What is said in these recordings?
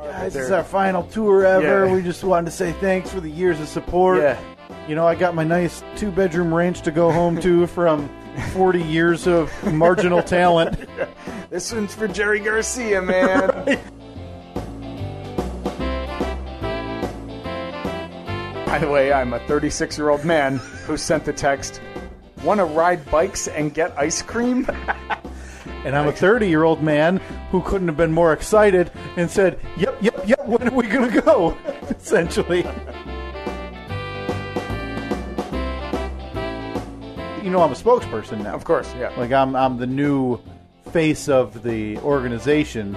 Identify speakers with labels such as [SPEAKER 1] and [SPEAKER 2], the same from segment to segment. [SPEAKER 1] our final tour ever.
[SPEAKER 2] Yeah.
[SPEAKER 1] We just wanted to say thanks for the years of support.
[SPEAKER 2] Yeah.
[SPEAKER 1] You know, I got my nice two bedroom ranch to go home to from 40 years of marginal talent.
[SPEAKER 2] This one's for Jerry Garcia, man. By the way, I'm a 36 year old man who sent the text, Want to ride bikes and get ice cream?
[SPEAKER 1] And I'm a 30 year old man who couldn't have been more excited and said, Yep, yep, yep, when are we going to go? Essentially. you know, I'm a spokesperson now.
[SPEAKER 2] Of course, yeah.
[SPEAKER 1] Like, I'm, I'm the new face of the organization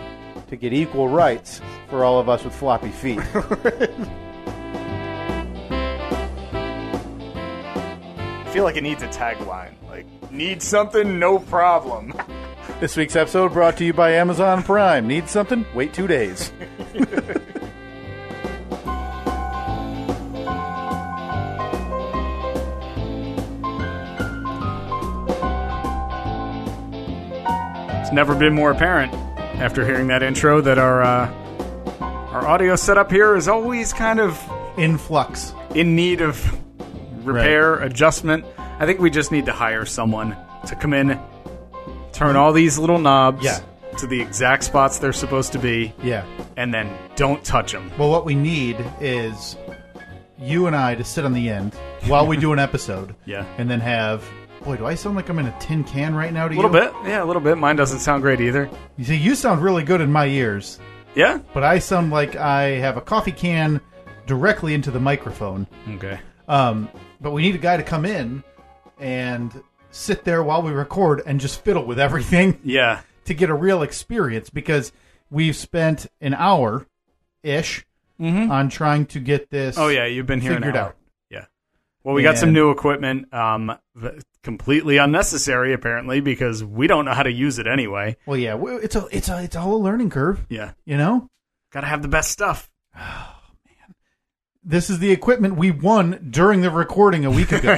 [SPEAKER 1] to get equal rights for all of us with floppy feet.
[SPEAKER 2] I feel like it needs a tagline. Like, need something, no problem.
[SPEAKER 1] this week's episode brought to you by Amazon Prime. Need something? Wait two days.
[SPEAKER 3] It's never been more apparent after hearing that intro that our uh, our audio setup here is always kind of
[SPEAKER 1] Influx.
[SPEAKER 3] in need of repair, adjustment. I think we just need to hire someone to come in, turn all these little knobs
[SPEAKER 1] Yeah.
[SPEAKER 3] to the exact spots they're supposed to be,
[SPEAKER 1] Yeah.
[SPEAKER 3] and then don't touch them.
[SPEAKER 1] Well, what we need is you and I to sit on the end while we do an episode.
[SPEAKER 3] Yeah.
[SPEAKER 1] And then have. Boy, do I sound like I'm in a tin can right now to
[SPEAKER 3] A
[SPEAKER 1] you?
[SPEAKER 3] little bit, yeah, a little bit. Mine doesn't sound great either.
[SPEAKER 1] You see, you sound really good in my ears,
[SPEAKER 3] Yeah.
[SPEAKER 1] but I sound like I have a coffee can directly into the microphone.
[SPEAKER 3] Okay.
[SPEAKER 1] Um, but we need a guy to come in and sit there while we record and just fiddle with everything.
[SPEAKER 3] Yeah.
[SPEAKER 1] to get a real experience because we've spent an hour ish on trying to get this.
[SPEAKER 3] Mm-hmm. Oh yeah, you've been here an
[SPEAKER 1] figured
[SPEAKER 3] hour.
[SPEAKER 1] out.
[SPEAKER 3] Yeah. Well, we got some
[SPEAKER 1] And-
[SPEAKER 3] new equipment. Um, th- completely unnecessary apparently because we don't know how to use it anyway.
[SPEAKER 1] Well, yeah, we- it's a it's a it's a whole learning curve.
[SPEAKER 3] Yeah.
[SPEAKER 1] You know,
[SPEAKER 3] Got to have the best stuff.
[SPEAKER 1] this is the equipment we won during the recording a week ago,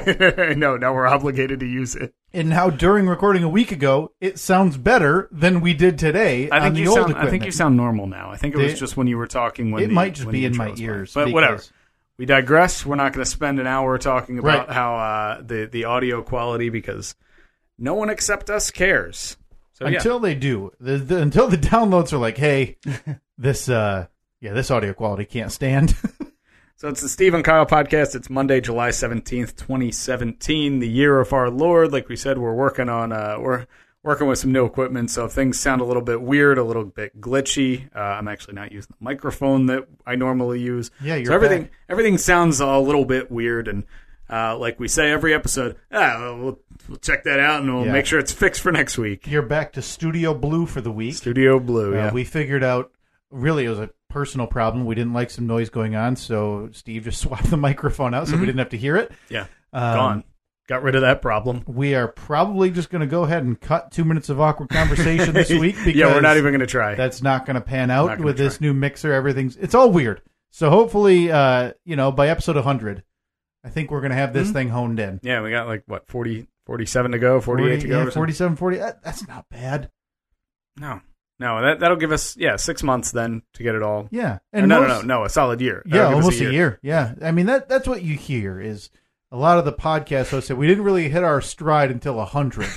[SPEAKER 3] no, now we're obligated to use it.
[SPEAKER 1] and now during recording a week ago, it sounds better than we did today
[SPEAKER 3] I
[SPEAKER 1] on
[SPEAKER 3] think
[SPEAKER 1] the
[SPEAKER 3] you
[SPEAKER 1] old
[SPEAKER 3] sound.
[SPEAKER 1] equipment.
[SPEAKER 3] I think you sound normal now. I think it was
[SPEAKER 1] The-
[SPEAKER 3] just when you were talking. When
[SPEAKER 1] it
[SPEAKER 3] the-
[SPEAKER 1] might just
[SPEAKER 3] when
[SPEAKER 1] be
[SPEAKER 3] the
[SPEAKER 1] in
[SPEAKER 3] intro
[SPEAKER 1] my
[SPEAKER 3] was playing.
[SPEAKER 1] ears,
[SPEAKER 3] but whatever.
[SPEAKER 1] because-
[SPEAKER 3] We digress. We're not going to spend an hour talking about
[SPEAKER 1] Right.
[SPEAKER 3] how uh, the the audio quality because no one except us cares. So yeah.
[SPEAKER 1] until they do, the, the, until the downloads are like, hey, this uh, yeah, this audio quality can't stand.
[SPEAKER 3] So it's the Steve and Kyle podcast. It's Monday, July seventeenth, twenty seventeen, the year of our Lord. Like we said, we're working on uh, we're working with some new equipment, so if things sound a little bit weird, a little bit glitchy. Uh, I'm actually not using the microphone that I normally use.
[SPEAKER 1] Yeah, you're
[SPEAKER 3] so everything
[SPEAKER 1] back.
[SPEAKER 3] everything sounds a little bit weird, and uh, like we say every episode, ah, well, we'll, we'll check that out and we'll
[SPEAKER 1] Yeah.
[SPEAKER 3] make sure it's fixed for next week.
[SPEAKER 1] You're back to Studio Blue for the week.
[SPEAKER 3] Studio Blue,
[SPEAKER 1] Uh,
[SPEAKER 3] yeah,
[SPEAKER 1] we figured out really it was a personal problem. We didn't like some noise going on, so Steve just swapped the microphone out so
[SPEAKER 3] Mm-hmm.
[SPEAKER 1] we didn't have to hear it.
[SPEAKER 3] yeah,
[SPEAKER 1] Um,
[SPEAKER 3] gone. Got rid of that problem.
[SPEAKER 1] We are probably just going to go ahead and cut two minutes of awkward conversation this week because
[SPEAKER 3] yeah, we're not even going to try.
[SPEAKER 1] that's not going to pan
[SPEAKER 3] Not
[SPEAKER 1] out
[SPEAKER 3] gonna
[SPEAKER 1] with this new mixer. Everything's it's all weird. So hopefully, uh, you know, by episode 100, I think we're going to have
[SPEAKER 3] Mm-hmm.
[SPEAKER 1] this thing honed in.
[SPEAKER 3] Yeah, we got like what 40, 47 to go, forty
[SPEAKER 1] 40,
[SPEAKER 3] eight to go.
[SPEAKER 1] yeah,
[SPEAKER 3] or something.
[SPEAKER 1] 47, 40. That, that's not bad.
[SPEAKER 3] No, no, that that'll give us yeah six months then to get it all.
[SPEAKER 1] Yeah,
[SPEAKER 3] And no,
[SPEAKER 1] most-
[SPEAKER 3] no, no, no, a solid year. That'll
[SPEAKER 1] Yeah,
[SPEAKER 3] give us
[SPEAKER 1] almost a year. Yeah, I mean that that's what you hear is a lot of the podcast hosts say we didn't really hit our stride until hundred.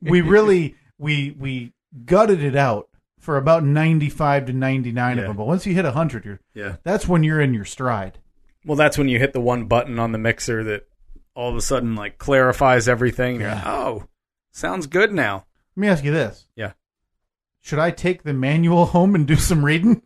[SPEAKER 1] we really we we gutted it out for about ninety five to ninety nine
[SPEAKER 3] Yeah.
[SPEAKER 1] of them, but once you hit hundred, you're
[SPEAKER 3] Yeah.
[SPEAKER 1] that's when you're in your stride.
[SPEAKER 3] Well, that's when you hit the one button on the mixer that all of a sudden like clarifies everything. You're like, oh, sounds good now.
[SPEAKER 1] Let me ask you this:
[SPEAKER 3] Yeah,
[SPEAKER 1] Should I take the manual home and do some reading?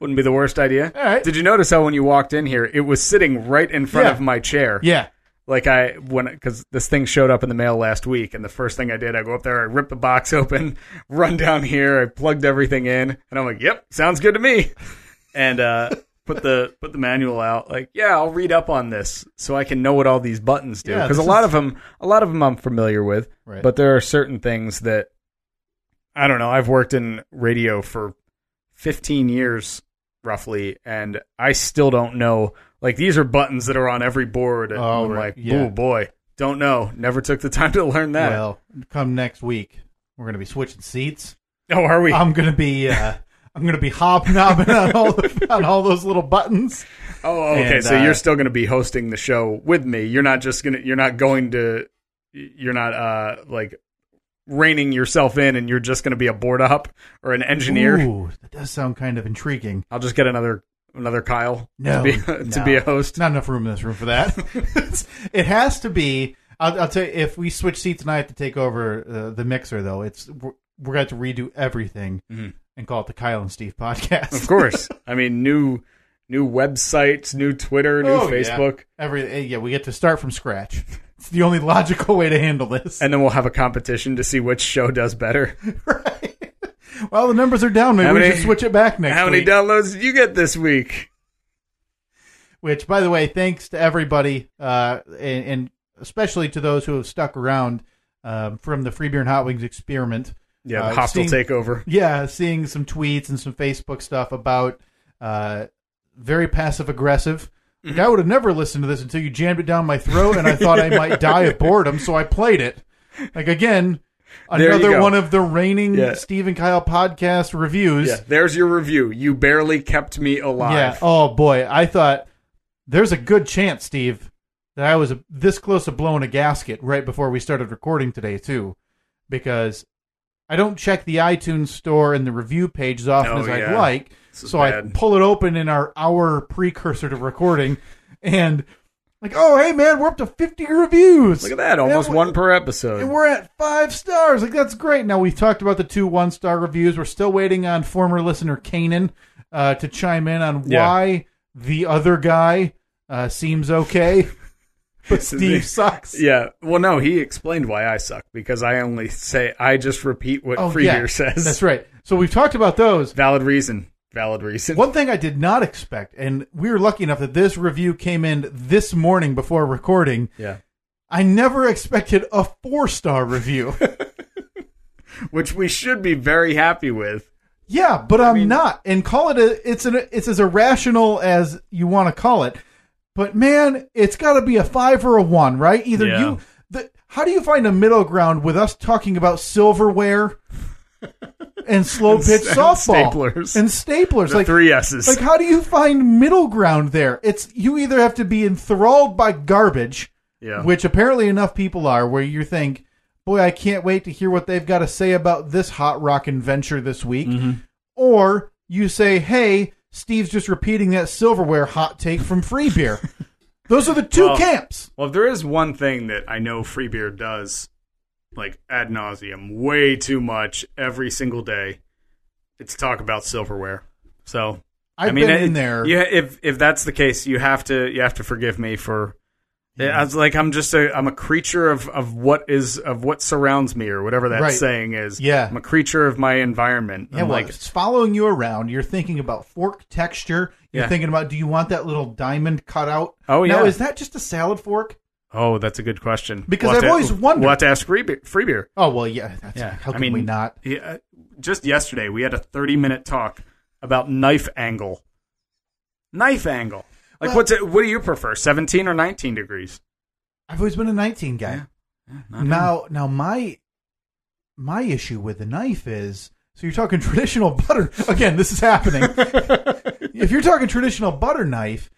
[SPEAKER 3] wouldn't be the worst idea.
[SPEAKER 1] All right.
[SPEAKER 3] Did you notice how when you walked in here, it was sitting right in front
[SPEAKER 1] Yeah.
[SPEAKER 3] of my chair?
[SPEAKER 1] Yeah,
[SPEAKER 3] Like I when because this thing showed up in the mail last week, and the first thing I did, I go up there, I rip the box open, run down here, I plugged everything in, and I'm like, "Yep, sounds good to me," and uh, put the put the manual out. Like, yeah, I'll read up on this so I can know what all these buttons do
[SPEAKER 1] Yeah,
[SPEAKER 3] because
[SPEAKER 1] this
[SPEAKER 3] a lot
[SPEAKER 1] is-
[SPEAKER 3] of them a lot of them I'm familiar with,
[SPEAKER 1] Right.
[SPEAKER 3] but there are certain things that I don't know. I've worked in radio for 15 years roughly and i still don't know like these are buttons that are on every board and
[SPEAKER 1] Oh,
[SPEAKER 3] i'm
[SPEAKER 1] right.
[SPEAKER 3] like
[SPEAKER 1] Yeah.
[SPEAKER 3] oh boy don't know never took the time to learn that
[SPEAKER 1] well, come next week, we're going to be switching seats.
[SPEAKER 3] oh are we
[SPEAKER 1] I'm going to be. Uh, I'm going to be hobnobbing on all the, on all those little buttons.
[SPEAKER 3] Oh, okay.
[SPEAKER 1] And,
[SPEAKER 3] so
[SPEAKER 1] uh,
[SPEAKER 3] you're still going to be hosting the show with me. You're not just going to. You're not going to. You're not uh like reining yourself in, and you're just going to be a board up or an engineer.
[SPEAKER 1] Ooh, that does sound kind of intriguing.
[SPEAKER 3] I'll just get another another Kyle
[SPEAKER 1] No,
[SPEAKER 3] to be to
[SPEAKER 1] no.
[SPEAKER 3] be a host.
[SPEAKER 1] Not enough room in this room for that. it has to be. I'll, I'll tell you, if we switch seats and I have to take over uh, the mixer, though, it's we're, we're going to have to redo everything and call it the Kyle and Steve podcast.
[SPEAKER 3] Of course. I mean, new new websites, new Twitter, new
[SPEAKER 1] Oh, yeah.
[SPEAKER 3] Facebook,
[SPEAKER 1] Every eh, yeah, we get to start from scratch. It's the only logical way to handle this.
[SPEAKER 3] and then we'll have a competition to see which show does better.
[SPEAKER 1] right. Well, the numbers are down. Maybe
[SPEAKER 3] How
[SPEAKER 1] we
[SPEAKER 3] many-
[SPEAKER 1] should switch it back next
[SPEAKER 3] How many
[SPEAKER 1] week.
[SPEAKER 3] downloads did you get this week?
[SPEAKER 1] Which, by the way, thanks to everybody, uh, and, and especially to those who have stuck around um, from the Free Beer and Hot Wings experiment.
[SPEAKER 3] Yeah,
[SPEAKER 1] Uh,
[SPEAKER 3] the hostile
[SPEAKER 1] seeing-
[SPEAKER 3] takeover.
[SPEAKER 1] Yeah, seeing some tweets and some Facebook stuff about uh, very passive aggressive.
[SPEAKER 3] Mm-hmm.
[SPEAKER 1] Like, I would have never listened to this until you jammed it down my throat, and I thought I might die of boredom, so I played it. Like again,
[SPEAKER 3] you
[SPEAKER 1] another
[SPEAKER 3] go.
[SPEAKER 1] one of the reigning
[SPEAKER 3] Yeah.
[SPEAKER 1] Steve and Kyle podcast reviews.
[SPEAKER 3] Yeah, there's your review. You barely kept me alive.
[SPEAKER 1] Yeah. Oh boy, I thought there's a good chance, Steve, that I was this close to blowing a gasket right before we started recording today too, because I don't check the iTunes store and the review page as often
[SPEAKER 3] Oh,
[SPEAKER 1] as I'd
[SPEAKER 3] yeah.
[SPEAKER 1] like.
[SPEAKER 3] This is
[SPEAKER 1] So I
[SPEAKER 3] bad.
[SPEAKER 1] pull it open in our hour precursor to recording, and like, oh hey man, we're up to fifty reviews.
[SPEAKER 3] Look at that, almost
[SPEAKER 1] And we-
[SPEAKER 3] one per episode.
[SPEAKER 1] and we're at five stars. Like that's great. Now we've talked about the two one star reviews. We're still waiting on former listener Kanan uh, to chime in on
[SPEAKER 3] Yeah.
[SPEAKER 1] why the other guy uh, seems okay, but Steve sucks.
[SPEAKER 3] yeah. Well, no, he explained why I suck because I only say I just repeat what
[SPEAKER 1] Oh,
[SPEAKER 3] Free
[SPEAKER 1] yeah.
[SPEAKER 3] Beer says.
[SPEAKER 1] That's right. So we've talked about those.
[SPEAKER 3] Valid reason. Valid reason.
[SPEAKER 1] One thing I did not expect, and we were lucky enough that this review came in this morning before recording.
[SPEAKER 3] Yeah.
[SPEAKER 1] I never expected a four star review.
[SPEAKER 3] Which we should be very happy with.
[SPEAKER 1] Yeah, but I'm not. And call it a, it's an it's as irrational as you want to call it. But man, it's got to be a 5 or a 1, right? Either
[SPEAKER 3] Yeah.
[SPEAKER 1] you the, how do you find a middle ground with us talking about silverware and slow
[SPEAKER 3] And
[SPEAKER 1] pitch
[SPEAKER 3] s- and
[SPEAKER 1] softball
[SPEAKER 3] staplers.
[SPEAKER 1] and staplers
[SPEAKER 3] The
[SPEAKER 1] like
[SPEAKER 3] three S's.
[SPEAKER 1] like how do you find middle ground there? It's you either have to be enthralled by garbage
[SPEAKER 3] yeah.
[SPEAKER 1] which apparently enough people are where you think boy i can't wait to hear what they've got to say about this hot rock adventure this week
[SPEAKER 3] Mm-hmm.
[SPEAKER 1] or you say hey steve's just repeating that silverware hot take from free beer those are the two
[SPEAKER 3] Well-
[SPEAKER 1] camps
[SPEAKER 3] Well, if there is one thing that I know Free Beer does, like ad nauseum, way too much every single day, it's talk about silverware. So
[SPEAKER 1] i've
[SPEAKER 3] I mean,
[SPEAKER 1] been
[SPEAKER 3] it-
[SPEAKER 1] in there
[SPEAKER 3] Yeah, if if that's the case, you have to you have to forgive me for. I was like, I'm just a I'm a creature of of what is of what surrounds me or whatever that
[SPEAKER 1] Right.
[SPEAKER 3] saying is.
[SPEAKER 1] Yeah.
[SPEAKER 3] I'm a creature of my environment.
[SPEAKER 1] Yeah,
[SPEAKER 3] I'm
[SPEAKER 1] well,
[SPEAKER 3] like
[SPEAKER 1] it's following you around. You're thinking about fork texture. You're
[SPEAKER 3] Yeah.
[SPEAKER 1] thinking about do you want that little diamond cutout?
[SPEAKER 3] Oh,
[SPEAKER 1] Now
[SPEAKER 3] yeah.
[SPEAKER 1] is that just a salad fork?
[SPEAKER 3] oh, that's a good question
[SPEAKER 1] Because
[SPEAKER 3] We'll have
[SPEAKER 1] I've
[SPEAKER 3] to-
[SPEAKER 1] always wondered-
[SPEAKER 3] We'll have to ask free beer. Free beer.
[SPEAKER 1] Oh well, yeah. That's, How can
[SPEAKER 3] I mean,
[SPEAKER 1] we not?
[SPEAKER 3] yeah, uh, just yesterday, we had a 30 minute talk about knife angle. Knife angle. Like,
[SPEAKER 1] Well-
[SPEAKER 3] what's it? What do you prefer, 17 or 19 degrees?
[SPEAKER 1] I've always been a 19 guy.
[SPEAKER 3] Not me.
[SPEAKER 1] Now, now my my issue with the knife is so you're talking traditional butter again. This is happening. if you're talking traditional butter knife,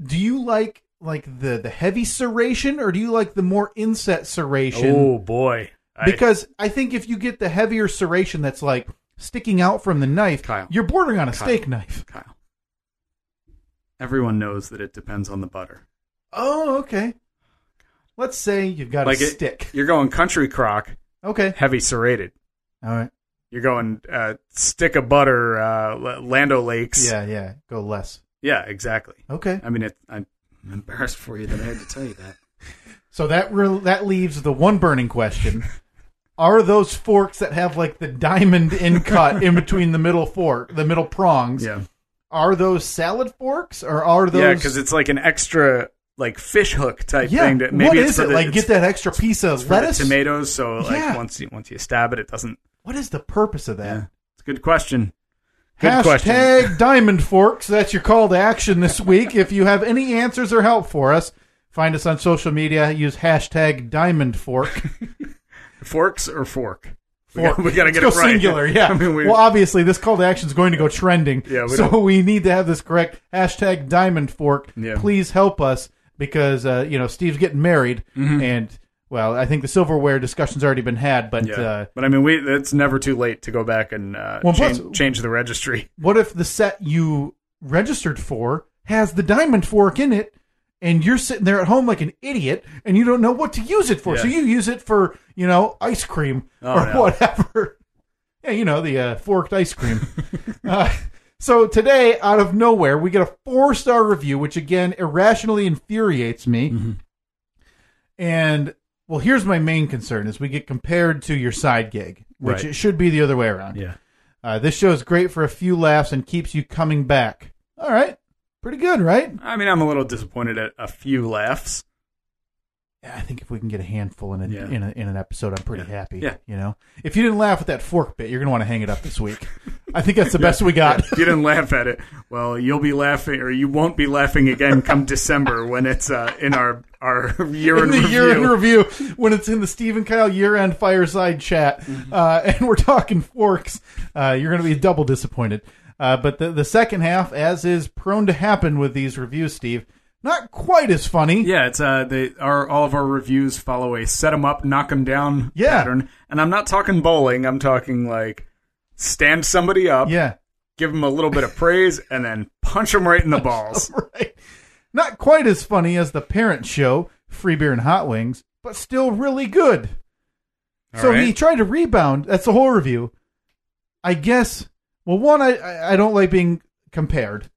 [SPEAKER 1] do you like like the the heavy serration or do you like the more inset serration?
[SPEAKER 3] Oh boy. I-
[SPEAKER 1] because I think if you get the heavier serration that's like sticking out from the knife,
[SPEAKER 3] Kyle.
[SPEAKER 1] you're bordering on a
[SPEAKER 3] Kyle.
[SPEAKER 1] steak knife.
[SPEAKER 3] Kyle. Everyone knows that it depends on the butter.
[SPEAKER 1] Oh, okay. Let's say you've got a
[SPEAKER 3] it-
[SPEAKER 1] stick.
[SPEAKER 3] You're going country crock,
[SPEAKER 1] Okay.
[SPEAKER 3] heavy serrated.
[SPEAKER 1] All right.
[SPEAKER 3] You're going uh, stick of butter, uh, L- Lando Lakes.
[SPEAKER 1] Yeah, yeah. Go less.
[SPEAKER 3] Yeah, exactly.
[SPEAKER 1] Okay.
[SPEAKER 3] I mean, it, I'm embarrassed for you that I had to tell you that.
[SPEAKER 1] So that re- that leaves the one burning question: Are those forks that have like the diamond in cut in between the middle fork, the middle prongs?
[SPEAKER 3] Yeah.
[SPEAKER 1] Are those salad forks or are those?
[SPEAKER 3] Yeah, because it's like an extra like fish hook type
[SPEAKER 1] Yeah,
[SPEAKER 3] thing. That maybe
[SPEAKER 1] what
[SPEAKER 3] it's
[SPEAKER 1] is
[SPEAKER 3] for
[SPEAKER 1] it
[SPEAKER 3] the,
[SPEAKER 1] like?
[SPEAKER 3] it's
[SPEAKER 1] Get that extra piece of
[SPEAKER 3] for the
[SPEAKER 1] lettuce.
[SPEAKER 3] tomatoes. So like
[SPEAKER 1] Yeah.
[SPEAKER 3] once you once you stab it, it doesn't.
[SPEAKER 1] What is the purpose of that?
[SPEAKER 3] It's a good question. Good
[SPEAKER 1] Hashtag
[SPEAKER 3] question.
[SPEAKER 1] diamond forks. That's your call to action this week. if you have any answers or help for us, find us on social media. Use hashtag diamond fork.
[SPEAKER 3] Forks or fork? We got- we gotta
[SPEAKER 1] Let's
[SPEAKER 3] get
[SPEAKER 1] go
[SPEAKER 3] it right.
[SPEAKER 1] singular. Yeah.
[SPEAKER 3] I mean, we-
[SPEAKER 1] well, obviously, this call to action is going to go trending.
[SPEAKER 3] Yeah, we
[SPEAKER 1] so
[SPEAKER 3] don't-
[SPEAKER 1] we need to have this correct. Hashtag Diamond Fork.
[SPEAKER 3] Yeah.
[SPEAKER 1] Please help us because uh, you know Steve's getting married,
[SPEAKER 3] Mm-hmm.
[SPEAKER 1] and well, I think the silverware discussion's already been had. But
[SPEAKER 3] Yeah.
[SPEAKER 1] uh,
[SPEAKER 3] but I mean, we it's never too late to go back and uh,
[SPEAKER 1] Well,
[SPEAKER 3] change,
[SPEAKER 1] plus-
[SPEAKER 3] change the registry.
[SPEAKER 1] what if the set you registered for has the Diamond Fork in it? And you're sitting there at home like an idiot, and you don't know what to use it for.
[SPEAKER 3] Yeah.
[SPEAKER 1] So you use it for, you know, ice cream
[SPEAKER 3] Oh,
[SPEAKER 1] or
[SPEAKER 3] no.
[SPEAKER 1] whatever. Yeah, you know, the uh, forked ice cream. uh, so today, out of nowhere, we get a four star review, which again irrationally infuriates me.
[SPEAKER 3] Mm-hmm.
[SPEAKER 1] And well, here's my main concern: is we get compared to your side gig, which
[SPEAKER 3] Right.
[SPEAKER 1] it should be the other way around.
[SPEAKER 3] Yeah.
[SPEAKER 1] Uh, this show is great for a few laughs and keeps you coming back. All right, pretty good, right?
[SPEAKER 3] I mean, I'm a little disappointed at a few laughs.
[SPEAKER 1] Yeah, I think if we can get a handful in a,
[SPEAKER 3] Yeah.
[SPEAKER 1] in, a in an episode, I'm pretty
[SPEAKER 3] Yeah.
[SPEAKER 1] happy.
[SPEAKER 3] Yeah.
[SPEAKER 1] you know, if you didn't laugh at that fork bit, you're gonna want to hang it up this week. I think that's the best we got.
[SPEAKER 3] If you didn't laugh at it, well, you'll be laughing, or you won't be laughing again come December when it's uh, in our our year in,
[SPEAKER 1] in the
[SPEAKER 3] review.
[SPEAKER 1] year in review when it's in the Steve and Kyle year end fireside chat,
[SPEAKER 3] Mm-hmm.
[SPEAKER 1] uh, and we're talking forks, uh, you're going to be double disappointed. Uh, but the, the second half, as is prone to happen with these reviews, Steve, not quite as funny.
[SPEAKER 3] yeah, it's uh, they our all of our reviews follow a set 'em up, knock 'em down
[SPEAKER 1] Yeah.
[SPEAKER 3] pattern, and I'm not talking bowling. I'm talking like stand somebody up,
[SPEAKER 1] Yeah,
[SPEAKER 3] give them a little bit of praise, and then punch them right in the balls.
[SPEAKER 1] right. Not quite as funny as the parent show, Free Beer and Hot Wings, but still really good. so
[SPEAKER 3] All right.
[SPEAKER 1] he tried to rebound. That's the whole review. I guess. Well, one, I- I I don't like being compared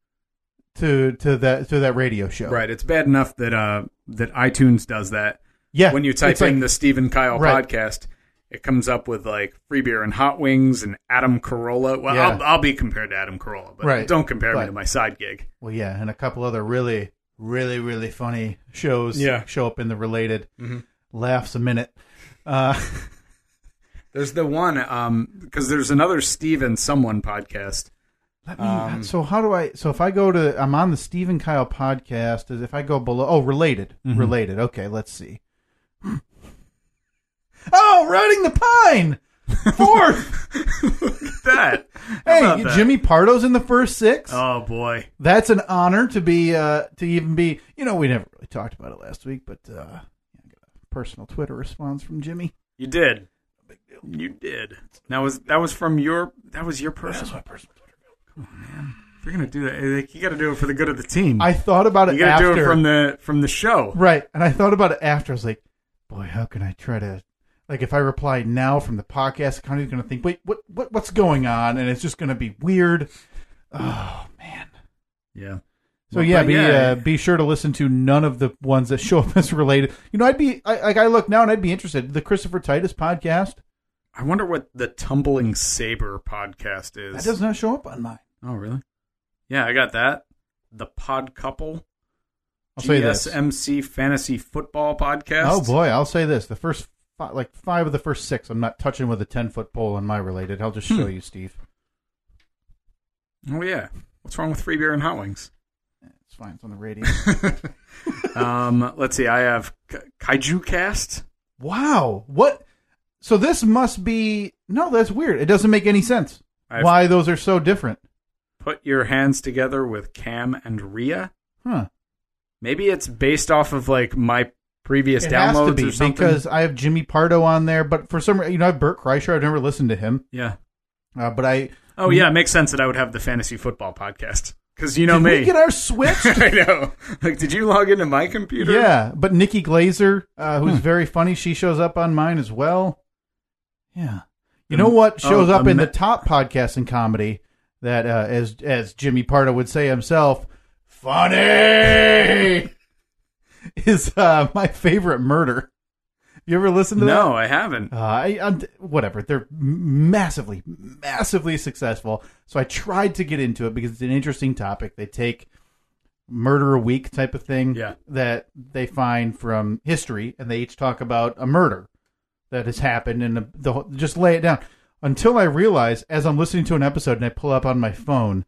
[SPEAKER 1] to to that to that radio show.
[SPEAKER 3] right. It's bad enough that uh that iTunes does that.
[SPEAKER 1] Yeah.
[SPEAKER 3] when you type
[SPEAKER 1] it's like-
[SPEAKER 3] in the Stephen Kyle
[SPEAKER 1] Right.
[SPEAKER 3] podcast, it comes up with like free beer and hot wings and Adam Carolla. Well,
[SPEAKER 1] Yeah.
[SPEAKER 3] I'll, I'll be compared to Adam Carolla, but
[SPEAKER 1] Right.
[SPEAKER 3] don't compare me
[SPEAKER 1] But-
[SPEAKER 3] to my side gig.
[SPEAKER 1] Well, yeah, and a couple other really, really, really funny shows.
[SPEAKER 3] Yeah. Mm-hmm.
[SPEAKER 1] Show up in the related laughs a minute. Uh,
[SPEAKER 3] There's the one um because there's another Steven someone podcast. Um,
[SPEAKER 1] let me. so how do I? So if I go to, I'm on the Stephen Kyle podcast. Is if I go below? Oh, related,
[SPEAKER 3] Mm-hmm.
[SPEAKER 1] related. Okay, let's see. Oh, riding the pine. Fourth.
[SPEAKER 3] That
[SPEAKER 1] hey,
[SPEAKER 3] about that?
[SPEAKER 1] Jimmy Pardo's in the first six.
[SPEAKER 3] oh boy,
[SPEAKER 1] that's an honor to be uh to even be you know we never really talked about it last week but uh yeah, I got a personal twitter response from jimmy
[SPEAKER 3] you did, you did. That was that was from your that was your person.
[SPEAKER 1] my personal twitter
[SPEAKER 3] If you're gonna do that, eh, you got to do it for the good of the team.
[SPEAKER 1] i thought about it
[SPEAKER 3] you got to
[SPEAKER 1] after
[SPEAKER 3] do it from the from the show.
[SPEAKER 1] right and i thought about it after i was like boy how can i try to like if i reply now from the podcast account he's gonna think wait what, what what's going on and it's just gonna be weird oh man
[SPEAKER 3] Yeah.
[SPEAKER 1] so
[SPEAKER 3] Well,
[SPEAKER 1] yeah,
[SPEAKER 3] but
[SPEAKER 1] be
[SPEAKER 3] yeah.
[SPEAKER 1] Uh, be sure to listen to none of the ones that show up as related. You know, I'd be I, like I look now and I'd be interested. The Christopher Titus podcast
[SPEAKER 3] I wonder what the Tumbling Saber podcast is.
[SPEAKER 1] that does not show up on mine.
[SPEAKER 3] Oh, really? Yeah, I got that. The Pod Couple.
[SPEAKER 1] I'll say this.
[SPEAKER 3] GSMC Fantasy Football Podcast.
[SPEAKER 1] Oh boy, I'll say this: the first fi- like five of the first six, I'm not touching with a ten foot pole on my related. I'll just show
[SPEAKER 3] Hmm.
[SPEAKER 1] you, Steve.
[SPEAKER 3] Oh, yeah. What's wrong with free beer and hot wings?
[SPEAKER 1] It's fine. It's on the radio.
[SPEAKER 3] um, let's see. I have K- Kaiju Cast.
[SPEAKER 1] wow, what? So this must be no. That's weird. It doesn't make any sense.
[SPEAKER 3] I've-
[SPEAKER 1] Why those are so different?
[SPEAKER 3] Put your hands together with Cam and Ria.
[SPEAKER 1] Huh?
[SPEAKER 3] Maybe it's based off of like my previous
[SPEAKER 1] it has
[SPEAKER 3] downloads
[SPEAKER 1] to be
[SPEAKER 3] or something.
[SPEAKER 1] because I have Jimmy Pardo on there, but for some reason, you know, I have Bert Kreischer. I've never listened to him,
[SPEAKER 3] yeah.
[SPEAKER 1] uh, but I
[SPEAKER 3] Oh yeah, it makes sense that I would have the Fantasy Football Podcast because you know
[SPEAKER 1] did
[SPEAKER 3] me.
[SPEAKER 1] we get our switch.
[SPEAKER 3] I know. Like, did you log into my computer? Hmm.
[SPEAKER 1] Yeah, but Nikki Glazer, uh, who's very funny, she shows up on mine as well. Yeah, you know
[SPEAKER 3] Um,
[SPEAKER 1] what shows
[SPEAKER 3] oh,
[SPEAKER 1] up
[SPEAKER 3] a
[SPEAKER 1] in
[SPEAKER 3] ma-
[SPEAKER 1] the top podcast in comedy that, uh, as as Jimmy Pardo would say himself, funny is uh, my favorite murder. You ever listen to
[SPEAKER 3] No, I haven't.
[SPEAKER 1] that? Uh, I, I'm, whatever. They're massively, massively successful. So I tried to get into it because it's an interesting topic. They take murder a week type of thing
[SPEAKER 3] Yeah.
[SPEAKER 1] that they find from history and they each talk about a murder that has happened and the, the whole- just lay it down until i realize as i'm listening to an episode and i pull up on my phone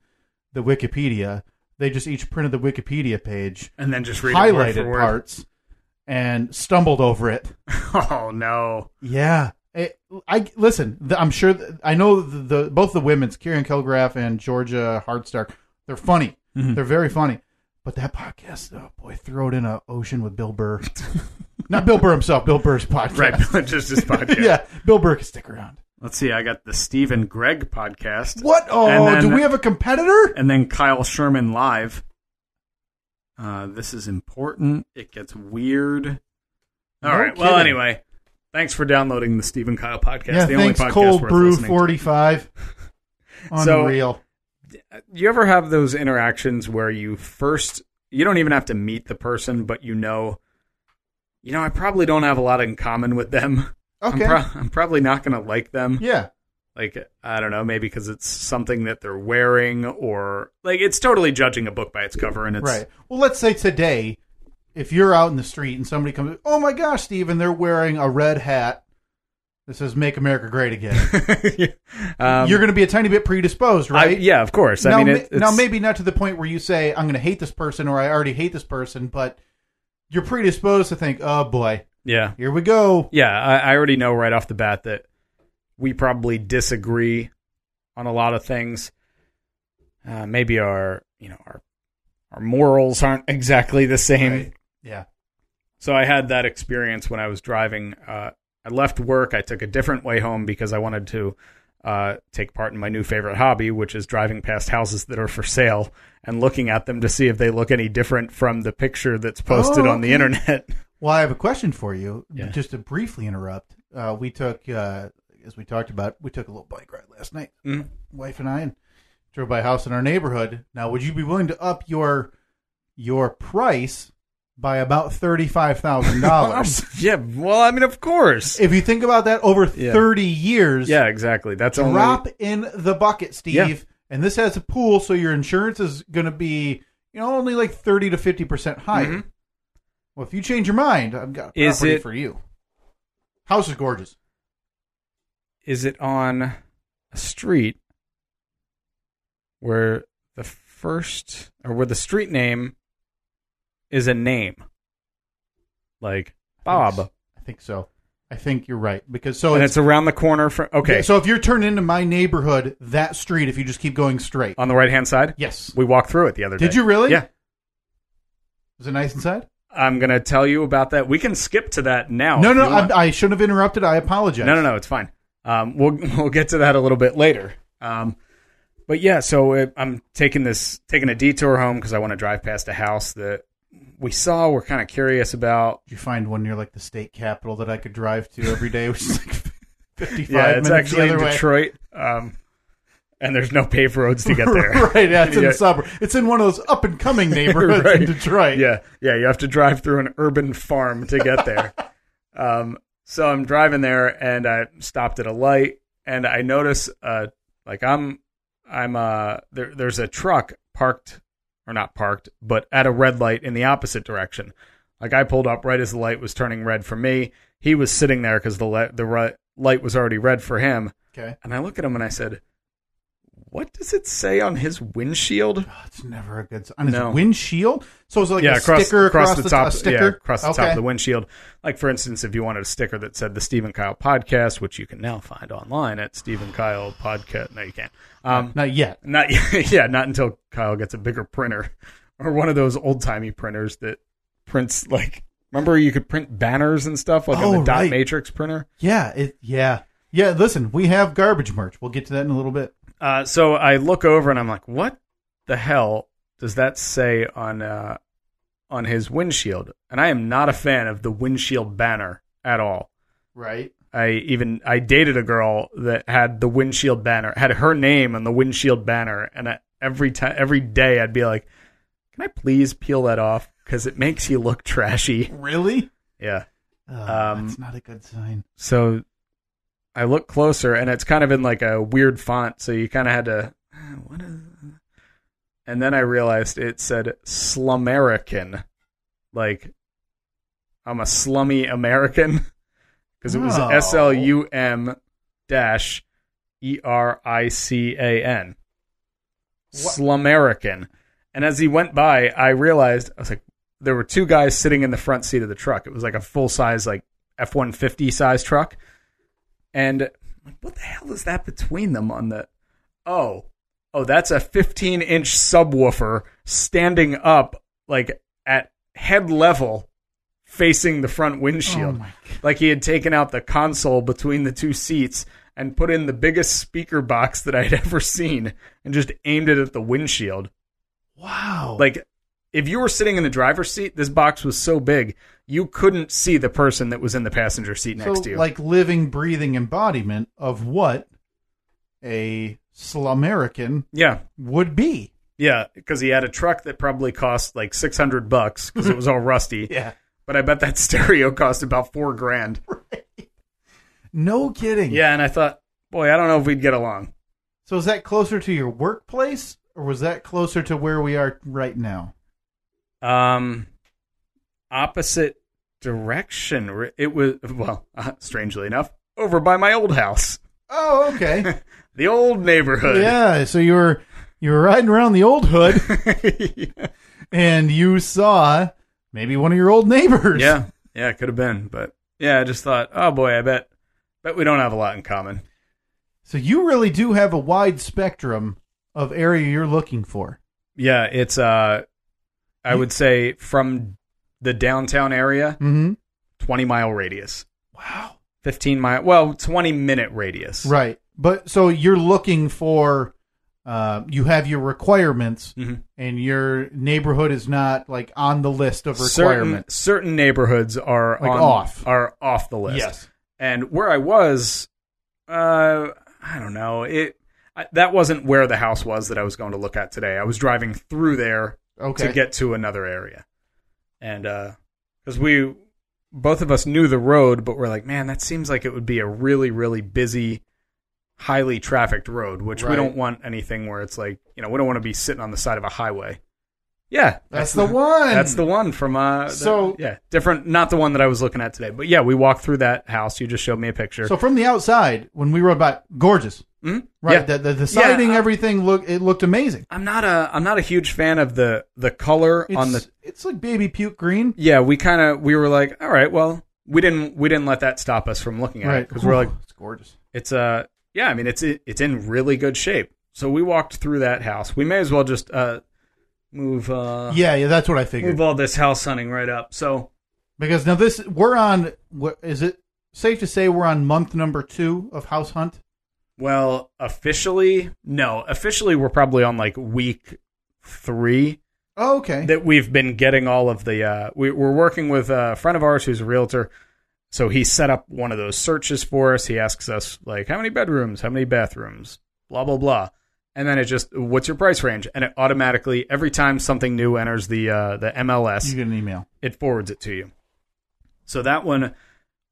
[SPEAKER 1] the wikipedia they just each printed the wikipedia page
[SPEAKER 3] and then just read it word
[SPEAKER 1] highlighted
[SPEAKER 3] for word.
[SPEAKER 1] parts and stumbled over it
[SPEAKER 3] Oh no!
[SPEAKER 1] yeah It, I listen. The, I'm sure. th I know the, the both the women's, Kieran Kilgraff and Georgia Hardstark. They're funny.
[SPEAKER 3] Mm-hmm.
[SPEAKER 1] They're very funny. But that podcast, oh boy, throw it in a ocean with Bill Burr. Not Bill Burr himself. Bill Burr's podcast.
[SPEAKER 3] Right, just this podcast.
[SPEAKER 1] yeah. Bill Burr can stick around.
[SPEAKER 3] Let's see. I got the Steve and Greg podcast.
[SPEAKER 1] What? Oh,
[SPEAKER 3] And then-
[SPEAKER 1] do we have a competitor?
[SPEAKER 3] and then Kyle Sherman live. Uh, this is important. It gets weird. All right.
[SPEAKER 1] No
[SPEAKER 3] Well,
[SPEAKER 1] kidding.
[SPEAKER 3] anyway, thanks for downloading the Steve and Kyle podcast.
[SPEAKER 1] yeah,
[SPEAKER 3] the
[SPEAKER 1] thanks,
[SPEAKER 3] only podcast
[SPEAKER 1] Cold
[SPEAKER 3] worth
[SPEAKER 1] Brew
[SPEAKER 3] listening to.
[SPEAKER 1] 45.
[SPEAKER 3] So-
[SPEAKER 1] Unreal.
[SPEAKER 3] Uh, You ever have those interactions where you first you don't even have to meet the person, but you know, you know, I probably don't have a lot in common with them.
[SPEAKER 1] okay.
[SPEAKER 3] I'm, pro- I'm probably not going to like them.
[SPEAKER 1] yeah.
[SPEAKER 3] Like I don't know, maybe because it's something that they're wearing, or like it's totally judging a book by its cover, and it's
[SPEAKER 1] Right. Well, let's say today, if you're out in the street and somebody comes, oh my gosh, Steve, and they're wearing a red hat that says "Make America Great Again,"
[SPEAKER 3] um,
[SPEAKER 1] you're going to be a tiny bit predisposed,
[SPEAKER 3] I-
[SPEAKER 1] right?
[SPEAKER 3] yeah, of course. I
[SPEAKER 1] now,
[SPEAKER 3] mean,
[SPEAKER 1] ma-
[SPEAKER 3] it, it's,
[SPEAKER 1] now maybe not to the point where you say, "I'm going to hate this person" or "I already hate this person," but you're predisposed to think, "Oh boy,
[SPEAKER 3] Yeah,
[SPEAKER 1] here we go."
[SPEAKER 3] yeah. I, I already know right off the bat that we probably disagree on a lot of things. Uh, maybe our, you know, our our morals aren't exactly the same.
[SPEAKER 1] Right. Yeah.
[SPEAKER 3] So I had that experience when I was driving. Uh, I left work. I took a different way home because I wanted to uh, take part in my new favorite hobby, which is driving past houses that are for sale and looking at them to see if they look any different from the picture that's posted
[SPEAKER 1] Oh,
[SPEAKER 3] on the
[SPEAKER 1] okay.
[SPEAKER 3] internet.
[SPEAKER 1] Well, I have a question for you.
[SPEAKER 3] Yeah.
[SPEAKER 1] Just to briefly interrupt, uh, we took, uh, as we talked about, we took a little bike ride last night,
[SPEAKER 3] Mm.
[SPEAKER 1] wife and I, and drove by a house in our neighborhood. Now, would you be willing to up your your price by about thirty five thousand dollars?
[SPEAKER 3] yeah. Well, I mean, of course.
[SPEAKER 1] if you think about that, over
[SPEAKER 3] Yeah.
[SPEAKER 1] thirty years,
[SPEAKER 3] Yeah, exactly. That's only
[SPEAKER 1] drop in the bucket, Steve.
[SPEAKER 3] Yeah.
[SPEAKER 1] And this has a pool, so your insurance is going to be you know only like thirty to fifty percent higher.
[SPEAKER 3] Mhm.
[SPEAKER 1] Well, if you change your mind, I've got a
[SPEAKER 3] Is
[SPEAKER 1] property
[SPEAKER 3] it-
[SPEAKER 1] for you. House is gorgeous.
[SPEAKER 3] Is it on a street where the first or where the street name is a name, like
[SPEAKER 1] I
[SPEAKER 3] Bob,
[SPEAKER 1] think s- I think so. I think you're right because so
[SPEAKER 3] and
[SPEAKER 1] it's,
[SPEAKER 3] it's around the corner from okay
[SPEAKER 1] So if you're turned into my neighborhood, that street, if you just keep going straight,
[SPEAKER 3] on the right hand side.
[SPEAKER 1] yes.
[SPEAKER 3] We walked through it the other day.
[SPEAKER 1] Did you really?
[SPEAKER 3] Yeah,
[SPEAKER 1] Is it nice inside?
[SPEAKER 3] I'm gonna tell you about that. We can skip to that now.
[SPEAKER 1] no,
[SPEAKER 3] if
[SPEAKER 1] no.
[SPEAKER 3] Oh, you want.
[SPEAKER 1] I, I shouldn't have interrupted. I apologize.
[SPEAKER 3] No, no, no. It's fine. Um, we'll we'll get to that a little bit later. Um, but yeah, so it, I'm taking this taking a detour home because I want to drive past a house that we saw. We're kind of curious about.
[SPEAKER 1] Did you find one near like the state capitol that I could drive to every day, which is like 55
[SPEAKER 3] Yeah, Uh,
[SPEAKER 1] minutes
[SPEAKER 3] it's actually
[SPEAKER 1] the
[SPEAKER 3] in
[SPEAKER 1] other way?
[SPEAKER 3] Detroit, um, and there's no paved roads to get there.
[SPEAKER 1] right, yeah, it's in
[SPEAKER 3] Yeah.
[SPEAKER 1] the suburb. It's in one of those up and coming neighborhoods
[SPEAKER 3] Right.
[SPEAKER 1] in Detroit.
[SPEAKER 3] yeah, yeah, you have to drive through an urban farm to get there. um, so I'm driving there, and I stopped at a light, and I notice, uh, like I'm, I'm, uh, there, there's a truck parked, or not parked, but at a red light in the opposite direction. Like I pulled up right as the light was turning red for me. He was sitting there because the le- the ri- light was already red for him.
[SPEAKER 1] Okay.
[SPEAKER 3] And I look at him and I said, "What does it say on his windshield?"
[SPEAKER 1] Oh, it's never a good s- on his
[SPEAKER 3] No.
[SPEAKER 1] windshield. So it's like
[SPEAKER 3] yeah,
[SPEAKER 1] a
[SPEAKER 3] across,
[SPEAKER 1] sticker
[SPEAKER 3] across, the,
[SPEAKER 1] t-
[SPEAKER 3] top,
[SPEAKER 1] a sticker
[SPEAKER 3] yeah, across the top
[SPEAKER 1] Okay.
[SPEAKER 3] of the windshield. Like for instance, if you wanted a sticker that said the Stephen Kyle podcast, which you can now find online at Stephen Kyle podcast. No, you can't. Um,
[SPEAKER 1] Not yet.
[SPEAKER 3] not yeah, not until Kyle gets a bigger printer or one of those old timey printers that prints like. Remember, you could print banners and stuff like on the
[SPEAKER 1] Oh,
[SPEAKER 3] dot
[SPEAKER 1] right.
[SPEAKER 3] matrix printer.
[SPEAKER 1] Yeah, it yeah. Yeah, listen, we have garbage merch. We'll get to that in a little bit.
[SPEAKER 3] Uh, so I look over and I'm like, what the hell does that say on uh, on his windshield? And I am not a fan of the windshield banner at all.
[SPEAKER 1] Right.
[SPEAKER 3] I even I dated a girl that had the windshield banner, had her name on the windshield banner, and I, every time every day I'd be like, "Can I please peel that off? Because it makes you look trashy."
[SPEAKER 1] Really?
[SPEAKER 3] Yeah.
[SPEAKER 1] Oh,
[SPEAKER 3] Um,
[SPEAKER 1] that's not a good sign.
[SPEAKER 3] So I look closer, and it's kind of in like a weird font, so you kind of had to. "Uh, What is? And then I realized it said "slumerican," like I'm a slummy American, because it was
[SPEAKER 1] Oh.
[SPEAKER 3] S L U M dash E R I C A N, slumerican. And as he went by, I realized I was like, there were two guys sitting in the front seat of the truck. It was like a full size, like F one fifty size truck, And I'm like, what the hell is that between them on the? Oh, oh, that's a 15 inch subwoofer standing up like at head level, facing the front windshield.
[SPEAKER 1] Oh my
[SPEAKER 3] Like he had taken out the console between the two seats and put in the biggest speaker box that I'd ever seen and just aimed it at the windshield
[SPEAKER 1] Wow.
[SPEAKER 3] like if you were sitting in the driver's seat, this box was so big you couldn't see the person that was in the passenger seat next
[SPEAKER 1] so,
[SPEAKER 3] to you.
[SPEAKER 1] like living, breathing embodiment of what a Slamerican
[SPEAKER 3] yeah,
[SPEAKER 1] would be.
[SPEAKER 3] yeah, because he had a truck that probably cost like six hundred bucks because it was all rusty.
[SPEAKER 1] Yeah.
[SPEAKER 3] But I bet that stereo cost about four grand.
[SPEAKER 1] No kidding.
[SPEAKER 3] Yeah, and I thought, boy, I don't know if we'd get along.
[SPEAKER 1] So is that closer to your workplace or was that closer to where we are right now?
[SPEAKER 3] Um, opposite direction. It was well, uh, strangely enough, over by my old house,
[SPEAKER 1] Oh, okay.
[SPEAKER 3] the old neighborhood.
[SPEAKER 1] yeah, so you were you were riding around the old hood and you saw maybe one of your old neighbors.
[SPEAKER 3] Yeah, yeah, it could have been, but yeah, I just thought, oh boy, I bet, bet we don't have a lot in common.
[SPEAKER 1] So you really do have a wide spectrum of area you're looking for.
[SPEAKER 3] Yeah, it's uh, I would say from the downtown area,
[SPEAKER 1] Mm-hmm.
[SPEAKER 3] twenty mile radius,
[SPEAKER 1] Wow.
[SPEAKER 3] fifteen mile, well, twenty minute radius.
[SPEAKER 1] Right. But so you're looking for uh, you have your requirements
[SPEAKER 3] Mhm.
[SPEAKER 1] and your neighborhood is not like on the list of
[SPEAKER 3] Certain
[SPEAKER 1] requirements.
[SPEAKER 3] certain neighborhoods are
[SPEAKER 1] Like
[SPEAKER 3] on,
[SPEAKER 1] off.
[SPEAKER 3] are off the list. and where I was, uh, I don't know it. I, that wasn't where the house was that I was going to look at today. I was driving through there
[SPEAKER 1] Okay.
[SPEAKER 3] to get to another area. And because we both of us knew the road, but we're like, man, that seems like it would be a really, really busy, highly trafficked road, which we
[SPEAKER 1] Right.
[SPEAKER 3] don't want anything where it's like, you know, we don't want to be sitting on the side of a highway. Yeah,
[SPEAKER 1] That's the one.
[SPEAKER 3] That's the one from uh. the-
[SPEAKER 1] So-
[SPEAKER 3] yeah, different, not the one that I was looking at today, but yeah, we walked through that house. You just showed me a picture.
[SPEAKER 1] So from the outside, when we rode by, gorgeous,
[SPEAKER 3] Hmm?
[SPEAKER 1] right?
[SPEAKER 3] Yeah.
[SPEAKER 1] The, the, the siding,
[SPEAKER 3] Yeah, I-
[SPEAKER 1] everything looked it looked amazing.
[SPEAKER 3] I'm not a I'm not a huge fan of the the color
[SPEAKER 1] It's,
[SPEAKER 3] on the
[SPEAKER 1] it's like baby puke green.
[SPEAKER 3] yeah, we kind of we were like, all right, well, we didn't we didn't let that stop us from looking at it
[SPEAKER 1] right.
[SPEAKER 3] because we're like,
[SPEAKER 1] it's gorgeous.
[SPEAKER 3] it's uh, yeah, I mean, it's it's in really good shape. So we walked through that house. We may as well just uh move uh
[SPEAKER 1] Yeah, yeah, that's what I figured.
[SPEAKER 3] move all this house hunting right up. So
[SPEAKER 1] Because now this we're on. What is it? Safe to say we're on month number two of house hunt.
[SPEAKER 3] well, officially, no, officially, we're probably on like week three.
[SPEAKER 1] Oh, okay.
[SPEAKER 3] that we've been getting all of the uh, we, we're working with a friend of ours who's a realtor so he set up one of those searches for us he asks us like how many bedrooms how many bathrooms blah blah blah and then it just what's your price range and it automatically every time something new enters the uh, the mls
[SPEAKER 1] you get an email.
[SPEAKER 3] it forwards it to you so that one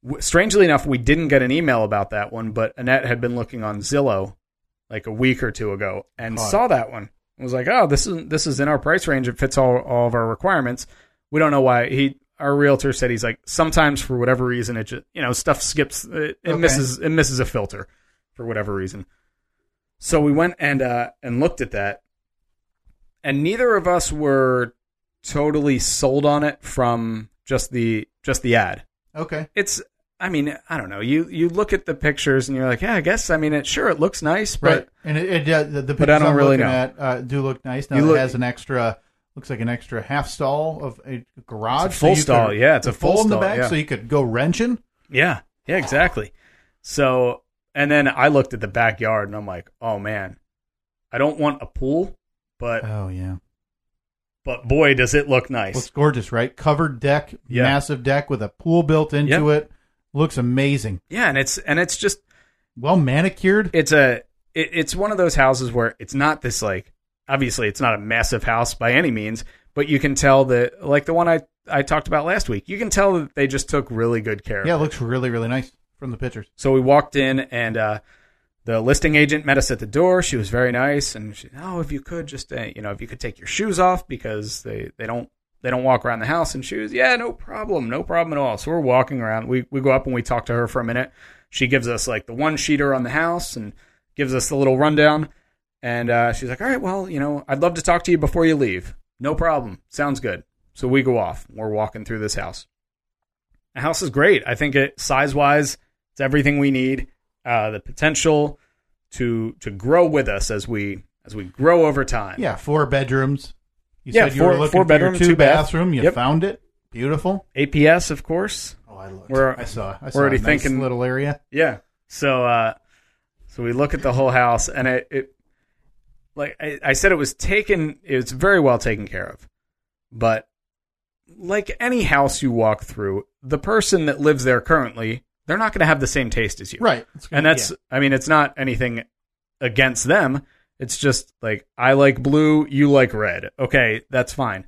[SPEAKER 3] w- strangely enough we didn't get an email about that one but annette had been looking on zillow like a week or two ago and
[SPEAKER 1] Caught it.
[SPEAKER 3] saw that one and was like oh this is this is in our price range it fits all, all of our requirements we don't know why he our realtor said he's like sometimes for whatever reason it just you know stuff skips uh, it, it
[SPEAKER 1] Okay.
[SPEAKER 3] misses it misses a filter for whatever reason so we went and uh and looked at that and neither of us were totally sold on it from just the just the ad
[SPEAKER 1] Okay.
[SPEAKER 3] it's I mean, I don't know. You you look at the pictures and you're like, yeah, I guess. I mean, it sure it looks nice,
[SPEAKER 1] Right.
[SPEAKER 3] but
[SPEAKER 1] and it, it, uh, the, the
[SPEAKER 3] But I
[SPEAKER 1] pictures
[SPEAKER 3] don't
[SPEAKER 1] I'm
[SPEAKER 3] really
[SPEAKER 1] looking
[SPEAKER 3] know.
[SPEAKER 1] at uh, do look nice. Now
[SPEAKER 3] You
[SPEAKER 1] it
[SPEAKER 3] look-
[SPEAKER 1] has an extra. Looks like an extra half stall of a garage.
[SPEAKER 3] It's a full
[SPEAKER 1] you
[SPEAKER 3] stall,
[SPEAKER 1] could-
[SPEAKER 3] yeah, it's a full
[SPEAKER 1] in the
[SPEAKER 3] stall,
[SPEAKER 1] back,
[SPEAKER 3] yeah.
[SPEAKER 1] so you could go wrenching.
[SPEAKER 3] yeah, yeah, exactly. So, and then I looked at the backyard and I'm like, oh man, I don't want a pool, but
[SPEAKER 1] Oh yeah.
[SPEAKER 3] but boy, does it look nice.
[SPEAKER 1] Looks gorgeous, right? Covered deck,
[SPEAKER 3] Yeah.
[SPEAKER 1] massive deck with a pool built into it. Looks amazing.
[SPEAKER 3] yeah, and it's and it's just
[SPEAKER 1] Well manicured.
[SPEAKER 3] it's a it, it's one of those houses where it's not this like obviously it's not a massive house by any means but you can tell that like the one i i talked about last week you can tell that they just took really good care of
[SPEAKER 1] yeah, it looks really, really nice from the pictures.
[SPEAKER 3] so we walked in, and uh, the listing agent met us at the door. She was very nice, and she, oh, if you could just, uh, you know, if you could take your shoes off because they, they don't they don't walk around the house in shoes. Yeah, no problem, no problem at all. So we're walking around. We we go up and we talk to her for a minute. She gives us like the one sheeter on the house and gives us the little rundown. And uh, she's like, all right, well, you know, I'd love to talk to you before you leave. No problem. Sounds good. So we go off. We're walking through this house. The house is great. I think it size wise, it's everything we need. uh, the potential to to grow with us as we as we grow over time.
[SPEAKER 1] Yeah, four bedrooms. You
[SPEAKER 3] Yeah,
[SPEAKER 1] said you were
[SPEAKER 3] four-
[SPEAKER 1] looking
[SPEAKER 3] four
[SPEAKER 1] for
[SPEAKER 3] bedroom,
[SPEAKER 1] your two,
[SPEAKER 3] two bath.
[SPEAKER 1] bathroom. You
[SPEAKER 3] Yep.
[SPEAKER 1] found it. Beautiful.
[SPEAKER 3] APS, of course.
[SPEAKER 1] Oh, I looked.
[SPEAKER 3] We're-
[SPEAKER 1] I saw. I saw
[SPEAKER 3] already
[SPEAKER 1] a nice
[SPEAKER 3] thinking-
[SPEAKER 1] little area.
[SPEAKER 3] Yeah. So uh, so we look at the whole house, and it, it like I, I said, it was taken. It was very well taken care of, but like any house you walk through, the person that lives there currently, they're not going to have the same taste as you,
[SPEAKER 1] Right. It's gonna-
[SPEAKER 3] and that's
[SPEAKER 1] yeah.
[SPEAKER 3] i mean it's not anything against them it's just like i like blue you like red okay that's fine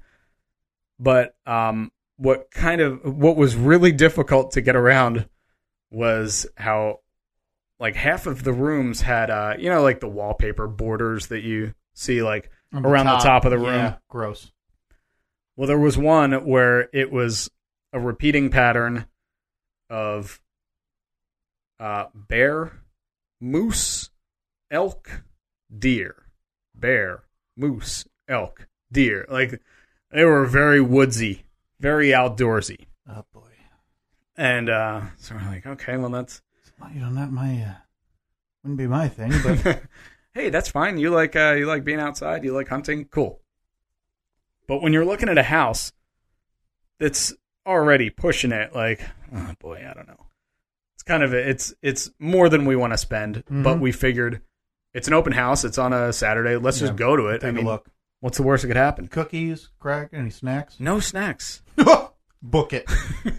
[SPEAKER 3] but um what kind of what was really difficult to get around was how like half of the rooms had uh you know like the wallpaper borders that you see like
[SPEAKER 1] On
[SPEAKER 3] around the top of the room.
[SPEAKER 1] Yeah, gross.
[SPEAKER 3] well, there was one where it was a repeating pattern of uh, bear, moose, elk, deer, bear, moose, elk, deer. Like they were very woodsy, very outdoorsy,
[SPEAKER 1] Oh boy.
[SPEAKER 3] and uh, so we're like, okay, well, that's
[SPEAKER 1] Well, you know, not my. Uh, wouldn't be my thing, but
[SPEAKER 3] hey, that's fine. You like uh, you like being outside. You like hunting. Cool. But when you're looking at a house that's already pushing it, like, oh boy, I don't know. It's kind of it's it's more than we want to spend, but
[SPEAKER 1] Mhm.
[SPEAKER 3] we figured it's an open house. It's on a Saturday. Let's
[SPEAKER 1] Yeah.
[SPEAKER 3] just go to it.
[SPEAKER 1] take
[SPEAKER 3] I mean,
[SPEAKER 1] a look.
[SPEAKER 3] what's the worst that could happen?
[SPEAKER 1] Cookies, crack, any snacks?
[SPEAKER 3] No snacks.
[SPEAKER 1] Book it.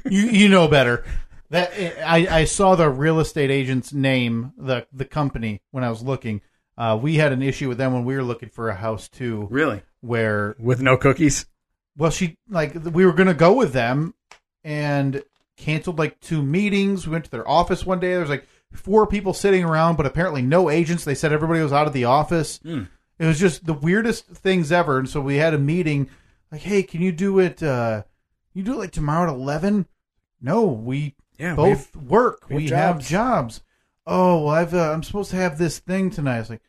[SPEAKER 1] you you know better. That I, I saw the real estate agent's name, the the company when I was looking. Uh, we had an issue with them when we were looking for a house too,
[SPEAKER 3] Really?
[SPEAKER 1] where
[SPEAKER 3] With no cookies?
[SPEAKER 1] well she like we were gonna go with them and canceled like two meetings we went to their office one day there's like four people sitting around but apparently no agents they said everybody was out of the office
[SPEAKER 3] Hmm.
[SPEAKER 1] it was just the weirdest things ever and so we had a meeting like hey can you do it uh you do it like tomorrow at 11 no we
[SPEAKER 3] Yeah.
[SPEAKER 1] both work
[SPEAKER 3] we
[SPEAKER 1] we,
[SPEAKER 3] have
[SPEAKER 1] have,
[SPEAKER 3] jobs.
[SPEAKER 1] jobs. oh well i've uh, i'm supposed to have this thing tonight it's like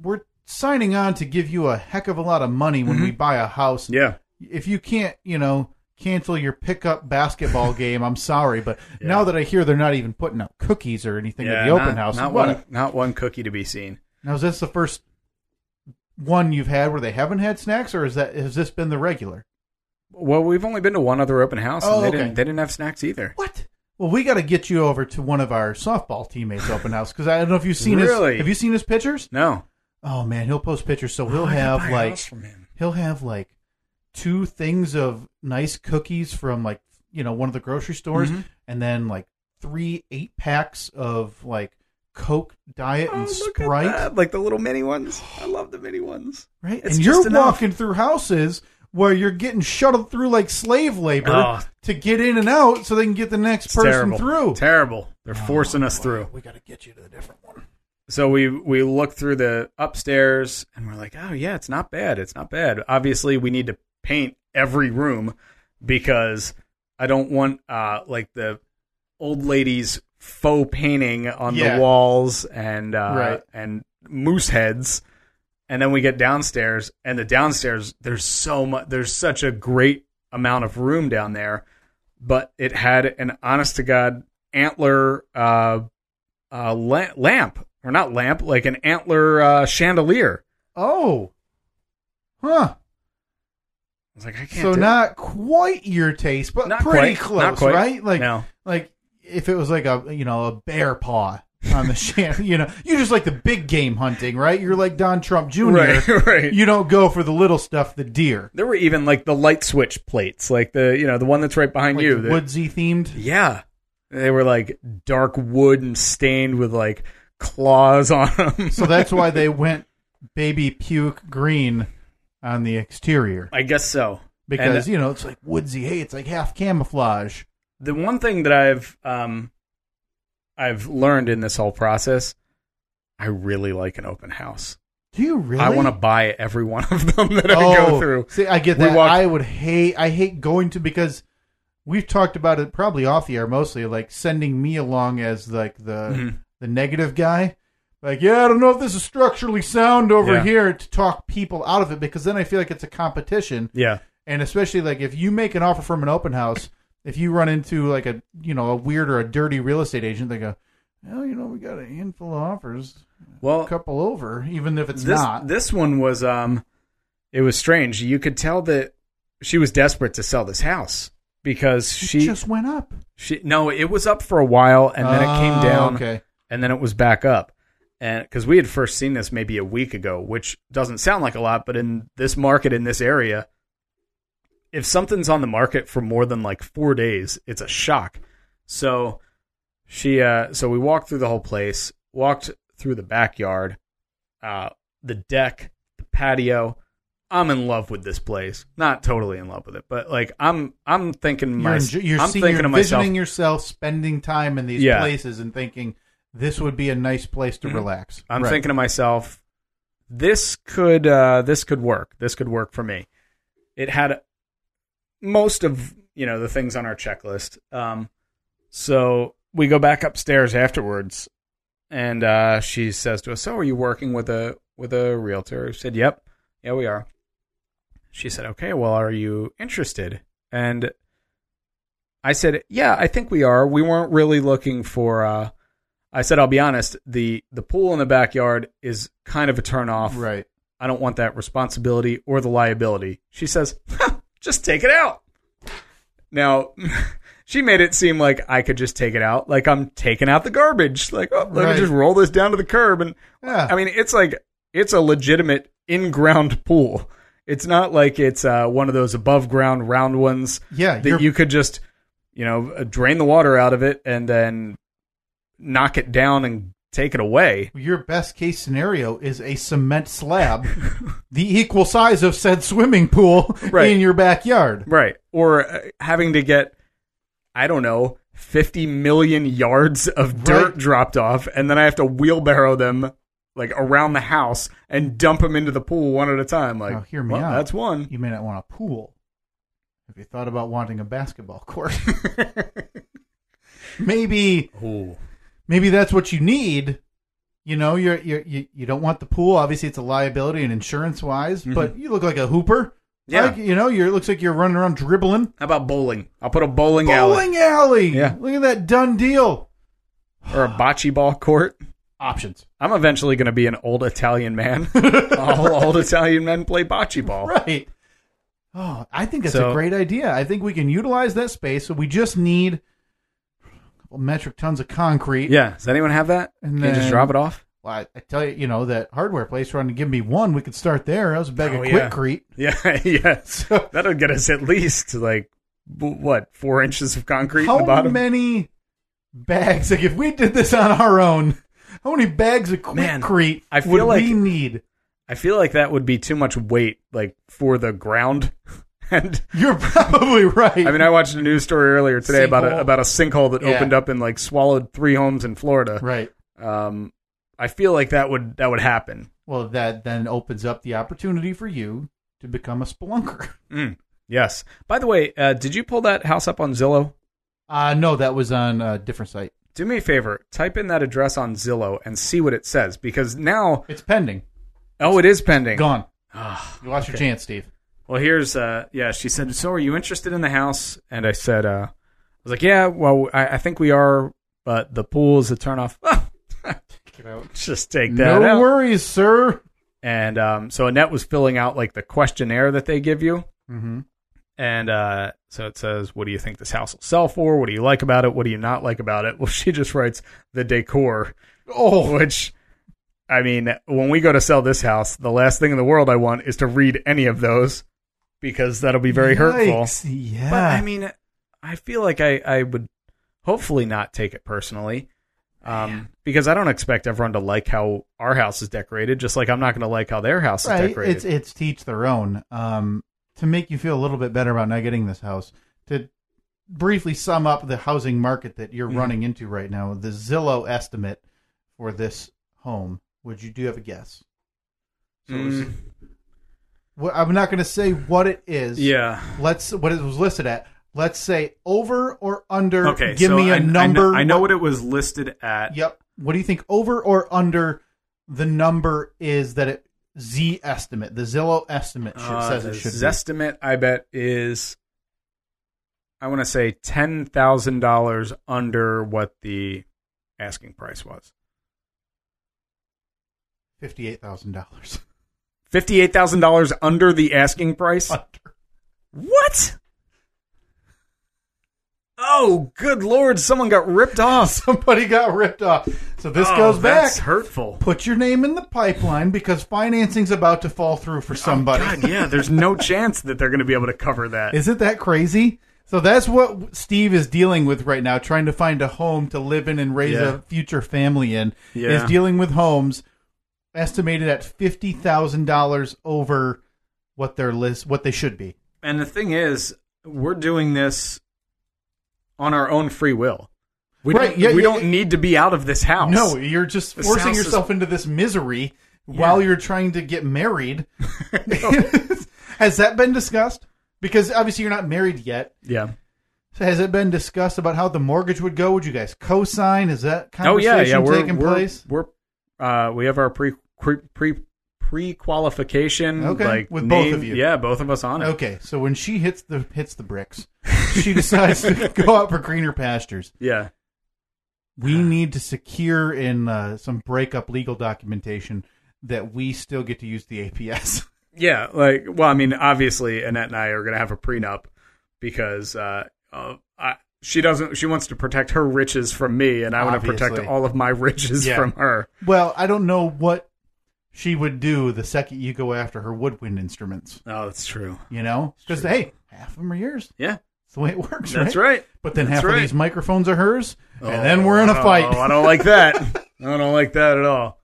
[SPEAKER 1] we're signing on to give you a heck of a lot of money when we buy a house
[SPEAKER 3] Yeah.
[SPEAKER 1] if you can't, you know, cancel your pickup basketball game, I'm sorry, but now that I hear they're not even putting out cookies or anything
[SPEAKER 3] yeah,
[SPEAKER 1] at the open
[SPEAKER 3] not-
[SPEAKER 1] house,
[SPEAKER 3] Not
[SPEAKER 1] what?
[SPEAKER 3] one. Not one cookie to be seen.
[SPEAKER 1] Now is this the first one you've had where they haven't had snacks, or is that has this been the regular?
[SPEAKER 3] Well, we've only been to one other open house, and
[SPEAKER 1] Oh,
[SPEAKER 3] they
[SPEAKER 1] okay.
[SPEAKER 3] didn't. They didn't have snacks either.
[SPEAKER 1] What? Well, we got to get you over to one of our softball teammates' open house because I don't know if you've seen
[SPEAKER 3] Really? Oh,
[SPEAKER 1] his. Have you seen his pictures?
[SPEAKER 3] No.
[SPEAKER 1] Oh man, he'll post pictures, so he'll have like he'll have like two things of nice cookies from like you know one of the grocery stores
[SPEAKER 3] Mhm.
[SPEAKER 1] and then like three eight packs of like coke diet
[SPEAKER 3] Oh,
[SPEAKER 1] and sprite
[SPEAKER 3] like the little mini ones. I love the mini ones.
[SPEAKER 1] right
[SPEAKER 3] It's
[SPEAKER 1] and you're
[SPEAKER 3] just enough.
[SPEAKER 1] walking through houses where you're getting shuttled through like slave labor
[SPEAKER 3] Oh.
[SPEAKER 1] to get in and out so they can get the next person
[SPEAKER 3] terrible.
[SPEAKER 1] through
[SPEAKER 3] Terrible. They're forcing us
[SPEAKER 1] Boy,
[SPEAKER 3] through.
[SPEAKER 1] we got to get you to the different one
[SPEAKER 3] So we we look through the upstairs and we're like, oh yeah, it's not bad. It's not bad. Obviously, we need to paint every room because I don't want uh like the old ladies faux painting on
[SPEAKER 1] Yeah.
[SPEAKER 3] the walls and uh
[SPEAKER 1] Right.
[SPEAKER 3] and moose heads. And then we get downstairs, and the downstairs there's so much. There's such a great amount of room down there, but it had an honest to god antler uh, uh, la- lamp or not lamp, like an antler uh, chandelier.
[SPEAKER 1] oh huh
[SPEAKER 3] I was like, I can't.
[SPEAKER 1] so
[SPEAKER 3] do-
[SPEAKER 1] not quite your taste but
[SPEAKER 3] Not
[SPEAKER 1] pretty
[SPEAKER 3] quite,
[SPEAKER 1] close
[SPEAKER 3] not quite.
[SPEAKER 1] right like
[SPEAKER 3] no,
[SPEAKER 1] like if it was like a you know a bear paw on the sham you know you just like the big game hunting right you're like don trump jr
[SPEAKER 3] right, right.
[SPEAKER 1] you don't go for the little stuff the deer
[SPEAKER 3] there were even like the light switch plates, like the you know the one that's right behind
[SPEAKER 1] like
[SPEAKER 3] you. that-
[SPEAKER 1] woodsy themed
[SPEAKER 3] Yeah. They were like dark wood and stained with like claws on them.
[SPEAKER 1] so that's why they went baby puke green on the exterior
[SPEAKER 3] I guess so.
[SPEAKER 1] because
[SPEAKER 3] And
[SPEAKER 1] you know it's like woodsy hey it's like half camouflage
[SPEAKER 3] the one thing that I've um I've learned in this whole process, I really like an open house.
[SPEAKER 1] do you really
[SPEAKER 3] I want to buy every one of them that I
[SPEAKER 1] oh,
[SPEAKER 3] go through.
[SPEAKER 1] See, I get
[SPEAKER 3] We
[SPEAKER 1] that.
[SPEAKER 3] walked-
[SPEAKER 1] I would hate. I hate going to because we've talked about it probably off the air mostly, like sending me along as like the
[SPEAKER 3] Mhm.
[SPEAKER 1] the negative guy. Like, yeah, I don't know if this is structurally sound over
[SPEAKER 3] Yeah.
[SPEAKER 1] here to talk people out of it because then I feel like it's a competition,
[SPEAKER 3] Yeah.
[SPEAKER 1] and especially like if you make an offer from an open house, if you run into like a you know a weird or a dirty real estate agent, they go. well, you know, we got a handful of offers,
[SPEAKER 3] Well,
[SPEAKER 1] a couple over, even if it's
[SPEAKER 3] this
[SPEAKER 1] not.
[SPEAKER 3] this one was um it was strange. You could tell that she was desperate to sell this house because
[SPEAKER 1] it
[SPEAKER 3] she
[SPEAKER 1] just went up,
[SPEAKER 3] she no, it was up for a while and then it
[SPEAKER 1] Ah,
[SPEAKER 3] came down
[SPEAKER 1] Okay,
[SPEAKER 3] and then it was back up. And cuz we had first seen this maybe a week ago, which doesn't sound like a lot, but in this market in this area if something's on the market for more than like 4 days, it's a shock. So she uh so we walked through the whole place, walked through the backyard, uh the deck, the patio. I'm in love with this place. Not totally in love with it, but like I'm I'm thinking
[SPEAKER 1] you're,
[SPEAKER 3] my,
[SPEAKER 1] enjo- you're,
[SPEAKER 3] I'm
[SPEAKER 1] seeing,
[SPEAKER 3] thinking
[SPEAKER 1] you're
[SPEAKER 3] to myself
[SPEAKER 1] envisioning yourself spending time in these
[SPEAKER 3] Yeah. Mm-hmm.
[SPEAKER 1] places and thinking this would be a nice place to relax.
[SPEAKER 3] I'm
[SPEAKER 1] Right.
[SPEAKER 3] thinking to myself, this could uh, this could work. This could work for me. It had most of you know the things on our checklist. Um, so we go back upstairs afterwards, and uh, she says to us, "So are you working with a with a realtor?" I said, "Yep, yeah, we are." She said, "Okay, well, are you interested?" And I said, "Yeah, I think we are. We weren't really looking for." Uh, I said, "I'll be honest. the The pool in the backyard is kind of a turnoff.
[SPEAKER 1] right.
[SPEAKER 3] I don't want that responsibility or the liability." She says, "Just take it out." Now, she made it seem like I could just take it out, like I'm taking out the garbage. Like, oh, let
[SPEAKER 1] Right.
[SPEAKER 3] me just roll this down to the curb. And
[SPEAKER 1] Yeah.
[SPEAKER 3] I mean, it's like it's a legitimate in ground pool. It's not like it's uh, one of those above ground round ones
[SPEAKER 1] yeah,
[SPEAKER 3] that
[SPEAKER 1] you're-
[SPEAKER 3] you could just you know uh, drain the water out of it and then knock it down and take it away
[SPEAKER 1] your best case scenario is a cement slab the equal size of said swimming pool
[SPEAKER 3] Right.
[SPEAKER 1] in your backyard
[SPEAKER 3] right or uh, having to get i don't know 50 million yards of dirt
[SPEAKER 1] Right.
[SPEAKER 3] dropped off and then i have to wheelbarrow them like around the house and dump them into the pool one at a time like
[SPEAKER 1] Now, Oh, hear me
[SPEAKER 3] well,
[SPEAKER 1] out.
[SPEAKER 3] that's one
[SPEAKER 1] you may not want a pool have you thought about wanting a basketball court maybe
[SPEAKER 3] Ooh.
[SPEAKER 1] maybe that's what you need you know you're, you're you, you don't want the pool obviously it's a liability and insurance wise
[SPEAKER 3] Mm-hmm.
[SPEAKER 1] but you look like a hooper
[SPEAKER 3] Yeah.
[SPEAKER 1] Like, you know you're it looks like you're running around dribbling
[SPEAKER 3] how about bowling i'll put a bowling,
[SPEAKER 1] bowling alley
[SPEAKER 3] Yeah.
[SPEAKER 1] look at that done deal
[SPEAKER 3] alley or a bocce ball court
[SPEAKER 1] options
[SPEAKER 3] I'm eventually going to be an old Italian man. All old Italian men play bocce ball.
[SPEAKER 1] Right. Oh, I think that's
[SPEAKER 3] So-
[SPEAKER 1] a great idea. I think we can utilize that space. So we just need a couple metric tons of concrete.
[SPEAKER 3] Yeah. Does anyone have that?
[SPEAKER 1] And
[SPEAKER 3] Can you just
[SPEAKER 1] then-
[SPEAKER 3] drop it off?
[SPEAKER 1] Well, I, I tell you, you know, that hardware place wanted to give me one. We could start there. I was begging
[SPEAKER 3] Oh,
[SPEAKER 1] quick
[SPEAKER 3] yeah.
[SPEAKER 1] Crete.
[SPEAKER 3] Yeah. yeah.
[SPEAKER 1] So-
[SPEAKER 3] That'll get us at least like w- what four inches of concrete in the
[SPEAKER 1] How
[SPEAKER 3] bottom.
[SPEAKER 1] many bags? Like if we did this on our own, how many bags of
[SPEAKER 3] Man,
[SPEAKER 1] quick Crete
[SPEAKER 3] I feel
[SPEAKER 1] would
[SPEAKER 3] like-
[SPEAKER 1] we need?
[SPEAKER 3] I feel like that would be too much weight, like for the ground. and
[SPEAKER 1] You're probably right.
[SPEAKER 3] I mean, I watched a news story earlier today about a
[SPEAKER 1] Sinkhole.
[SPEAKER 3] about a sinkhole that
[SPEAKER 1] Yeah.
[SPEAKER 3] opened up and like swallowed three homes in Florida.
[SPEAKER 1] right.
[SPEAKER 3] Um, I feel like that would that would happen.
[SPEAKER 1] Well, that then opens up the opportunity for you to become a spelunker.
[SPEAKER 3] Mm, Yes. By the way, uh, did you pull that house up on Zillow?
[SPEAKER 1] Uh, no, that was on a different site.
[SPEAKER 3] do me a favor type in that address on zillow and see what it says because now
[SPEAKER 1] It's pending.
[SPEAKER 3] oh it is pending
[SPEAKER 1] Gone.
[SPEAKER 3] Ah,
[SPEAKER 1] You lost your chance, Steve.
[SPEAKER 3] well here's uh yeah she said so are you interested in the house and i said uh i was like yeah well i, I think we are but the pool is a turnoff Ah, just take that
[SPEAKER 1] No
[SPEAKER 3] out
[SPEAKER 1] worries, sir.
[SPEAKER 3] and um so annette was filling out like the questionnaire that they give you
[SPEAKER 1] Mm-hmm.
[SPEAKER 3] And uh, so it says, What do you think this house will sell for? What do you like about it? What do you not like about it? Well, she just writes the decor. Oh, which, I mean, when we go to sell this house, the last thing in the world I want is to read any of those because that'll be very hurtful.
[SPEAKER 1] Yeah.
[SPEAKER 3] But I mean, I feel like I, I would hopefully not take it personally. Um, because I don't expect everyone to like how our house is decorated, just like I'm not going to like how their house is
[SPEAKER 1] right?
[SPEAKER 3] decorated.
[SPEAKER 1] It's it's teach their own. Um, to make you feel a little bit better about not getting this house. To briefly sum up the housing market that you're
[SPEAKER 3] Mhm.
[SPEAKER 1] running into right now, the Zillow estimate for this home. Would you do you have a guess? So it was-
[SPEAKER 3] Mm,
[SPEAKER 1] well, I'm not going to say what it is.
[SPEAKER 3] yeah.
[SPEAKER 1] Let's what it was listed at. Let's say over or under.
[SPEAKER 3] Okay,
[SPEAKER 1] Give
[SPEAKER 3] so
[SPEAKER 1] me a
[SPEAKER 3] I- I kn-
[SPEAKER 1] number.
[SPEAKER 3] I know, what it was listed at.
[SPEAKER 1] Yep. What do you think over or under the number is that it Z estimate, the Zillow estimate should,
[SPEAKER 3] Uh,
[SPEAKER 1] says
[SPEAKER 3] the
[SPEAKER 1] it should
[SPEAKER 3] estimate, I bet, is I want to say ten thousand dollars under what the asking price was.
[SPEAKER 1] Fifty-eight thousand dollars.
[SPEAKER 3] Fifty-eight thousand dollars under the asking price. What? Oh, good lord! Someone got ripped off.
[SPEAKER 1] Somebody got ripped off. So this
[SPEAKER 3] Oh,
[SPEAKER 1] goes back.
[SPEAKER 3] That's hurtful.
[SPEAKER 1] Put your name in the pipeline because financing's about to fall through for somebody.
[SPEAKER 3] Oh, God, yeah. There's no chance that they're going to be able to cover that.
[SPEAKER 1] Isn't that crazy? So that's what Steve is dealing with right now, trying to find a home to live in and raise
[SPEAKER 3] Yeah.
[SPEAKER 1] a future family in.
[SPEAKER 3] Yeah.
[SPEAKER 1] Is dealing with homes estimated at fifty thousand dollars over what their list, what they should be.
[SPEAKER 3] And the thing is, we're doing this on our own free will. We
[SPEAKER 1] Right,
[SPEAKER 3] don't,
[SPEAKER 1] yeah,
[SPEAKER 3] we
[SPEAKER 1] yeah,
[SPEAKER 3] don't
[SPEAKER 1] yeah.
[SPEAKER 3] need to be out of this house.
[SPEAKER 1] No, you're just
[SPEAKER 3] This
[SPEAKER 1] forcing
[SPEAKER 3] house is-
[SPEAKER 1] yourself into this misery while you're trying to get married. Has that been discussed? Because obviously you're not married yet.
[SPEAKER 3] Yeah.
[SPEAKER 1] So has it been discussed about how the mortgage would go? Would you guys co-sign? Is that
[SPEAKER 3] Oh
[SPEAKER 1] conversation
[SPEAKER 3] yeah, yeah. We're
[SPEAKER 1] taking
[SPEAKER 3] we're,
[SPEAKER 1] place?
[SPEAKER 3] we're uh, we have our pre pre pre pre qualification.
[SPEAKER 1] Okay,
[SPEAKER 3] like
[SPEAKER 1] with
[SPEAKER 3] name-
[SPEAKER 1] both of you.
[SPEAKER 3] Yeah, both of us on it.
[SPEAKER 1] Okay, so when she hits the hits the bricks, she decides to go out for greener pastures.
[SPEAKER 3] Yeah.
[SPEAKER 1] We need to secure in uh, some breakup legal documentation that we still get to use the APS.
[SPEAKER 3] Yeah, like well, I mean, obviously, Annette and I are gonna have a prenup because uh, uh, I, she doesn't. She wants to protect her riches from me, and I want to protect
[SPEAKER 1] Obviously.
[SPEAKER 3] all of my riches
[SPEAKER 1] Yeah.
[SPEAKER 3] from her.
[SPEAKER 1] Well, I don't know what she would do the second you go after her woodwind instruments.
[SPEAKER 3] Oh, that's true.
[SPEAKER 1] You know, because hey, half of them are yours.
[SPEAKER 3] Yeah,
[SPEAKER 1] That's the way it works.
[SPEAKER 3] that's right.
[SPEAKER 1] But then
[SPEAKER 3] That's
[SPEAKER 1] half
[SPEAKER 3] right.
[SPEAKER 1] of these microphones are hers,
[SPEAKER 3] Oh,
[SPEAKER 1] and then we're in a fight.
[SPEAKER 3] Oh, I don't like that. I don't like that at all.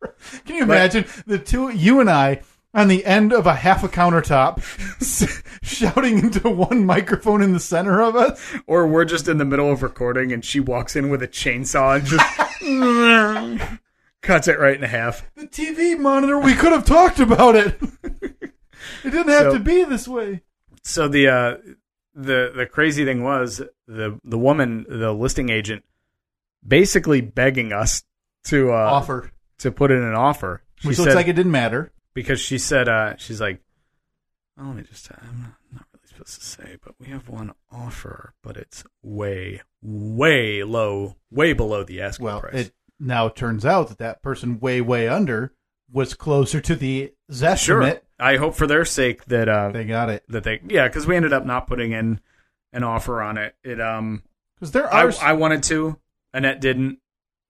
[SPEAKER 1] Can you imagine the two, you and I, on the end of a half a countertop, s- shouting into one microphone in the center of us?
[SPEAKER 3] Or we're just in the middle of recording, and she walks in with a chainsaw and just cuts it right in half.
[SPEAKER 1] The TV monitor, we could have talked about it. It didn't have
[SPEAKER 3] So-
[SPEAKER 1] to be this way.
[SPEAKER 3] so the uh, the the crazy thing was the the woman, the listing agent, basically begging us to uh,
[SPEAKER 1] Offer.
[SPEAKER 3] to put in an offer. She
[SPEAKER 1] Which
[SPEAKER 3] said
[SPEAKER 1] looks like it didn't matter.
[SPEAKER 3] because she said uh, she's like, well, let me just uh, I'm not, not really supposed to say, but we have one offer, but it's way way low, way below the asking
[SPEAKER 1] Well,
[SPEAKER 3] price.
[SPEAKER 1] it now turns out that that person way, way under was closer to the Zestimate.
[SPEAKER 3] sure, I hope for their sake that uh,
[SPEAKER 1] They got it.
[SPEAKER 3] that they yeah, because we ended up not putting in an offer on it. It um.
[SPEAKER 1] Because there
[SPEAKER 3] I,
[SPEAKER 1] are.
[SPEAKER 3] I wanted to, Annette didn't,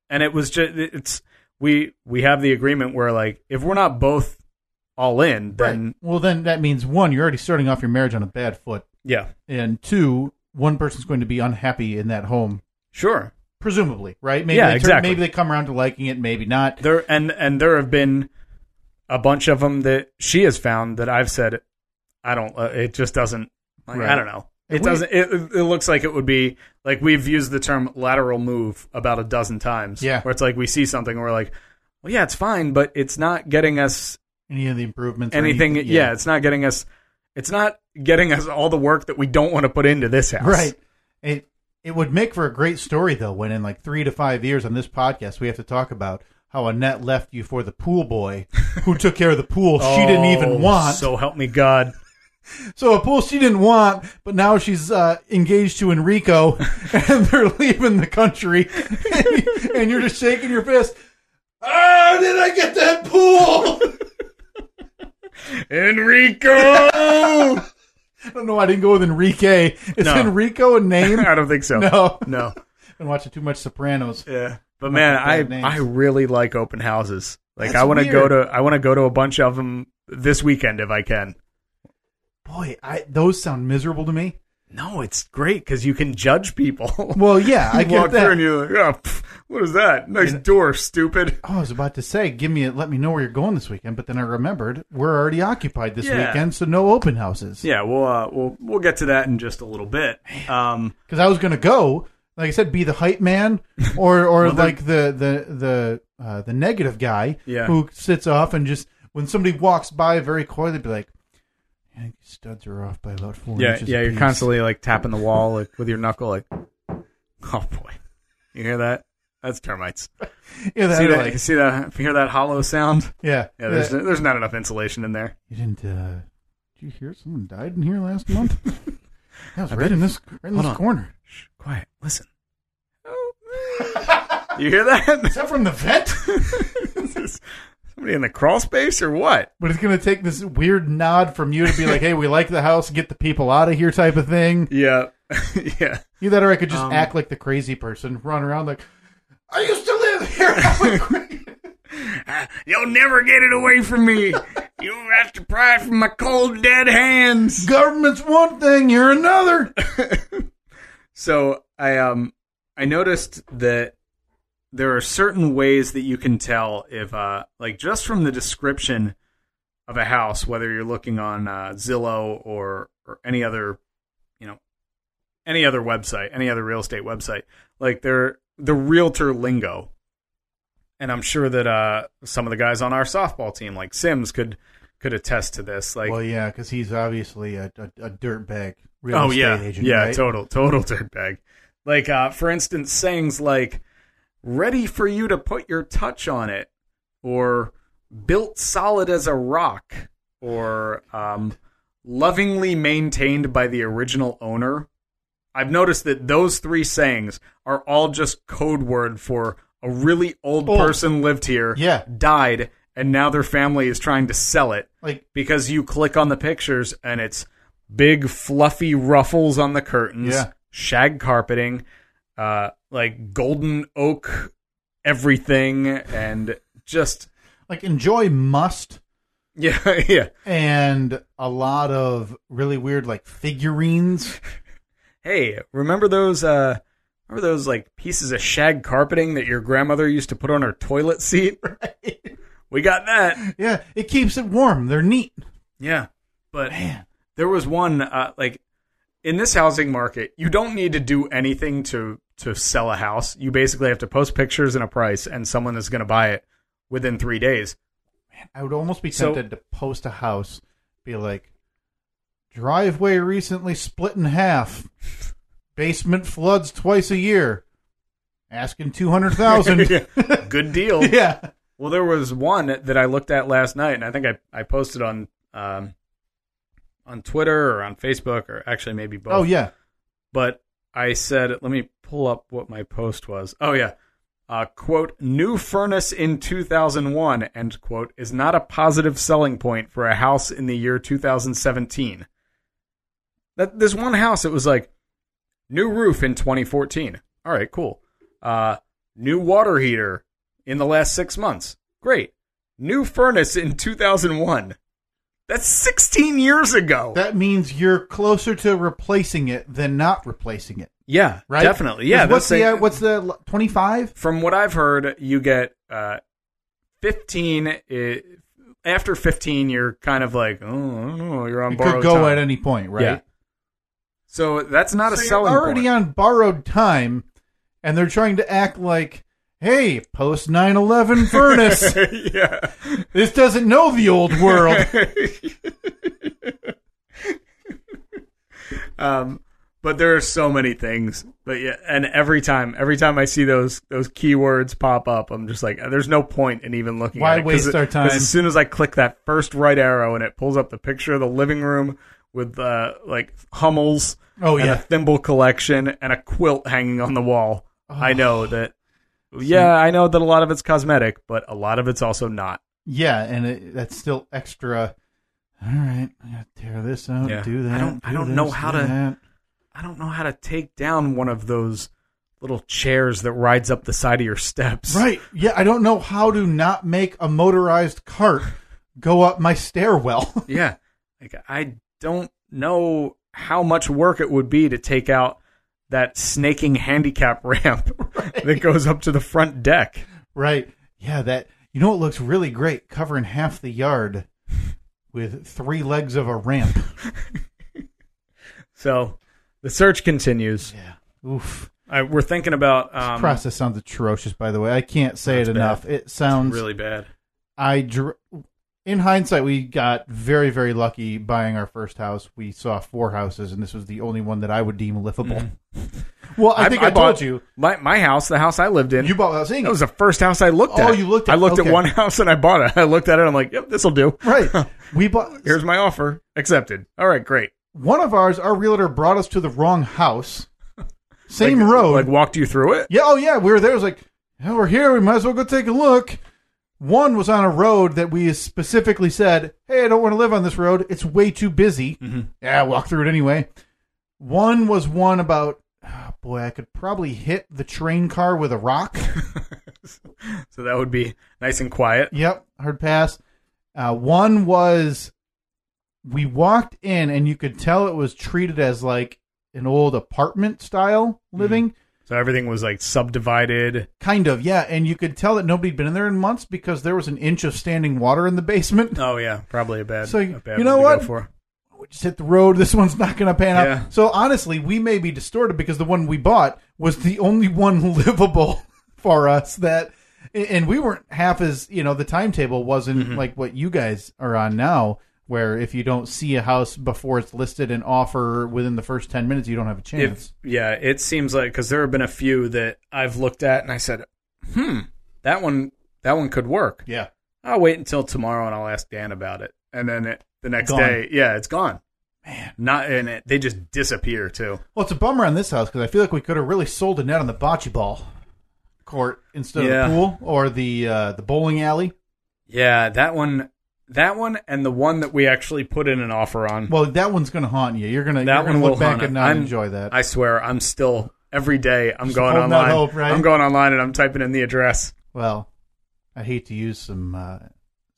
[SPEAKER 3] and it was just it's we we have the agreement where like if we're not both all in, then
[SPEAKER 1] Right. Well, then that means one, you're already starting off your marriage on a bad foot.
[SPEAKER 3] yeah,
[SPEAKER 1] And two, one person's going to be unhappy in that home
[SPEAKER 3] sure.
[SPEAKER 1] presumably, right? Maybe
[SPEAKER 3] Yeah,
[SPEAKER 1] they turn-
[SPEAKER 3] exactly.
[SPEAKER 1] Maybe they come around to liking it, maybe not.
[SPEAKER 3] There and and there have been a bunch of them that she has found that I've said I don't. Uh, it just doesn't. Like, I
[SPEAKER 1] Right.
[SPEAKER 3] don't know. It
[SPEAKER 1] And we-
[SPEAKER 3] doesn't. It, it looks like it would be like we've used the term lateral move about a dozen times.
[SPEAKER 1] Yeah.
[SPEAKER 3] where it's like we see something, and we're like, well, yeah, it's fine, but it's not getting us
[SPEAKER 1] Any of the improvements, or
[SPEAKER 3] anything. yeah. it's not getting us. It's not getting us all the work that we don't want to put into this house.
[SPEAKER 1] right. It it would make for a great story though, when in like three to five years on this podcast, we have to talk about how Annette left you for the pool boy who took care of the pool she didn't
[SPEAKER 3] Oh,
[SPEAKER 1] even want. So,
[SPEAKER 3] So help me God.
[SPEAKER 1] a pool she didn't want, but now she's uh, engaged to Enrico, and they're leaving the country, and you're just shaking your fist. Oh, did I get that pool?
[SPEAKER 3] Enrico.
[SPEAKER 1] I don't know. why I didn't go with Enrique. Is
[SPEAKER 3] No.
[SPEAKER 1] Enrico a name?
[SPEAKER 3] I don't think so.
[SPEAKER 1] No.
[SPEAKER 3] No.
[SPEAKER 1] Been watching too much Sopranos.
[SPEAKER 3] Yeah. But man,
[SPEAKER 1] Bad names.
[SPEAKER 3] I I really like open houses. Like
[SPEAKER 1] That's
[SPEAKER 3] I want to go
[SPEAKER 1] weird.
[SPEAKER 3] to I want to go to a bunch of them this weekend if I can.
[SPEAKER 1] Boy, I those sound miserable to me.
[SPEAKER 3] No, it's great cuz you can judge people.
[SPEAKER 1] Well, yeah, I
[SPEAKER 3] you walk
[SPEAKER 1] get
[SPEAKER 3] through and
[SPEAKER 1] that.
[SPEAKER 3] you're like, oh, pff, what is that? Nice door, stupid.
[SPEAKER 1] Oh, I was about to say, give me, a, let me know where you're going this weekend. But then I remembered we're already occupied this
[SPEAKER 3] Yeah.
[SPEAKER 1] weekend, so no open houses.
[SPEAKER 3] Yeah, we'll uh, we'll we'll get to that in just a little bit. Um,
[SPEAKER 1] Because I was gonna go, like I said, be the hype man, or or
[SPEAKER 3] Well, then-
[SPEAKER 1] like the the the uh, the negative guy
[SPEAKER 3] Yeah.
[SPEAKER 1] who sits off and just when somebody walks by very quietly, be like, "Yeah, your studs are off by about four
[SPEAKER 3] yeah,
[SPEAKER 1] inches."
[SPEAKER 3] yeah, you're
[SPEAKER 1] apiece."
[SPEAKER 3] constantly like tapping the wall like with your knuckle, like, oh boy, you hear that? That's termites.
[SPEAKER 1] yeah, that,
[SPEAKER 3] See that?
[SPEAKER 1] like-
[SPEAKER 3] you see that? You hear that hollow sound?
[SPEAKER 1] yeah,
[SPEAKER 3] Yeah, there's
[SPEAKER 1] that-
[SPEAKER 3] there's not enough insulation in there.
[SPEAKER 1] You didn't? uh Did you hear someone died in here last month? that was right in this right in
[SPEAKER 3] Hold
[SPEAKER 1] this
[SPEAKER 3] on.
[SPEAKER 1] corner.
[SPEAKER 3] Oh, Shh, quiet. Listen. You hear that?
[SPEAKER 1] Is that from the vet?
[SPEAKER 3] Is this somebody in the crawl space or what?
[SPEAKER 1] but it's going to take this weird nod from you to be like, hey, we like the house, get the people out of here type of thing.
[SPEAKER 3] Yeah, yeah.
[SPEAKER 1] You that or I could just
[SPEAKER 3] Um,
[SPEAKER 1] act like the crazy person, run around like, I used to live here. I'm crazy."
[SPEAKER 3] You'll never get it away from me. You'll have to pry it from my cold, dead hands.
[SPEAKER 1] Government's one thing, you're another.
[SPEAKER 3] So I um I noticed that there are certain ways that you can tell if uh like just from the description of a house, whether you're looking on uh, Zillow or or any other you know any other website, any other real estate website, like they're the realtor lingo. And I'm sure that uh some of the guys on our softball team, like Sims, could could attest to this. Like
[SPEAKER 1] well, yeah, because he's obviously a, a, a dirtbag real
[SPEAKER 3] oh
[SPEAKER 1] estate
[SPEAKER 3] yeah,
[SPEAKER 1] agent.
[SPEAKER 3] yeah,
[SPEAKER 1] right?
[SPEAKER 3] total, total dirtbag. Like uh, for instance, sayings like "ready for you to put your touch on it," or "built solid as a rock," or um, "lovingly maintained by the original owner." I've noticed that those three sayings are all just code word for a really old
[SPEAKER 1] Old.
[SPEAKER 3] person lived here,
[SPEAKER 1] Yeah.
[SPEAKER 3] died, and now their family is trying to sell it
[SPEAKER 1] Like,
[SPEAKER 3] because you click on the pictures and it's big fluffy ruffles on the curtains,
[SPEAKER 1] Yeah.
[SPEAKER 3] shag carpeting, uh, like golden oak everything, and just
[SPEAKER 1] like enjoy must
[SPEAKER 3] yeah, yeah.
[SPEAKER 1] and a lot of really weird like figurines.
[SPEAKER 3] Hey, remember those? Uh, remember those like pieces of shag carpeting that your grandmother used to put on her toilet seat? We got that.
[SPEAKER 1] yeah, it keeps it warm. They're neat.
[SPEAKER 3] Yeah, but
[SPEAKER 1] Man,
[SPEAKER 3] there was one uh, like in this housing market you don't need to do anything to to sell a house you basically have to post pictures and a price and someone is going to buy it within three days
[SPEAKER 1] I would almost be
[SPEAKER 3] So-
[SPEAKER 1] tempted to post a house, be like, driveway recently split in half, basement floods twice a year, asking two hundred thousand.
[SPEAKER 3] good deal
[SPEAKER 1] yeah,
[SPEAKER 3] well there was one that i looked at last night and i think i, I posted on um, on twitter or on facebook or actually maybe both
[SPEAKER 1] Oh yeah.
[SPEAKER 3] but I said, let me pull up what my post was. Oh, yeah. Uh, quote, new furnace in 2001, end quote, is not a positive selling point for a house in the year 2017. That This one house, it was like, new roof in 2014. All right, cool. Uh, new water heater in the last six months. Great. New furnace in 2001. That's 16 years ago.
[SPEAKER 1] That means you're closer to replacing it than not replacing it,
[SPEAKER 3] yeah,
[SPEAKER 1] right?
[SPEAKER 3] definitely. Yeah,
[SPEAKER 1] 'Cause What's
[SPEAKER 3] that's
[SPEAKER 1] the
[SPEAKER 3] a-
[SPEAKER 1] uh, what's the twenty five?
[SPEAKER 3] from what I've heard, you get uh, 15. i after 15, you're kind of like, oh, I don't know, you're on
[SPEAKER 1] It
[SPEAKER 3] borrowed
[SPEAKER 1] could go
[SPEAKER 3] time.
[SPEAKER 1] at any point, right?
[SPEAKER 3] Yeah. So that's not a
[SPEAKER 1] So you're
[SPEAKER 3] selling
[SPEAKER 1] already
[SPEAKER 3] point.
[SPEAKER 1] on borrowed time, and they're trying to act like, "Hey, post 9/11 furnace,
[SPEAKER 3] yeah.
[SPEAKER 1] this doesn't know the old world."
[SPEAKER 3] um, but there are so many things. But yeah, and every time, every time I see those those keywords pop up, I'm just like, there's no point in even looking.
[SPEAKER 1] Why
[SPEAKER 3] at it, 'cause
[SPEAKER 1] waste
[SPEAKER 3] it-
[SPEAKER 1] our
[SPEAKER 3] 'cause
[SPEAKER 1] time?
[SPEAKER 3] As soon as I click that first right arrow and it pulls up the picture of the living room with uh, like Hummels,
[SPEAKER 1] Oh,
[SPEAKER 3] and
[SPEAKER 1] yeah.
[SPEAKER 3] a thimble collection and a quilt hanging on the wall. I
[SPEAKER 1] Oh.
[SPEAKER 3] know that. Yeah, I know that a lot of it's cosmetic, but a lot of it's also not.
[SPEAKER 1] yeah, and it, that's still extra. All right, I gotta tear this out.
[SPEAKER 3] Yeah.
[SPEAKER 1] Do that.
[SPEAKER 3] I don't- I
[SPEAKER 1] do
[SPEAKER 3] don't
[SPEAKER 1] this,
[SPEAKER 3] know how
[SPEAKER 1] do
[SPEAKER 3] to-
[SPEAKER 1] that.
[SPEAKER 3] I don't know how to take down one of those little chairs that rides up the side of your steps.
[SPEAKER 1] Right. Yeah, I don't know how to not make a motorized cart go up my stairwell.
[SPEAKER 3] Yeah. Like I don't know how much work it would be to take out that snaking handicap ramp that goes up to the front deck.
[SPEAKER 1] right. Yeah, that. You know what looks really great? Covering half the yard with three legs of a ramp.
[SPEAKER 3] So the search continues.
[SPEAKER 1] Yeah. Oof.
[SPEAKER 3] I, we're thinking about um,
[SPEAKER 1] process sounds atrocious, by the way. I can't say it
[SPEAKER 3] That's bad.
[SPEAKER 1] enough. It sounds
[SPEAKER 3] really bad.
[SPEAKER 1] I dr- in hindsight, we got very, very lucky buying our first house. We saw four houses, and this was the only one that I would deem livable.
[SPEAKER 3] Mm.
[SPEAKER 1] Well, I, think I,
[SPEAKER 3] bought-
[SPEAKER 1] told you.
[SPEAKER 3] my my house, the house I lived in.
[SPEAKER 1] You bought without seeing
[SPEAKER 3] that
[SPEAKER 1] it.
[SPEAKER 3] was the first house I looked
[SPEAKER 1] Oh,
[SPEAKER 3] at.
[SPEAKER 1] you looked at-
[SPEAKER 3] I looked
[SPEAKER 1] okay.
[SPEAKER 3] at one house and I bought it. I looked at it. I'm like, yep, this will do.
[SPEAKER 1] Right. We bought
[SPEAKER 3] Here's my offer. Accepted. All right, great.
[SPEAKER 1] one of ours. Our realtor brought us to the wrong house, same
[SPEAKER 3] Like-
[SPEAKER 1] road.
[SPEAKER 3] Like walked you through it.
[SPEAKER 1] yeah. Oh, yeah. We were there. It was like, "Well, we're here. We might as well go take a look. One was on a road that we specifically said, hey, I don't want to live on this road. It's way too busy. Yeah, walk through it anyway. One was one about, ah, boy, I could probably hit the train car with a rock.
[SPEAKER 3] So that would be nice and quiet.
[SPEAKER 1] Yep, hard pass. Uh, one was we walked in and you could tell it was treated as like an old apartment style living,
[SPEAKER 3] So everything was like subdivided.
[SPEAKER 1] kind of. Yeah, and you could tell that nobody'd been in there in months because there was an inch of standing water in the basement.
[SPEAKER 3] Oh yeah, probably a bad.
[SPEAKER 1] So,
[SPEAKER 3] a bad
[SPEAKER 1] you know
[SPEAKER 3] one to go
[SPEAKER 1] what?
[SPEAKER 3] for.
[SPEAKER 1] We just hit the road. This one's not going to pan out.
[SPEAKER 3] Yeah.
[SPEAKER 1] So honestly, we may be distorted because the one we bought was the only one livable for us that. And we weren't half as you know the timetable wasn't
[SPEAKER 3] Mm-hmm.
[SPEAKER 1] like what you guys are on now, where if you don't see a house before it's listed and offer within the first ten minutes, you don't have a chance.
[SPEAKER 3] If yeah, it seems like because there have been a few that I've looked at and I said, hmm, that one that one could work.
[SPEAKER 1] yeah,
[SPEAKER 3] I'll wait until tomorrow and I'll ask Dan about it. And then it, the next
[SPEAKER 1] Gone.
[SPEAKER 3] day, yeah, it's gone. Man, not and it, they just disappear too.
[SPEAKER 1] well, it's a bummer on this house because I feel like we could have really sold a net on the bocce ball court instead
[SPEAKER 3] Yeah.
[SPEAKER 1] of the pool or the uh, the bowling alley.
[SPEAKER 3] Yeah, that one, that one, and the one that we actually put in an offer on.
[SPEAKER 1] Well, that one's going to haunt you. You're going to
[SPEAKER 3] That
[SPEAKER 1] you're going to
[SPEAKER 3] one will
[SPEAKER 1] look back
[SPEAKER 3] haunt
[SPEAKER 1] and
[SPEAKER 3] it.
[SPEAKER 1] not
[SPEAKER 3] I'm-
[SPEAKER 1] enjoy that.
[SPEAKER 3] I swear, I'm still every day. I'm going
[SPEAKER 1] holding out
[SPEAKER 3] online.
[SPEAKER 1] hope, right?
[SPEAKER 3] I'm going online and I'm typing in the address.
[SPEAKER 1] Well, I hate to use some uh,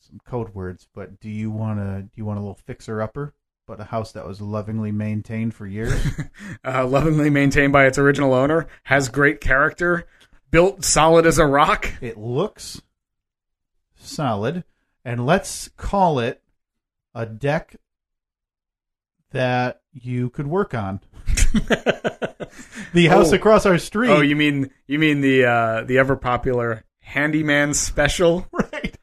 [SPEAKER 1] some code words, but do you want to do you want a little fixer upper, but a house that was lovingly maintained for years?
[SPEAKER 3] Uh, lovingly maintained by its original owner, has great character, built solid as a rock.
[SPEAKER 1] it looks solid, and let's call it a deck that you could work on. The house
[SPEAKER 3] Oh.
[SPEAKER 1] across our street.
[SPEAKER 3] Oh, you mean you mean the uh, the ever popular handyman special?
[SPEAKER 1] right.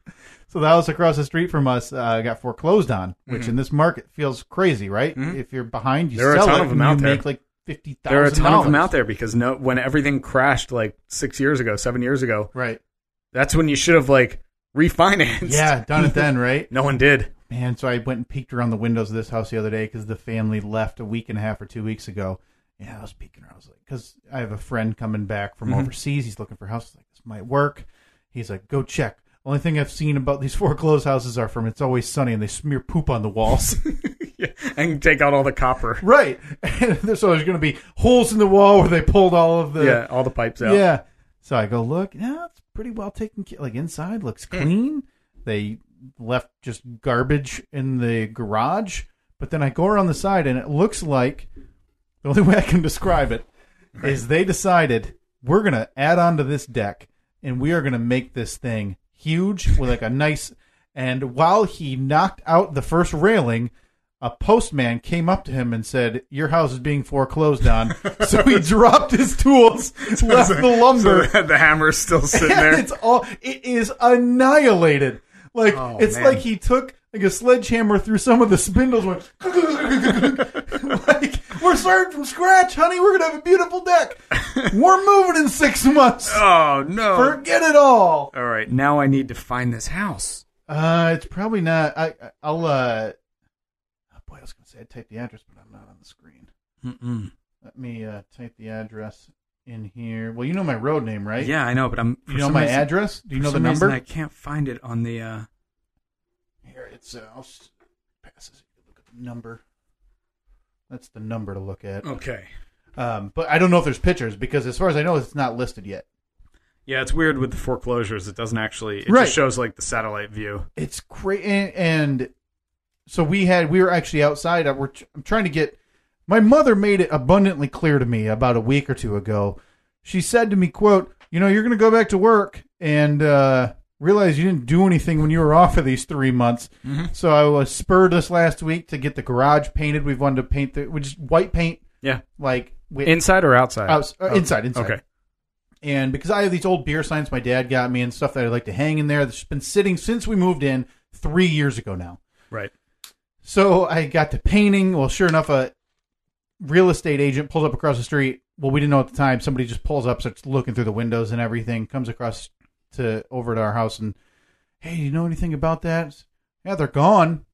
[SPEAKER 1] So the house across the street from us uh, got foreclosed on, which in this market feels crazy, right? If you're behind, you
[SPEAKER 3] Mm-hmm. There are a
[SPEAKER 1] sell
[SPEAKER 3] ton
[SPEAKER 1] it
[SPEAKER 3] of them
[SPEAKER 1] and
[SPEAKER 3] out
[SPEAKER 1] you
[SPEAKER 3] there.
[SPEAKER 1] make like fifty thousand.
[SPEAKER 3] There are a ton of them out there because no, when everything crashed like six years ago, seven years ago,
[SPEAKER 1] Right.
[SPEAKER 3] that's when you should have like refinanced.
[SPEAKER 1] Yeah, done it then, right?
[SPEAKER 3] no one did.
[SPEAKER 1] Man, so I went and peeked around the windows of this house the other day because the family left a week and a half or two weeks ago. Yeah, I was peeking around. I was like, because I have a friend coming back from overseas. He's looking for houses. Like this might work. He's like, go check. Only thing I've seen about these foreclosed houses are from It's Always Sunny, and they smear poop on the walls.
[SPEAKER 3] Yeah, and take out all the copper.
[SPEAKER 1] Right. And so there's going to be holes in the wall where they pulled all of the.
[SPEAKER 3] yeah, all the pipes out.
[SPEAKER 1] Yeah. So I go look. Yeah, it's pretty well taken care. Like inside looks clean. they left just garbage in the garage. But then I go around the side and it looks like the only way I can describe it is they decided we're going to add on to this deck and we are going to make this thing huge with like a nice. And while he knocked out the first railing, a postman came up to him and said, "Your house is being foreclosed on." so he dropped his tools, left the lumber,
[SPEAKER 3] So the hammer's still sitting
[SPEAKER 1] and
[SPEAKER 3] there.
[SPEAKER 1] it's all it is annihilated. Like
[SPEAKER 3] Oh,
[SPEAKER 1] it's
[SPEAKER 3] man.
[SPEAKER 1] like he took like a sledgehammer through some of the spindles. Went like we're starting from scratch, honey. We're gonna have a beautiful deck. We're moving in six months.
[SPEAKER 3] Oh no!
[SPEAKER 1] Forget it all.
[SPEAKER 3] all right, now I need to find this house.
[SPEAKER 1] Uh, it's probably not. I I- I'll uh. Oh boy, I was gonna say I typed the address, but I'm not on the screen.
[SPEAKER 3] Mm-mm.
[SPEAKER 1] Let me uh type the address in here. Well, you know my road name, right?
[SPEAKER 3] Yeah, I know, but I'm.
[SPEAKER 1] You know my address? Do you know the number?
[SPEAKER 3] I can't find it on the. Uh,
[SPEAKER 1] Here, it's uh, I'll s- pass this. Look at the number. That's the number to look at.
[SPEAKER 3] okay.
[SPEAKER 1] Um, but I don't know if there's pictures because, as far as I know, it's not listed yet.
[SPEAKER 3] Yeah, it's weird with the foreclosures. It doesn't actually. It
[SPEAKER 1] Right.
[SPEAKER 3] just shows like the satellite view.
[SPEAKER 1] It's crazy, and, and so we had we were actually outside. I were tr- I'm trying to get. My mother made it abundantly clear to me about a week or two ago. She said to me, "quote You know, you're going to go back to work and uh, realize you didn't do anything when you were off for these three months." So I was spurred this last week to get the garage painted. We've wanted to paint the which is white paint,
[SPEAKER 3] Yeah,
[SPEAKER 1] like with
[SPEAKER 3] inside or outside?
[SPEAKER 1] Outs- uh, inside, inside.
[SPEAKER 3] Okay.
[SPEAKER 1] and because I have these old beer signs my dad got me and stuff that I like to hang in there that's been sitting since we moved in three years ago now.
[SPEAKER 3] Right.
[SPEAKER 1] So I got to painting. Well, sure enough, a real estate agent pulls up across the street. Well, we didn't know at the time. Somebody just pulls up, starts looking through the windows and everything, comes across to over to our house and, hey, you know anything about that? Yeah, they're gone.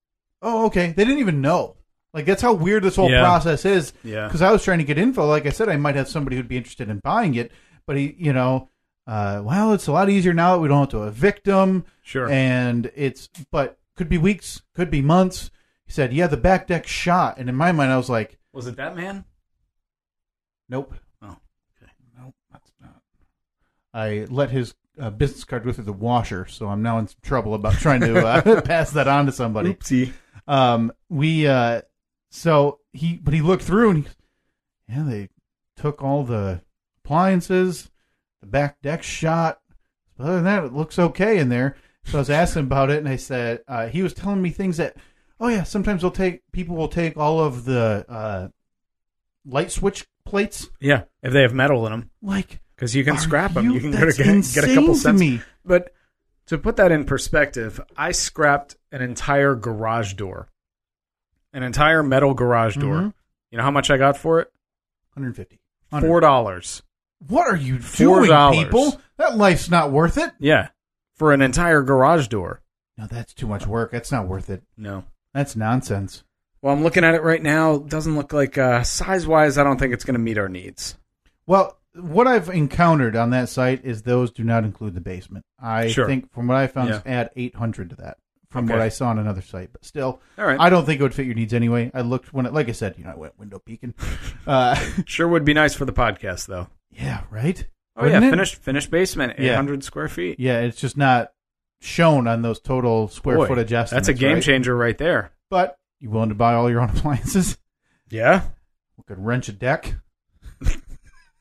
[SPEAKER 1] Oh, okay. They didn't even know. Like that's how weird this whole
[SPEAKER 3] Yeah.
[SPEAKER 1] process is.
[SPEAKER 3] Yeah.
[SPEAKER 1] Because I was trying to get info. Like I said, I might have somebody who'd be interested in buying it, but he, you know, uh, well, it's a lot easier now that we don't have to evict them.
[SPEAKER 3] Sure.
[SPEAKER 1] And it's, but could be weeks, could be months. He said, yeah, the back deck shot. And in my mind, I was like,
[SPEAKER 3] Was it that man?
[SPEAKER 1] nope.
[SPEAKER 3] Oh, okay.
[SPEAKER 1] Nope, that's not. I let his uh, business card go through the washer, so I'm now in some trouble about trying to uh, pass that on to somebody.
[SPEAKER 3] Oopsie.
[SPEAKER 1] um we uh so he but he looked through and he, yeah they took all the appliances the back deck shot but other than that it looks okay in there so i was asking about it and i said uh, he was telling me things that oh yeah sometimes they'll take people will take all of the uh light switch plates
[SPEAKER 3] Yeah, if they have metal in them,
[SPEAKER 1] like
[SPEAKER 3] because you can
[SPEAKER 1] Are
[SPEAKER 3] scrap them.
[SPEAKER 1] you-
[SPEAKER 3] You can go to
[SPEAKER 1] that's
[SPEAKER 3] get, get a
[SPEAKER 1] insane
[SPEAKER 3] couple
[SPEAKER 1] to
[SPEAKER 3] cents.
[SPEAKER 1] me.
[SPEAKER 3] But to put that in perspective, I scrapped an entire garage door, an entire metal garage door.
[SPEAKER 1] Mhm.
[SPEAKER 3] You know how much I got for it?
[SPEAKER 1] 150
[SPEAKER 3] Four dollars.
[SPEAKER 1] what are you
[SPEAKER 3] Four
[SPEAKER 1] doing
[SPEAKER 3] dollars.
[SPEAKER 1] people that life's not worth it
[SPEAKER 3] Yeah, for an entire garage door.
[SPEAKER 1] no that's too much work that's not worth it
[SPEAKER 3] No.
[SPEAKER 1] that's nonsense
[SPEAKER 3] Well, I'm looking at it right now. Doesn't look like uh, size wise. I don't think it's going to meet our needs.
[SPEAKER 1] Well, what I've encountered on that site is those do not include the basement. I
[SPEAKER 3] Sure.
[SPEAKER 1] think from what I found,
[SPEAKER 3] Yeah.
[SPEAKER 1] add 800 to that from
[SPEAKER 3] Okay.
[SPEAKER 1] what I saw on another site. But still,
[SPEAKER 3] All right.
[SPEAKER 1] I don't think it would fit your needs anyway. I looked when, it, like I said, you know, I went window peeking. Uh,
[SPEAKER 3] Sure would be nice for the podcast though.
[SPEAKER 1] yeah, right.
[SPEAKER 3] Oh
[SPEAKER 1] Wouldn't
[SPEAKER 3] yeah,
[SPEAKER 1] it?
[SPEAKER 3] finished finished basement,
[SPEAKER 1] Yeah.
[SPEAKER 3] 800 square feet.
[SPEAKER 1] Yeah, it's just not shown on those total square
[SPEAKER 3] Boy,
[SPEAKER 1] foot adjustments.
[SPEAKER 3] That's a game
[SPEAKER 1] right?
[SPEAKER 3] changer right there.
[SPEAKER 1] But you willing to buy all your own appliances?
[SPEAKER 3] Yeah,
[SPEAKER 1] We could wrench a deck,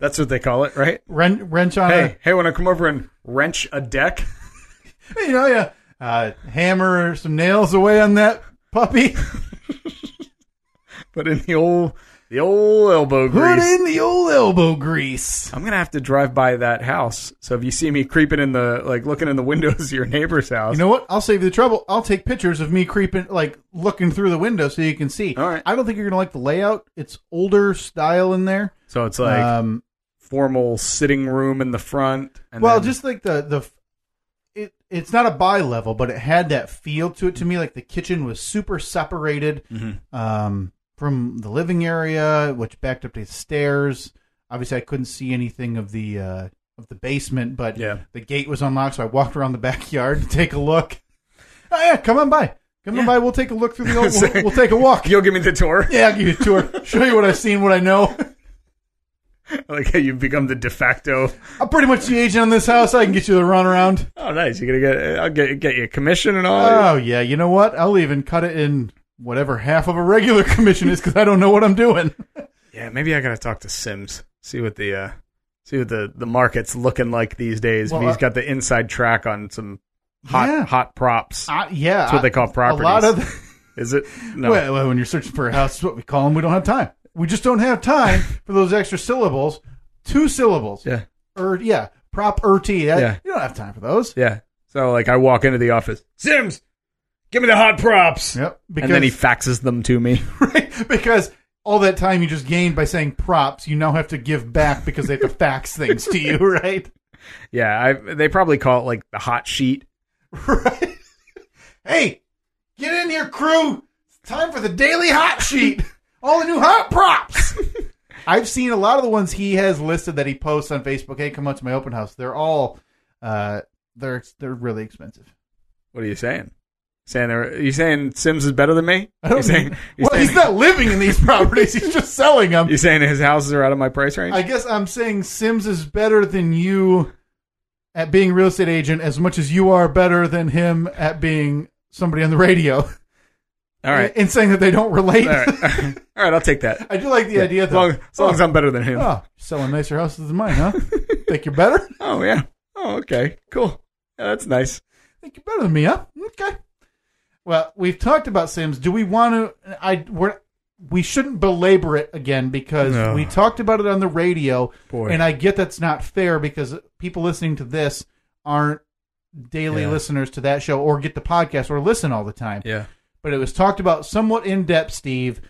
[SPEAKER 3] that's what they call it, right?
[SPEAKER 1] Wren- wrench on
[SPEAKER 3] hey, hey, want to come over and wrench a deck?
[SPEAKER 1] a, you know, yeah, uh, hammer some nails away on that puppy.
[SPEAKER 3] Put in the old the old elbow
[SPEAKER 1] Put
[SPEAKER 3] grease.
[SPEAKER 1] in the old elbow grease.
[SPEAKER 3] I'm gonna have to drive by that house. So if you see me creeping in the like looking in the windows of your neighbor's house,
[SPEAKER 1] You know what? I'll save you the trouble. I'll take pictures of me creeping, like looking through the window, so you can see.
[SPEAKER 3] All right.
[SPEAKER 1] I don't think you're gonna like the layout. It's older style in there.
[SPEAKER 3] so it's like
[SPEAKER 1] um,
[SPEAKER 3] formal sitting room in the front. And
[SPEAKER 1] well,
[SPEAKER 3] then-
[SPEAKER 1] just like the the, it it's not a bi level, but it had that feel to it to me. Like the kitchen was super separated
[SPEAKER 3] Mhm.
[SPEAKER 1] um, from the living area, which backed up to the stairs. Obviously, I couldn't see anything of the uh, of the basement, but
[SPEAKER 3] Yeah.
[SPEAKER 1] the gate was unlocked, so I walked around the backyard to take a look. Oh yeah, come on by, come
[SPEAKER 3] Yeah.
[SPEAKER 1] on by. We'll take a look through the old.
[SPEAKER 3] So-
[SPEAKER 1] We'll, we'll take a walk.
[SPEAKER 3] you'll give me the tour.
[SPEAKER 1] Yeah, I'll give you a tour. Show you what I've seen, what I know.
[SPEAKER 3] like how you've become the de facto.
[SPEAKER 1] I'm pretty much the agent on this house. I can get you the runaround.
[SPEAKER 3] Oh, nice. You're gonna get. I'll get get you a commission and all.
[SPEAKER 1] Oh yeah, you know what? I'll even cut it in whatever half of a regular commission is because I don't know what I'm doing.
[SPEAKER 3] Yeah, maybe I gotta talk to Sims. See what the uh, see what the, the market's looking like these days.
[SPEAKER 1] Well,
[SPEAKER 3] He's
[SPEAKER 1] I-
[SPEAKER 3] got the inside track on some hot
[SPEAKER 1] Yeah.
[SPEAKER 3] hot props.
[SPEAKER 1] Uh, yeah,
[SPEAKER 3] That's what they call
[SPEAKER 1] a
[SPEAKER 3] properties.
[SPEAKER 1] lot of. The-
[SPEAKER 3] Is it? No.
[SPEAKER 1] Well, well, when you're searching for a house, it's what we call them. We don't have time. We just don't have time for those extra syllables. Two syllables.
[SPEAKER 3] Yeah.
[SPEAKER 1] Or yeah, prop or t. That-
[SPEAKER 3] Yeah.
[SPEAKER 1] You don't have time for those.
[SPEAKER 3] Yeah. So like I walk into the office. Sims, give me the hot props.
[SPEAKER 1] Yep. Because
[SPEAKER 3] and then he faxes them to me.
[SPEAKER 1] right, because all that time you just gained by saying props, you now have to give back because they have to fax things to you, right?
[SPEAKER 3] yeah, I, they probably call it like the hot sheet.
[SPEAKER 1] Right. Hey, get in here, crew. It's time for the daily hot sheet. All the new hot props. I've seen a lot of the ones he has listed that he posts on Facebook. Hey, come out to my open house. They're all, uh, they're they're really expensive.
[SPEAKER 3] What are you saying? Saying there, you saying Sims is better than me?
[SPEAKER 1] I don't
[SPEAKER 3] you saying,
[SPEAKER 1] know.
[SPEAKER 3] you
[SPEAKER 1] well, he's
[SPEAKER 3] saying,
[SPEAKER 1] not living in these properties. he's just selling them.
[SPEAKER 3] you saying his houses are out of my price range?
[SPEAKER 1] I guess I'm saying Sims is better than you at being a real estate agent as much as you are better than him at being somebody on the radio.
[SPEAKER 3] All right.
[SPEAKER 1] In saying that they don't relate.
[SPEAKER 3] All right. All right, I'll take that.
[SPEAKER 1] I do like the idea
[SPEAKER 3] As
[SPEAKER 1] though.
[SPEAKER 3] long, as, long as I'm better than him.
[SPEAKER 1] Oh, selling nicer houses than mine, huh? Think you're better?
[SPEAKER 3] Oh yeah. Oh okay. Cool. Yeah, that's nice.
[SPEAKER 1] Think you're better than me, huh? Okay. Well, we've talked about Sims. Do we want to? I we're we shouldn't belabor it again because
[SPEAKER 3] No.
[SPEAKER 1] we talked about it on the radio,
[SPEAKER 3] Boy.
[SPEAKER 1] and I get that's not fair because people listening to this aren't daily
[SPEAKER 3] Yeah.
[SPEAKER 1] listeners to that show or get the podcast or listen all the time.
[SPEAKER 3] Yeah.
[SPEAKER 1] But it was talked about somewhat in depth, Steve.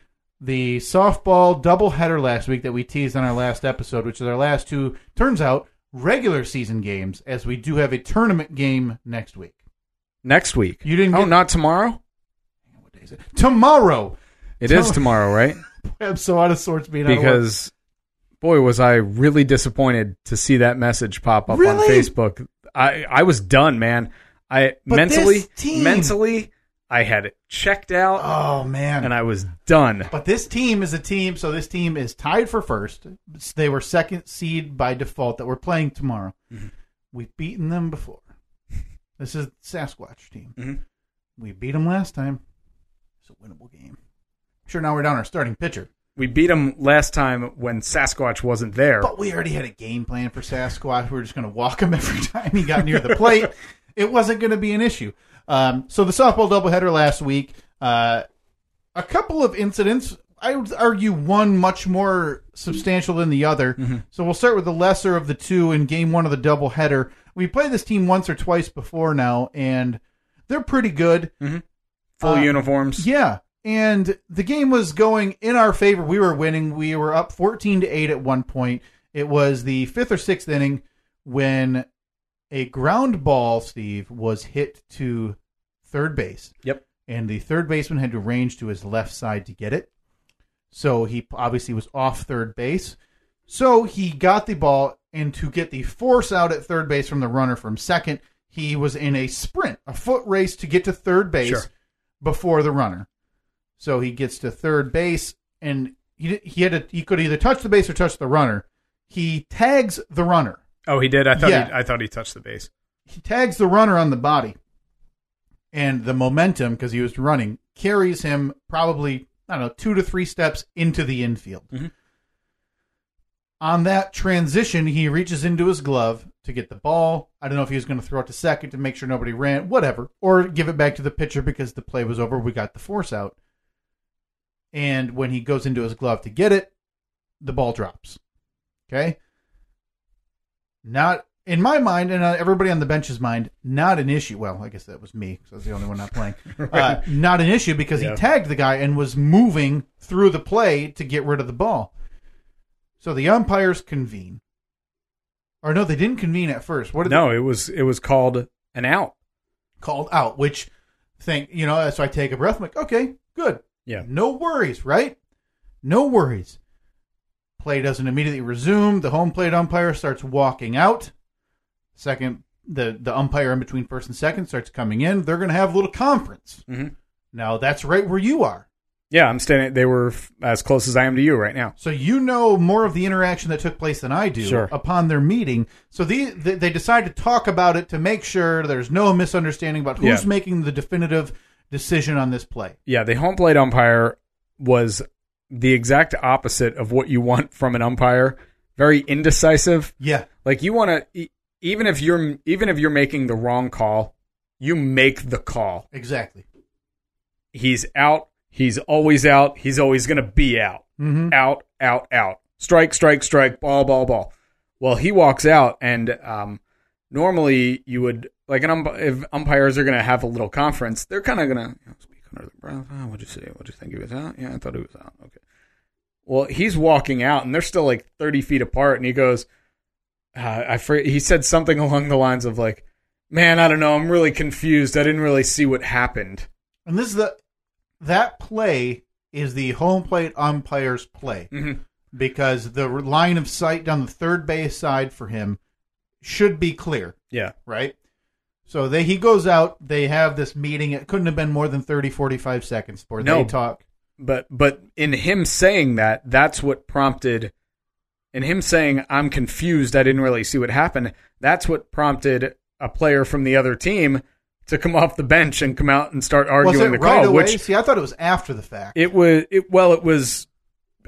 [SPEAKER 1] The softball doubleheader last week that we teased on our last episode, which is our last two, turns out regular season games, as we do have a tournament game next week.
[SPEAKER 3] Next week.
[SPEAKER 1] You didn't
[SPEAKER 3] Oh,
[SPEAKER 1] get-
[SPEAKER 3] not tomorrow.
[SPEAKER 1] What day is it? Tomorrow.
[SPEAKER 3] It is
[SPEAKER 1] Tom-
[SPEAKER 3] tomorrow, right?
[SPEAKER 1] I'm so out of sorts being out of
[SPEAKER 3] Because boy, was I really disappointed to see that message pop up on
[SPEAKER 1] Really?
[SPEAKER 3] Facebook. I I was done, man. I
[SPEAKER 1] But
[SPEAKER 3] mentally
[SPEAKER 1] this team-
[SPEAKER 3] mentally I had it checked out
[SPEAKER 1] Oh man.
[SPEAKER 3] and I was done.
[SPEAKER 1] but this team is a team, so this team is tied for first. They were second seed by default that we're playing tomorrow. We've beaten them before. This is Sasquatch team.
[SPEAKER 3] Mhm.
[SPEAKER 1] We beat them last time. It's a winnable game. Sure, now we're down our starting pitcher,
[SPEAKER 3] We beat them last time when Sasquatch wasn't there.
[SPEAKER 1] but we already had a game plan for Sasquatch. We were just going to walk him every time he got near the plate. It wasn't going to be an issue. Um, so the softball doubleheader last week, uh, a couple of incidents. I would argue one much more substantial than the other. So we'll start with the lesser of the two in game one of the doubleheader. We played this team once or twice before now, and they're pretty good.
[SPEAKER 3] Full
[SPEAKER 1] uh,
[SPEAKER 3] uniforms.
[SPEAKER 1] Yeah. And the game was going in our favor. We were winning. We were up 14 to 8 at one point. It was the fifth or sixth inning when a ground ball, Steve, was hit to third base.
[SPEAKER 3] Yep.
[SPEAKER 1] And the third baseman had to range to his left side to get it. So he obviously was off third base. So he got the ball, and to get the force out at third base from the runner from second, he was in a sprint, a foot race to get to third base
[SPEAKER 3] Sure.
[SPEAKER 1] before the runner. So he gets to third base, and he he had to, he could either touch the base or touch the runner. He tags the runner.
[SPEAKER 3] Oh, he did. I thought he,
[SPEAKER 1] Yeah.
[SPEAKER 3] I thought he touched the base.
[SPEAKER 1] He tags the runner on the body, and the momentum because he was running carries him probably I don't know two to three steps into the infield.
[SPEAKER 3] Mhm.
[SPEAKER 1] On that transition, he reaches into his glove to get the ball. I don't know if he was going to throw it to second to make sure nobody ran, whatever, or give it back to the pitcher because the play was over. We got the force out. And when he goes into his glove to get it, the ball drops. Okay? Not in my mind, and uh, everybody on the bench's mind, not an issue. Well, I guess that was me because I was the only one not playing. uh, not an issue because
[SPEAKER 3] Yeah.
[SPEAKER 1] he tagged the guy and was moving through the play to get rid of the ball. So the umpires convene. Or no, they didn't convene at first. What did
[SPEAKER 3] No, it was it was called an out.
[SPEAKER 1] they called out? Which thing, you know, so I take a breath. I'm like, okay, good.
[SPEAKER 3] Yeah.
[SPEAKER 1] No worries, right? No worries. Play doesn't immediately resume. The home plate umpire starts walking out. Second, the, the umpire in between first and second starts coming in. They're going to have a little conference.
[SPEAKER 3] Mhm.
[SPEAKER 1] Now, that's right where you are.
[SPEAKER 3] Yeah, I'm standing. They were f- as close as I am to you right now.
[SPEAKER 1] So you know more of the interaction that took place than I do
[SPEAKER 3] Sure.
[SPEAKER 1] upon their meeting. So the, they they decide to talk about it to make sure there's no misunderstanding about who's
[SPEAKER 3] Yeah.
[SPEAKER 1] making the definitive decision on this play.
[SPEAKER 3] Yeah, the home plate umpire was the exact opposite of what you want from an umpire. Very indecisive.
[SPEAKER 1] Yeah.
[SPEAKER 3] Like you want to, even if you're even if you're making the wrong call, you make the call.
[SPEAKER 1] Exactly.
[SPEAKER 3] He's out. He's always out. He's always gonna be out.
[SPEAKER 1] Mm-hmm.
[SPEAKER 3] out, out, out. Strike, strike, strike, ball, ball, ball. Well, he walks out, and um, normally you would like an ump- if umpires are going to have a little conference, they're kind of going to you know, speak under their breath. Oh, what'd you say? What'd you think he was out? Yeah, I thought he was out. Okay. Well, he's walking out, and they're still like thirty feet apart, and he goes, uh, "I fr-, he said something along the lines of like, man, I don't know, I'm really confused. I didn't really see what happened."
[SPEAKER 1] And this is the that play is the home plate umpire's play
[SPEAKER 3] Mhm.
[SPEAKER 1] because the line of sight down the third base side for him should be clear,
[SPEAKER 3] Yeah,
[SPEAKER 1] right? So they he goes out, they have this meeting. It couldn't have been more than 30 45 seconds where
[SPEAKER 3] No.
[SPEAKER 1] they talk.
[SPEAKER 3] but but in him saying that that's what prompted in him saying i'm confused i didn't really see what happened that's what prompted a player from the other team to come off the bench and come out and start
[SPEAKER 1] Was
[SPEAKER 3] arguing
[SPEAKER 1] it
[SPEAKER 3] the
[SPEAKER 1] right
[SPEAKER 3] call
[SPEAKER 1] away?
[SPEAKER 3] which
[SPEAKER 1] See, I thought it was after the fact.
[SPEAKER 3] it was it, well it was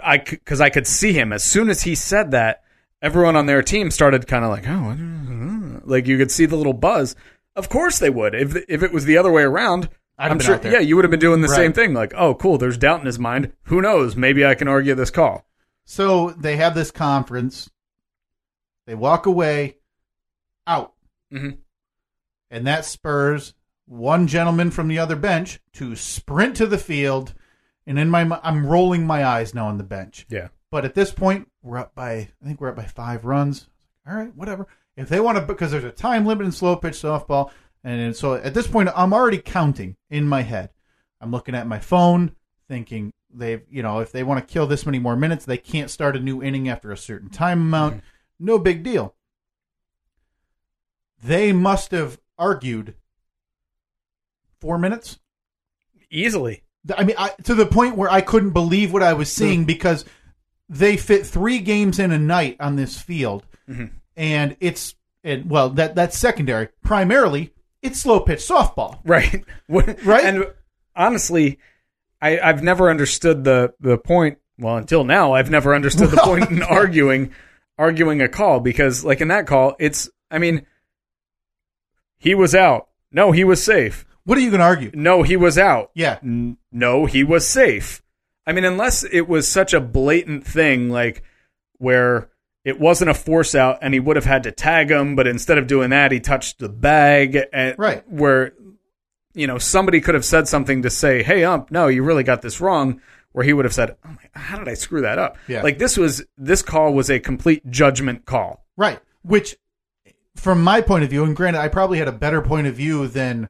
[SPEAKER 3] i because i could see him as soon as he said that everyone on their team started kind of like oh I don't know." like you could see the little buzz of course they would if if it was the other way around
[SPEAKER 1] I'd have
[SPEAKER 3] I'm
[SPEAKER 1] been
[SPEAKER 3] sure,
[SPEAKER 1] out there.
[SPEAKER 3] yeah, you would have been doing the
[SPEAKER 1] Right.
[SPEAKER 3] same thing. Like, oh, cool, there's doubt in his mind. Who knows? Maybe I can argue this call.
[SPEAKER 1] So they have this conference. They walk away out.
[SPEAKER 3] Mhm.
[SPEAKER 1] And that spurs one gentleman from the other bench to sprint to the field. And in my mi- I'm rolling my eyes now on the bench.
[SPEAKER 3] Yeah,
[SPEAKER 1] But at this point, we're up by I think we're up by 5 runs. All right, whatever. If they want to because there's a time limit in slow pitch softball and so at this point I'm already counting in my head. I'm looking at my phone thinking They've you know if they want to kill this many more minutes, they can't start a new inning after a certain time amount. No big deal. They must have argued four minutes.
[SPEAKER 3] Easily.
[SPEAKER 1] Th- I mean, I, to the point where I couldn't believe what I was seeing because they fit three games in a night on this field, and it's and well that that's secondary primarily. It's slow pitch softball.
[SPEAKER 3] Right. right.
[SPEAKER 1] Right?
[SPEAKER 3] And honestly, I, I've never understood the, the point. Well, until now, I've never understood the
[SPEAKER 1] Well,
[SPEAKER 3] point in arguing arguing a call because, like in that call, it's. I mean, he was out. No, he was safe.
[SPEAKER 1] What are you going to argue?
[SPEAKER 3] No, he was out.
[SPEAKER 1] Yeah,
[SPEAKER 3] N- no, he was safe. I mean, unless it was such a blatant thing, like where it wasn't a force out and he would have had to tag him, but instead of doing that, he touched the bag. And
[SPEAKER 1] Right.
[SPEAKER 3] Where, you know, somebody could have said something to say, hey, ump, no, you really got this wrong. Where he would have said, oh my, how did I screw that up?
[SPEAKER 1] Yeah.
[SPEAKER 3] Like this was, this call was a complete judgment call.
[SPEAKER 1] right. Which, from my point of view, and granted, I probably had a better point of view than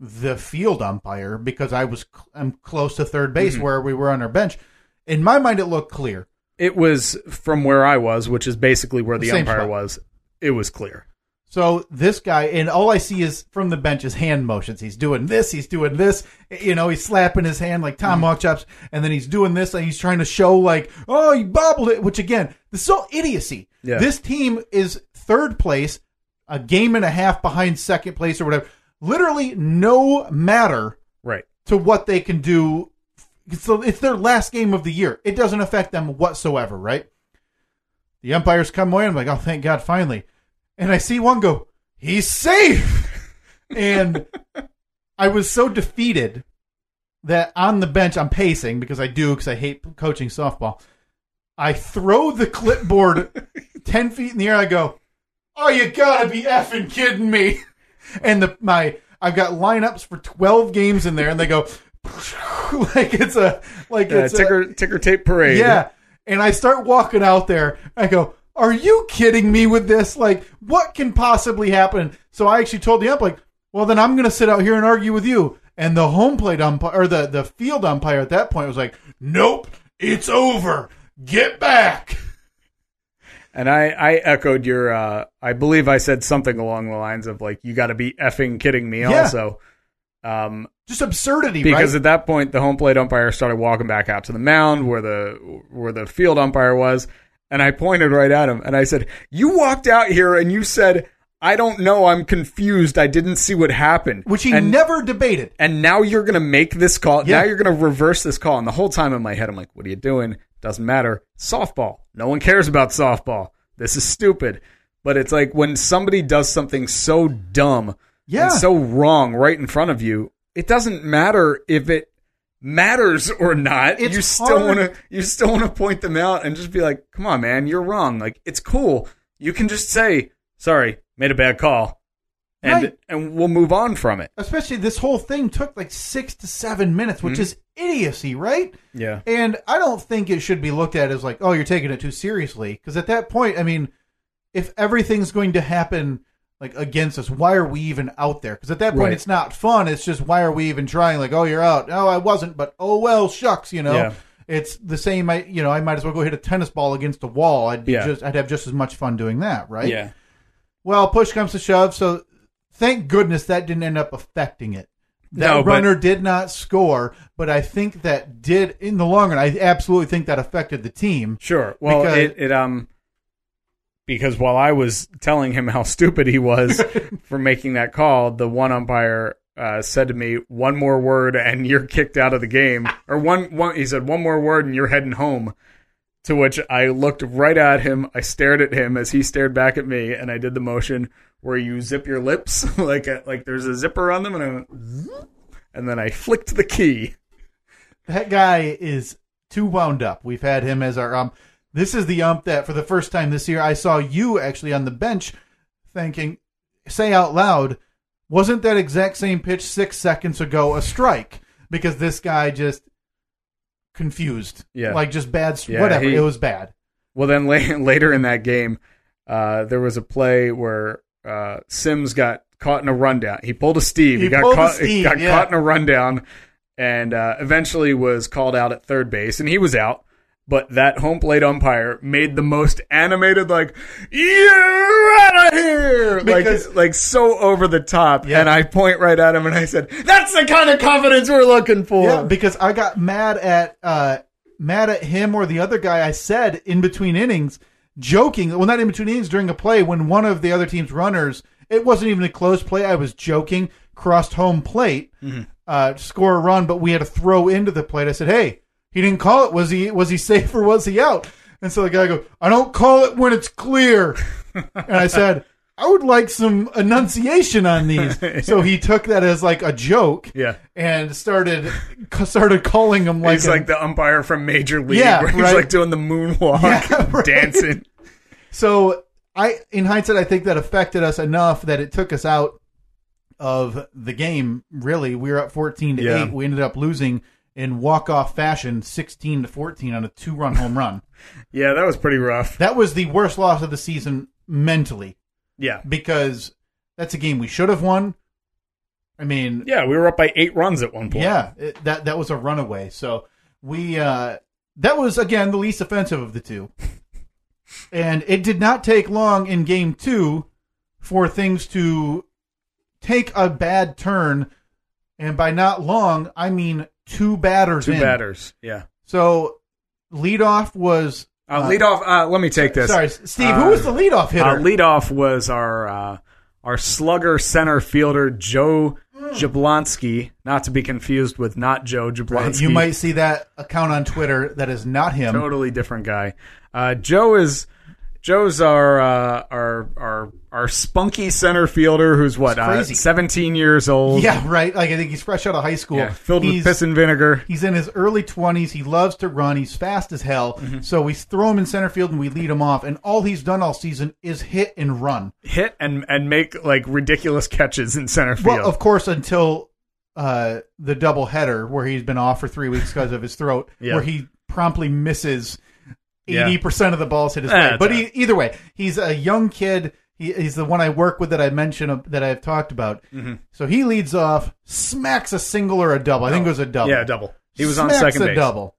[SPEAKER 1] the field umpire because I was cl- I'm close to third base where we were on our bench. In my mind, it looked clear.
[SPEAKER 3] It was from where I was, which is basically where the,
[SPEAKER 1] Same
[SPEAKER 3] umpire
[SPEAKER 1] spot.
[SPEAKER 3] was. It was clear.
[SPEAKER 1] So this guy, and all I see is from the bench is hand motions. He's doing this, he's doing this. You know, he's slapping his hand like Tom Walk chops, and then he's doing this, and he's trying to show like, oh, he bobbled it. Which again, this is all idiocy.
[SPEAKER 3] Yeah.
[SPEAKER 1] This team is third place, a game and a half behind second place or whatever. Literally, no matter
[SPEAKER 3] Right.
[SPEAKER 1] to what they can do. So it's their last game of the year. It doesn't affect them whatsoever, right? The umpires come away. I'm like, oh, thank God, finally. And I see one go, he's safe. and I was so defeated that on the bench, I'm pacing because I do, because I hate coaching softball. I throw the clipboard 10 feet in the air. I go, oh, you gotta be effing kidding me. And the my I've got lineups for 12 games in there, and they go, like it's a, like
[SPEAKER 3] Uh,
[SPEAKER 1] it's a-
[SPEAKER 3] ticker, ticker tape parade.
[SPEAKER 1] yeah. And I start walking out there. I go, Are you kidding me with this? Like, what can possibly happen? So I actually told the ump, like, well, then I'm going to sit out here and argue with you. And the home plate umpire, or the, the field umpire at that point was like, Nope, it's over. Get back.
[SPEAKER 3] And I, I echoed your, uh, I believe I said something along the lines of like, you got to be effing kidding me
[SPEAKER 1] Yeah.
[SPEAKER 3] also. Um,
[SPEAKER 1] Just absurdity,
[SPEAKER 3] because
[SPEAKER 1] right?
[SPEAKER 3] at that point, the home plate umpire started walking back out to the mound where the, where the field umpire was. And I pointed right at him and I said, you walked out here and you said, I don't know. I'm confused. I didn't see what happened.
[SPEAKER 1] Which he
[SPEAKER 3] and,
[SPEAKER 1] never debated.
[SPEAKER 3] and now you're going to make this call.
[SPEAKER 1] Yeah.
[SPEAKER 3] Now you're going to reverse this call. And the whole time in my head, I'm like, what are you doing? Doesn't matter. Softball. No one cares about softball. This is stupid. But it's like when somebody does something so dumb
[SPEAKER 1] Yeah.
[SPEAKER 3] and so wrong right in front of you, it doesn't matter if it matters or not.
[SPEAKER 1] It's
[SPEAKER 3] you still
[SPEAKER 1] hard.
[SPEAKER 3] want to you still want to point them out and just be like, "Come on, man, you're wrong." Like it's cool. You can just say, "Sorry, made a bad call." And
[SPEAKER 1] Right.
[SPEAKER 3] and we'll move on from it.
[SPEAKER 1] Especially this whole thing took like six to seven minutes,
[SPEAKER 3] Mm-hmm.
[SPEAKER 1] which is idiocy, right?
[SPEAKER 3] Yeah.
[SPEAKER 1] And I don't think it should be looked at as like, oh, you're taking it too seriously. Because at that point, I mean, if everything's going to happen like against us, why are we even out there? Because at that point,
[SPEAKER 3] Right.
[SPEAKER 1] it's not fun. It's just why are we even trying? Like, oh, you're out. No, I wasn't, but oh well, shucks. You know,
[SPEAKER 3] Yeah.
[SPEAKER 1] it's the same. I you know, I might as well go hit a tennis ball against a wall. I'd be
[SPEAKER 3] Yeah.
[SPEAKER 1] just, I'd have just as much fun doing that, right?
[SPEAKER 3] Yeah.
[SPEAKER 1] Well, push comes to shove, so thank goodness that didn't end up affecting it. That
[SPEAKER 3] No, but-
[SPEAKER 1] runner did not score, but I think that did in the long run. I absolutely think that affected the team.
[SPEAKER 3] Sure. Well,
[SPEAKER 1] Because-
[SPEAKER 3] it, it um because while I was telling him how stupid he was for making that call, the one umpire uh, said to me, "One more word and you're kicked out of the game." or one one he said, "One more word and you're heading home." To which I looked right at him. I stared at him as he stared back at me, and I did the motion where you zip your lips like a, like there's a zipper on them, and I went, "Zoop," and then I flicked the key.
[SPEAKER 1] That guy is too wound up. We've had him as our ump. This is the ump that for the first time this year I saw you actually on the bench thinking, say out loud, wasn't that exact same pitch six seconds ago a strike? Because this guy just confused.
[SPEAKER 3] Yeah.
[SPEAKER 1] Like just bad
[SPEAKER 3] Yeah,
[SPEAKER 1] whatever.
[SPEAKER 3] he-
[SPEAKER 1] it was bad.
[SPEAKER 3] Well, then la- later in that game, uh, there was a play where uh, Sims got caught in a rundown. He pulled a Steve.
[SPEAKER 1] He
[SPEAKER 3] got
[SPEAKER 1] pulled a
[SPEAKER 3] caught.
[SPEAKER 1] Steve,
[SPEAKER 3] got
[SPEAKER 1] yeah.
[SPEAKER 3] caught in a rundown, and uh, eventually was called out at third base, and he was out. But that home plate umpire made the most animated, like "You're out of here,"
[SPEAKER 1] Because-
[SPEAKER 3] like like so over the top.
[SPEAKER 1] Yeah.
[SPEAKER 3] And I point right at him and I said, "That's the kind of confidence we're looking for."
[SPEAKER 1] Yeah, because I got mad at uh, mad at him or the other guy. I said in between innings, joking. Well, not in between innings during a play when one of the other team's runners. It wasn't even a close play. I was joking. Crossed home plate, uh, score a run, but we had to throw into the plate. I said, "Hey, he didn't call it. Was he? Was he safe or was he out?" And so the guy goes, "I don't call it when it's clear." and I said, "I would like some enunciation on these." So he took that as like a joke
[SPEAKER 3] yeah.
[SPEAKER 1] and started started calling him like,
[SPEAKER 3] He's like the umpire from Major League,
[SPEAKER 1] Yeah,
[SPEAKER 3] where he's
[SPEAKER 1] right.
[SPEAKER 3] like doing the moonwalk,
[SPEAKER 1] Yeah, right.
[SPEAKER 3] dancing.
[SPEAKER 1] so I in hindsight I think that affected us enough that it took us out of the game really we were up 14 to
[SPEAKER 3] Yeah.
[SPEAKER 1] 8 we ended up losing in walk-off fashion 16 to 14 on a two-run home run
[SPEAKER 3] Yeah, that was pretty rough.
[SPEAKER 1] that was the worst loss of the season mentally
[SPEAKER 3] Yeah,
[SPEAKER 1] because that's a game we should have won I mean
[SPEAKER 3] yeah, we were up by eight runs at one point.
[SPEAKER 1] Yeah, it, that that was a runaway. So we uh, that was again the least offensive of the two, and it did not take long in game two for things to take a bad turn, and by not long I mean two batters.
[SPEAKER 3] two
[SPEAKER 1] in.
[SPEAKER 3] batters. Yeah,
[SPEAKER 1] So leadoff was
[SPEAKER 3] uh, lead off. Uh, let me take this.
[SPEAKER 1] sorry, Steve. who was the leadoff hitter?
[SPEAKER 3] Uh, lead off was our uh, our slugger center fielder Joe Jablonski, not to be confused with not Joe Jablonski.
[SPEAKER 1] you might see that account on Twitter. That is not him.
[SPEAKER 3] totally different guy. Uh, Joe is Joe's our uh, our our our spunky center fielder who's what
[SPEAKER 1] It's
[SPEAKER 3] uh,
[SPEAKER 1] crazy.
[SPEAKER 3] seventeen years old.
[SPEAKER 1] Yeah, right. Like I think he's fresh out of high school.
[SPEAKER 3] Yeah, filled with
[SPEAKER 1] He's-
[SPEAKER 3] piss and vinegar.
[SPEAKER 1] He's in his early 20s. He loves to run. He's fast as hell.
[SPEAKER 3] Mm-hmm.
[SPEAKER 1] So we throw him in center field and we lead him off. And all he's done all season is hit and run.
[SPEAKER 3] Hit and and make like ridiculous catches in center field.
[SPEAKER 1] Well, of course, until uh, the doubleheader where he's been off for three weeks because of his throat,
[SPEAKER 3] Yeah.
[SPEAKER 1] where he promptly misses
[SPEAKER 3] Yeah.
[SPEAKER 1] 80% of the balls hit his
[SPEAKER 3] Eh,
[SPEAKER 1] way.
[SPEAKER 3] that's
[SPEAKER 1] But
[SPEAKER 3] all
[SPEAKER 1] he, either way, he's a young kid. He, he's the one I work with that I mentioned uh, that I've talked about.
[SPEAKER 3] Mm-hmm.
[SPEAKER 1] So he leads off, smacks a single or a double. I think it was a double.
[SPEAKER 3] yeah, double. He was on
[SPEAKER 1] Smacks
[SPEAKER 3] second
[SPEAKER 1] a
[SPEAKER 3] base.
[SPEAKER 1] double.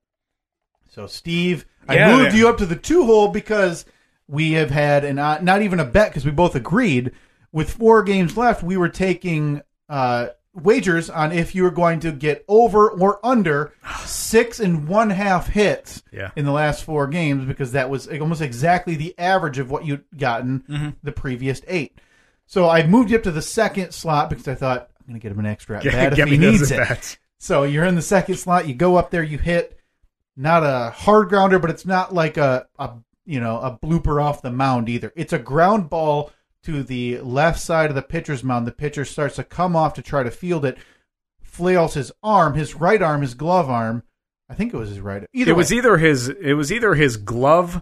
[SPEAKER 1] So Steve,
[SPEAKER 3] Yeah,
[SPEAKER 1] I moved
[SPEAKER 3] yeah.
[SPEAKER 1] you up to the two hole because we have had an uh, not even a bet because we both agreed with four games left we were taking uh, wagers on if you were going to get over or under six and one half hits
[SPEAKER 3] Yeah.
[SPEAKER 1] in the last four games because that was almost exactly the average of what you'd gotten
[SPEAKER 3] Mm-hmm.
[SPEAKER 1] the previous eight. So I moved you up to the second slot because I thought I'm going to get him an extra at bat if
[SPEAKER 3] Get
[SPEAKER 1] he
[SPEAKER 3] me those
[SPEAKER 1] needs it.
[SPEAKER 3] at-bats.
[SPEAKER 1] So you're in the second slot. You go up there. You hit not a hard grounder, but it's not like a, a you know a blooper off the mound either. It's a ground ball to the left side of the pitcher's mound. The pitcher starts to come off to try to field it. Flails his arm, his right arm, his glove arm. I think it was his right. Either
[SPEAKER 3] it was
[SPEAKER 1] way.
[SPEAKER 3] either his it was either his glove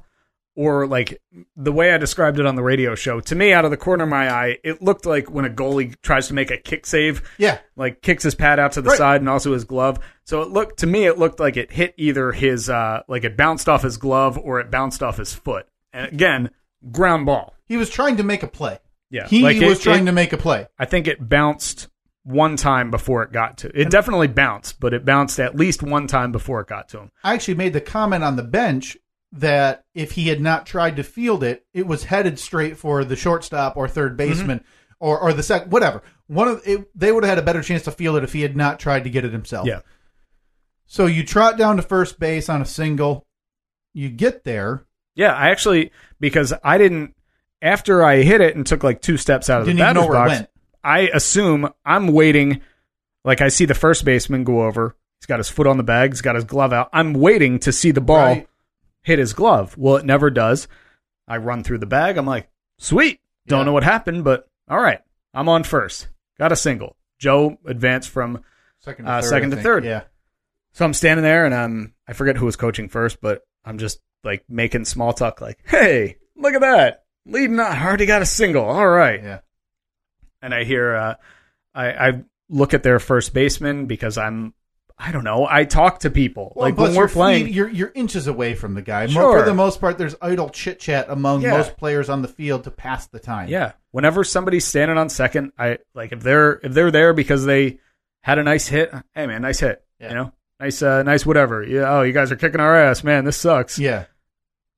[SPEAKER 3] or like the way I described it on the radio show. To me, out of the corner of my eye, it looked like when a goalie tries to make a kick save,
[SPEAKER 1] yeah.
[SPEAKER 3] like kicks his pad out to the
[SPEAKER 1] Right.
[SPEAKER 3] side and also his glove. So it looked to me, it looked like it hit either his uh like it bounced off his glove or it bounced off his foot. And again, ground ball.
[SPEAKER 1] He was trying to make a play.
[SPEAKER 3] Yeah,
[SPEAKER 1] He
[SPEAKER 3] like it-
[SPEAKER 1] was trying
[SPEAKER 3] it-
[SPEAKER 1] to make a play.
[SPEAKER 3] I think it bounced one time before it got to. It definitely bounced, but it bounced at least one time before it got to him.
[SPEAKER 1] I actually made the comment on the bench that if he had not tried to field it, it was headed straight for the shortstop or third
[SPEAKER 3] Mm-hmm.
[SPEAKER 1] baseman or, or the second, whatever. One of it, they would have had a better chance to field it if he had not tried to get it himself.
[SPEAKER 3] Yeah.
[SPEAKER 1] So you trot down to first base on a single. You get there.
[SPEAKER 3] Yeah, I actually because I didn't after I hit it and took like two steps out of
[SPEAKER 1] Didn't
[SPEAKER 3] the
[SPEAKER 1] even
[SPEAKER 3] batter's
[SPEAKER 1] know where it
[SPEAKER 3] box.
[SPEAKER 1] went.
[SPEAKER 3] I assume I'm waiting. Like I see the first baseman go over. He's got his foot on the bag. He's got his glove out. I'm waiting to see the ball
[SPEAKER 1] Right.
[SPEAKER 3] hit his glove. Well, it never does. I run through the bag. I'm like, sweet. Don't
[SPEAKER 1] Yeah.
[SPEAKER 3] know what happened, but all right. I'm on first. Got a single. Joe advanced from.
[SPEAKER 1] Second
[SPEAKER 3] Uh, second
[SPEAKER 1] I
[SPEAKER 3] to
[SPEAKER 1] think.
[SPEAKER 3] third.
[SPEAKER 1] Yeah.
[SPEAKER 3] So I'm standing there and I'm. I forget who was coaching first, but I'm just like making small talk. Like, hey, look at that. Leading. on. I already got a single. All right
[SPEAKER 1] Yeah.
[SPEAKER 3] and I hear uh, I, I look at their first baseman because I'm I don't know I talk to people like
[SPEAKER 1] plus
[SPEAKER 3] when we're
[SPEAKER 1] your feet-
[SPEAKER 3] playing.
[SPEAKER 1] you're you're inches away from the guy. Mo-
[SPEAKER 3] Sure.
[SPEAKER 1] For the most part, there's idle chit chat among
[SPEAKER 3] Yeah.
[SPEAKER 1] most players on the field to pass the time.
[SPEAKER 3] yeah, whenever somebody's standing on second, I like if they're if they're there because they had a nice hit. Hey man, nice hit.
[SPEAKER 1] Yeah.
[SPEAKER 3] You know, nice, uh, nice, whatever. Yeah. Oh, you guys are kicking our ass, man. This sucks.
[SPEAKER 1] Yeah.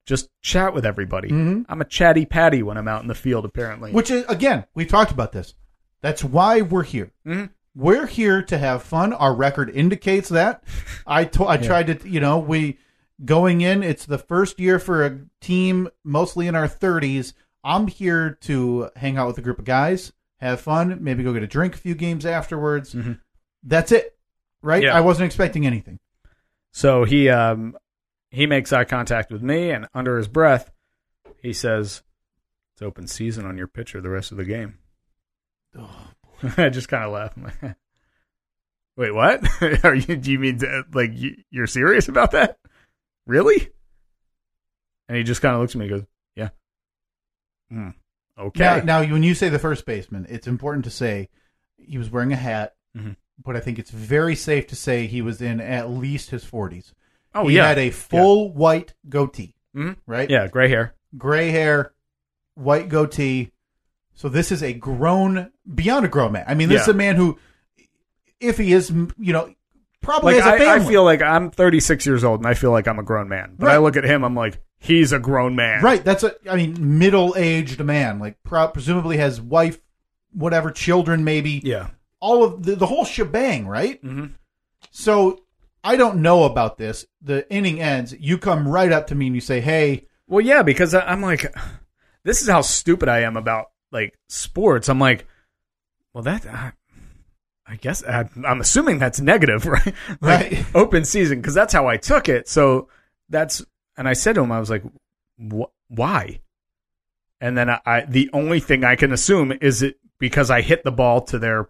[SPEAKER 3] Just chat with everybody.
[SPEAKER 1] Mhm.
[SPEAKER 3] I'm a chatty patty when I'm out in the field. Apparently.
[SPEAKER 1] Which is again, we talked about this. That's why we're here.
[SPEAKER 3] Mhm.
[SPEAKER 1] We're here to have fun. Our record indicates that. I to- I tried to, you know, we going in. It's the first year for a team mostly in our thirties. I'm here to hang out with a group of guys, have fun, maybe go get a drink a few games afterwards.
[SPEAKER 3] Mhm.
[SPEAKER 1] That's it, right?
[SPEAKER 3] Yeah.
[SPEAKER 1] I wasn't expecting anything.
[SPEAKER 3] So he um he makes eye contact with me, and under his breath, he says, "It's open season on your pitcher the rest of the game."
[SPEAKER 1] Oh,
[SPEAKER 3] I just kind of laugh. I'm like, Wait, what? Are you? Do you mean that, like you, you're serious about that? Really? And he just kind of looks at me and goes, "Yeah." Hmm. okay.
[SPEAKER 1] Now, now, when you say the first baseman, it's important to say he was wearing a hat,
[SPEAKER 3] Mhm.
[SPEAKER 1] but I think it's very safe to say he was in at least his 40s.
[SPEAKER 3] oh
[SPEAKER 1] he
[SPEAKER 3] yeah.
[SPEAKER 1] had a full white goatee,
[SPEAKER 3] Mhm.
[SPEAKER 1] right?
[SPEAKER 3] Yeah, gray hair.
[SPEAKER 1] Gray hair, white goatee. So this is a grown, beyond a grown man. I mean, this is
[SPEAKER 3] Yeah.
[SPEAKER 1] a man who, if he is, you know, probably
[SPEAKER 3] like
[SPEAKER 1] has a
[SPEAKER 3] I, I
[SPEAKER 1] family.
[SPEAKER 3] feel like I'm 36 years old and I feel like I'm a grown man. But I
[SPEAKER 1] Right.
[SPEAKER 3] look at him, I'm like, he's a grown man.
[SPEAKER 1] Right. That's a, I mean, middle aged man, like pro- presumably has wife, whatever, children, maybe.
[SPEAKER 3] Yeah.
[SPEAKER 1] All of the, the whole shebang, right?
[SPEAKER 3] Mm-hmm.
[SPEAKER 1] So I don't know about this. The inning ends. You come right up to me and you say, "Hey,
[SPEAKER 3] Well, yeah, because I, I'm like, this is how stupid I am about like sports. I'm like, well, that I, I guess I, I'm assuming that's negative, right? like
[SPEAKER 1] Right.
[SPEAKER 3] open season, because that's how I took it. So that's and I said to him, I was like, wh- why? And then I, I the only thing I can assume is it because I hit the ball to their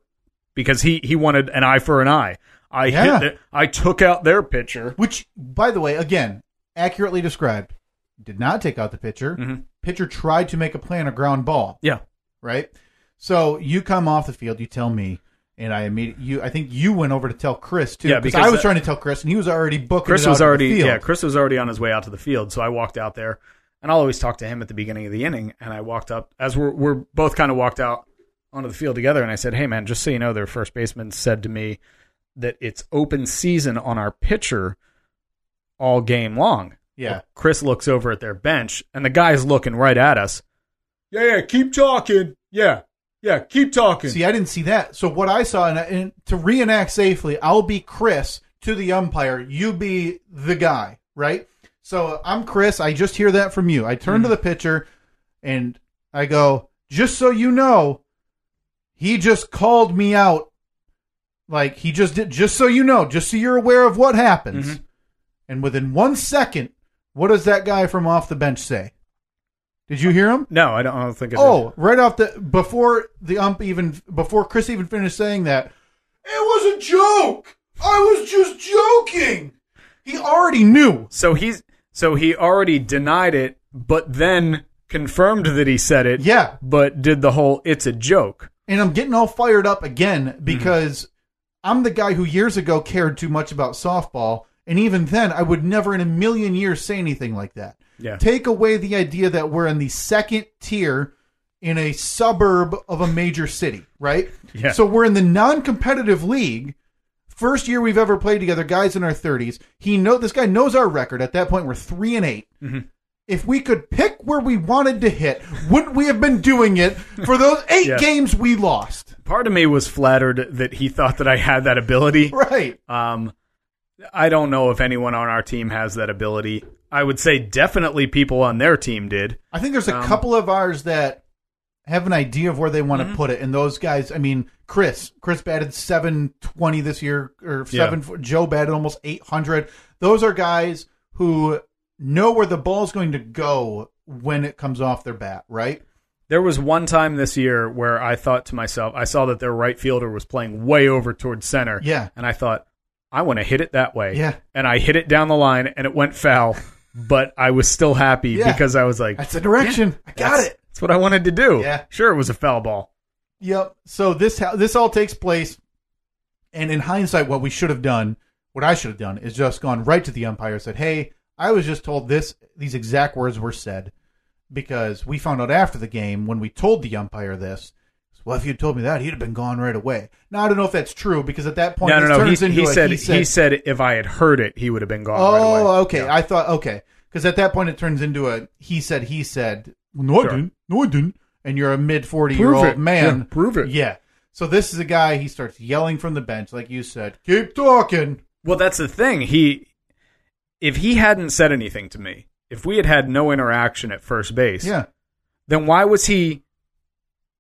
[SPEAKER 3] because he he wanted an eye for an eye. I
[SPEAKER 1] Yeah.
[SPEAKER 3] hit the, I took out their pitcher.
[SPEAKER 1] which by the way, again, accurately described, did not take out the pitcher.
[SPEAKER 3] Mhm.
[SPEAKER 1] Pitcher tried to make a play on a ground ball,
[SPEAKER 3] Yeah.
[SPEAKER 1] right? So you come off the field, you tell me, and I immediately you I think you went over to tell Chris too
[SPEAKER 3] Yeah, because
[SPEAKER 1] I was
[SPEAKER 3] that-
[SPEAKER 1] trying to tell Chris and he was already booking
[SPEAKER 3] Chris
[SPEAKER 1] it out
[SPEAKER 3] was
[SPEAKER 1] to the
[SPEAKER 3] already
[SPEAKER 1] field.
[SPEAKER 3] yeah, Chris was already on his way out to the field, so I walked out there and I'll always talk to him at the beginning of the inning and I walked up as we're we're both kind of walked out onto the field together and I said, "Hey man, just so you know, their first baseman said to me that it's open season on our pitcher all game long."
[SPEAKER 1] Yeah.
[SPEAKER 3] Chris looks over at their bench and the guy's looking right at us. Yeah, yeah, keep talking. Yeah. Yeah, keep talking.
[SPEAKER 1] See, I didn't see that. So what I saw, and, and to reenact safely, I'll be Chris to the umpire. You be the guy, right? So I'm Chris. I just hear that from you. I turn to the pitcher, and I go, "Just so you know, he just called me out. Like he just did. Just so you know, just so you're aware of what happens."
[SPEAKER 3] Mhm.
[SPEAKER 1] And within one second, what does that guy from off the bench say? Did you hear him?
[SPEAKER 3] no, I don't, I don't think it
[SPEAKER 1] Oh, right off the before the ump even before Chris even finished saying that, it was a joke. I was just joking. He already knew.
[SPEAKER 3] So he's so he already denied it, but then confirmed that he said it.
[SPEAKER 1] Yeah,
[SPEAKER 3] But did the whole it's a joke.
[SPEAKER 1] and I'm getting all fired up again because I'm the guy who years ago cared too much about softball, and even then I would never in a million years say anything like that.
[SPEAKER 3] Yeah.
[SPEAKER 1] Take away the idea that we're in the second tier in a suburb of a major city, right?
[SPEAKER 3] Yeah.
[SPEAKER 1] So we're in the non-competitive league. First year we've ever played together, guys in our thirties. He know this guy knows our record. At that point, we're three and 8
[SPEAKER 3] Mm-hmm.
[SPEAKER 1] If we could pick where we wanted to hit, wouldn't we have been doing it for those eight
[SPEAKER 3] Yeah.
[SPEAKER 1] games we lost?
[SPEAKER 3] Part of me was flattered that he thought that I had that ability.
[SPEAKER 1] Right.
[SPEAKER 3] Um, I don't know if anyone on our team has that ability. I would say definitely people on their team did.
[SPEAKER 1] I think there's a
[SPEAKER 3] Um,
[SPEAKER 1] couple of ours that have an idea of where they want
[SPEAKER 3] Mm-hmm.
[SPEAKER 1] to put it, and those guys. I mean, Chris, Chris batted seven twenty this year, or
[SPEAKER 3] Yeah.
[SPEAKER 1] seven. Joe batted almost eight hundred. Those are guys who know where the ball's going to go when it comes off their bat, right?
[SPEAKER 3] There was one time this year where I thought to myself, I saw that their right fielder was playing way over towards center.
[SPEAKER 1] Yeah.
[SPEAKER 3] And I thought, I want to hit it that way.
[SPEAKER 1] Yeah.
[SPEAKER 3] And I hit it down the line and it went foul, but I was still happy
[SPEAKER 1] Yeah.
[SPEAKER 3] because I was like,
[SPEAKER 1] That's the direction. I got
[SPEAKER 3] that's-
[SPEAKER 1] it.
[SPEAKER 3] That's what I wanted to do.
[SPEAKER 1] Yeah.
[SPEAKER 3] Sure, it was a foul ball.
[SPEAKER 1] Yep. So this ha- this all takes place, and in hindsight, what we should have done, what I should have done, is just gone right to the umpire and said, "Hey, I was just told this; these exact words were said, because we found out after the game when we told the umpire this, Well, if you'd told me that, he'd have been gone right away. Now I don't know if that's true because at that point,
[SPEAKER 3] No,
[SPEAKER 1] this
[SPEAKER 3] no, no. He,
[SPEAKER 1] turns into
[SPEAKER 3] he,
[SPEAKER 1] a-
[SPEAKER 3] said, he said if I had heard it, he would have been gone. right
[SPEAKER 1] Oh,
[SPEAKER 3] away.
[SPEAKER 1] okay. I thought okay, because at that point it turns into a he said he said. Well, no,
[SPEAKER 3] Sure.
[SPEAKER 1] I didn't. No, I didn't. And you're a mid forty
[SPEAKER 3] Prove
[SPEAKER 1] year old
[SPEAKER 3] it.
[SPEAKER 1] man.
[SPEAKER 3] Yeah, prove it.
[SPEAKER 1] Yeah. So this is a guy. He starts yelling from the bench, like you said. Keep talking.
[SPEAKER 3] Well, that's the thing. He, if he hadn't said anything to me, if we had had no interaction at first base,
[SPEAKER 1] Yeah.
[SPEAKER 3] then why was he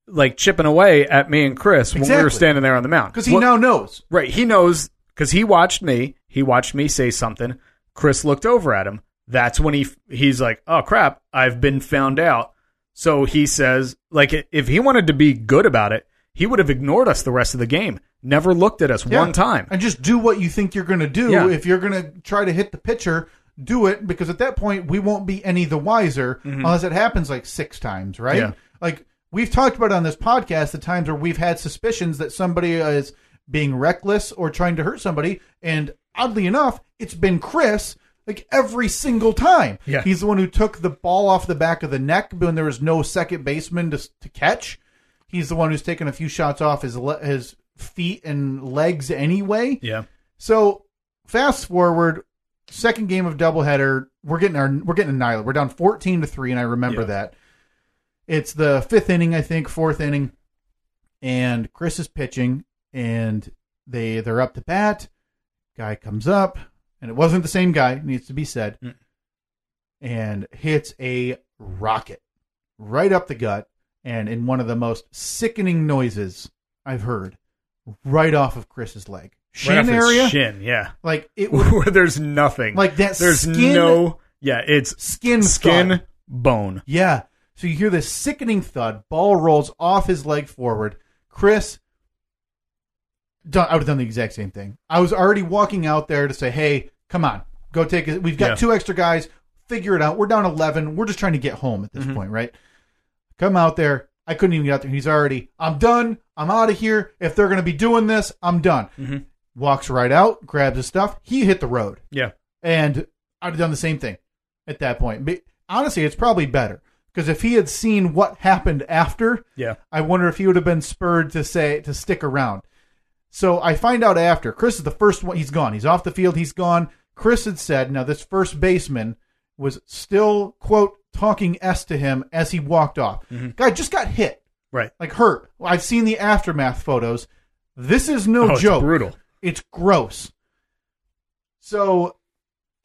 [SPEAKER 3] like chipping away at me and Chris when we were
[SPEAKER 1] Exactly.
[SPEAKER 3] standing there on the mound?
[SPEAKER 1] Because he
[SPEAKER 3] What-
[SPEAKER 1] now knows.
[SPEAKER 3] right? He knows because he watched me. He watched me say something. Chris looked over at him. That's when he he's like, "Oh crap, I've been found out." So he says, like, i- if he wanted to be good about it, he would have ignored us the rest of the game. Never looked at us
[SPEAKER 1] Yeah.
[SPEAKER 3] one time.
[SPEAKER 1] And just do what you think you're going to do.
[SPEAKER 3] Yeah.
[SPEAKER 1] If you're going to try to hit the pitcher, do it because at that point we won't be any the wiser unless it happens like six times, right?
[SPEAKER 3] Mm-hmm. Yeah.
[SPEAKER 1] Like we've talked about on this podcast the times where we've had suspicions that somebody is being reckless or trying to hurt somebody, and oddly enough, it's been Chris. Like every single time,
[SPEAKER 3] Yeah.
[SPEAKER 1] he's the one who took the ball off the back of the neck when there was no second baseman to, to catch. He's the one who's taken a few shots off his le- his feet and legs anyway.
[SPEAKER 3] Yeah.
[SPEAKER 1] So fast forward, second game of doubleheader, we're getting our we're getting annihilated. We're down fourteen to three, and I remember
[SPEAKER 3] Yeah.
[SPEAKER 1] that. It's the fifth inning, I think, fourth inning, and Chris is pitching, and they they're up to bat. Guy comes up, and it wasn't the same guy. Needs to be said,
[SPEAKER 3] Mm.
[SPEAKER 1] and hits a rocket right up the gut, and in one of the most sickening noises I've heard, right off of Chris's leg,
[SPEAKER 3] Right
[SPEAKER 1] shin
[SPEAKER 3] off his
[SPEAKER 1] area,
[SPEAKER 3] Shin, yeah.
[SPEAKER 1] like it was
[SPEAKER 3] Where there's nothing.
[SPEAKER 1] like that
[SPEAKER 3] there's
[SPEAKER 1] skin
[SPEAKER 3] no. Yeah, it's
[SPEAKER 1] skin
[SPEAKER 3] skin
[SPEAKER 1] thud.
[SPEAKER 3] bone.
[SPEAKER 1] Yeah. So you hear this sickening thud. Ball rolls off his leg forward. Chris, done, I would have done the exact same thing. I was already walking out there to say, "Hey, come on, go take it. We've got
[SPEAKER 3] Yeah.
[SPEAKER 1] two extra guys. Figure it out. We're down eleven. We're just trying to get home at this point, right? Come out there. I couldn't even get out there. He's already. I'm done. I'm out of here. If they're going to be doing this, I'm done. Walks right out, grabs his stuff. He hit the road
[SPEAKER 3] Yeah.
[SPEAKER 1] and I'd have done the same thing at that point. But honestly, it's probably better because if he had seen what happened after,
[SPEAKER 3] Yeah.
[SPEAKER 1] I wonder if he would have been spurred to say to stick around. So I find out after Chris is the first one. He's gone. He's off the field. He's gone. Chris had said, now this first baseman was still quote talking s to him as he walked off.
[SPEAKER 3] Mm-hmm.
[SPEAKER 1] Guy just got hit,
[SPEAKER 3] Right.
[SPEAKER 1] like hurt. Well, I've seen the aftermath photos. This is no
[SPEAKER 3] Oh, it's
[SPEAKER 1] joke.
[SPEAKER 3] brutal.
[SPEAKER 1] It's gross. So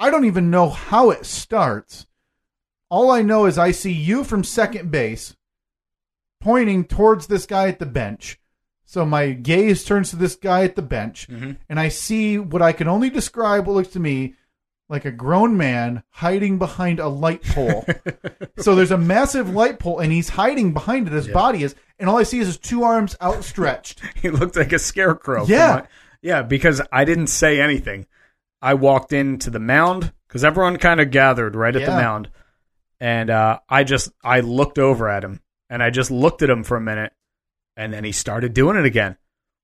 [SPEAKER 1] I don't even know how it starts. All I know is I see you from second base pointing towards this guy at the bench. So my gaze turns to this guy at the bench, and I see what I can only describe what looks to me like a grown man hiding behind a light pole. so there's a massive light pole, and he's hiding behind it. His body is, and all I see is his two arms outstretched.
[SPEAKER 3] He looked like a scarecrow. from
[SPEAKER 1] Yeah.
[SPEAKER 3] what- yeah, because I didn't say anything. I walked into the mound because everyone kind of gathered right at the
[SPEAKER 1] Yeah.
[SPEAKER 3] mound. And uh, I just, I looked over at him and I just looked at him for a minute. And then he started doing it again.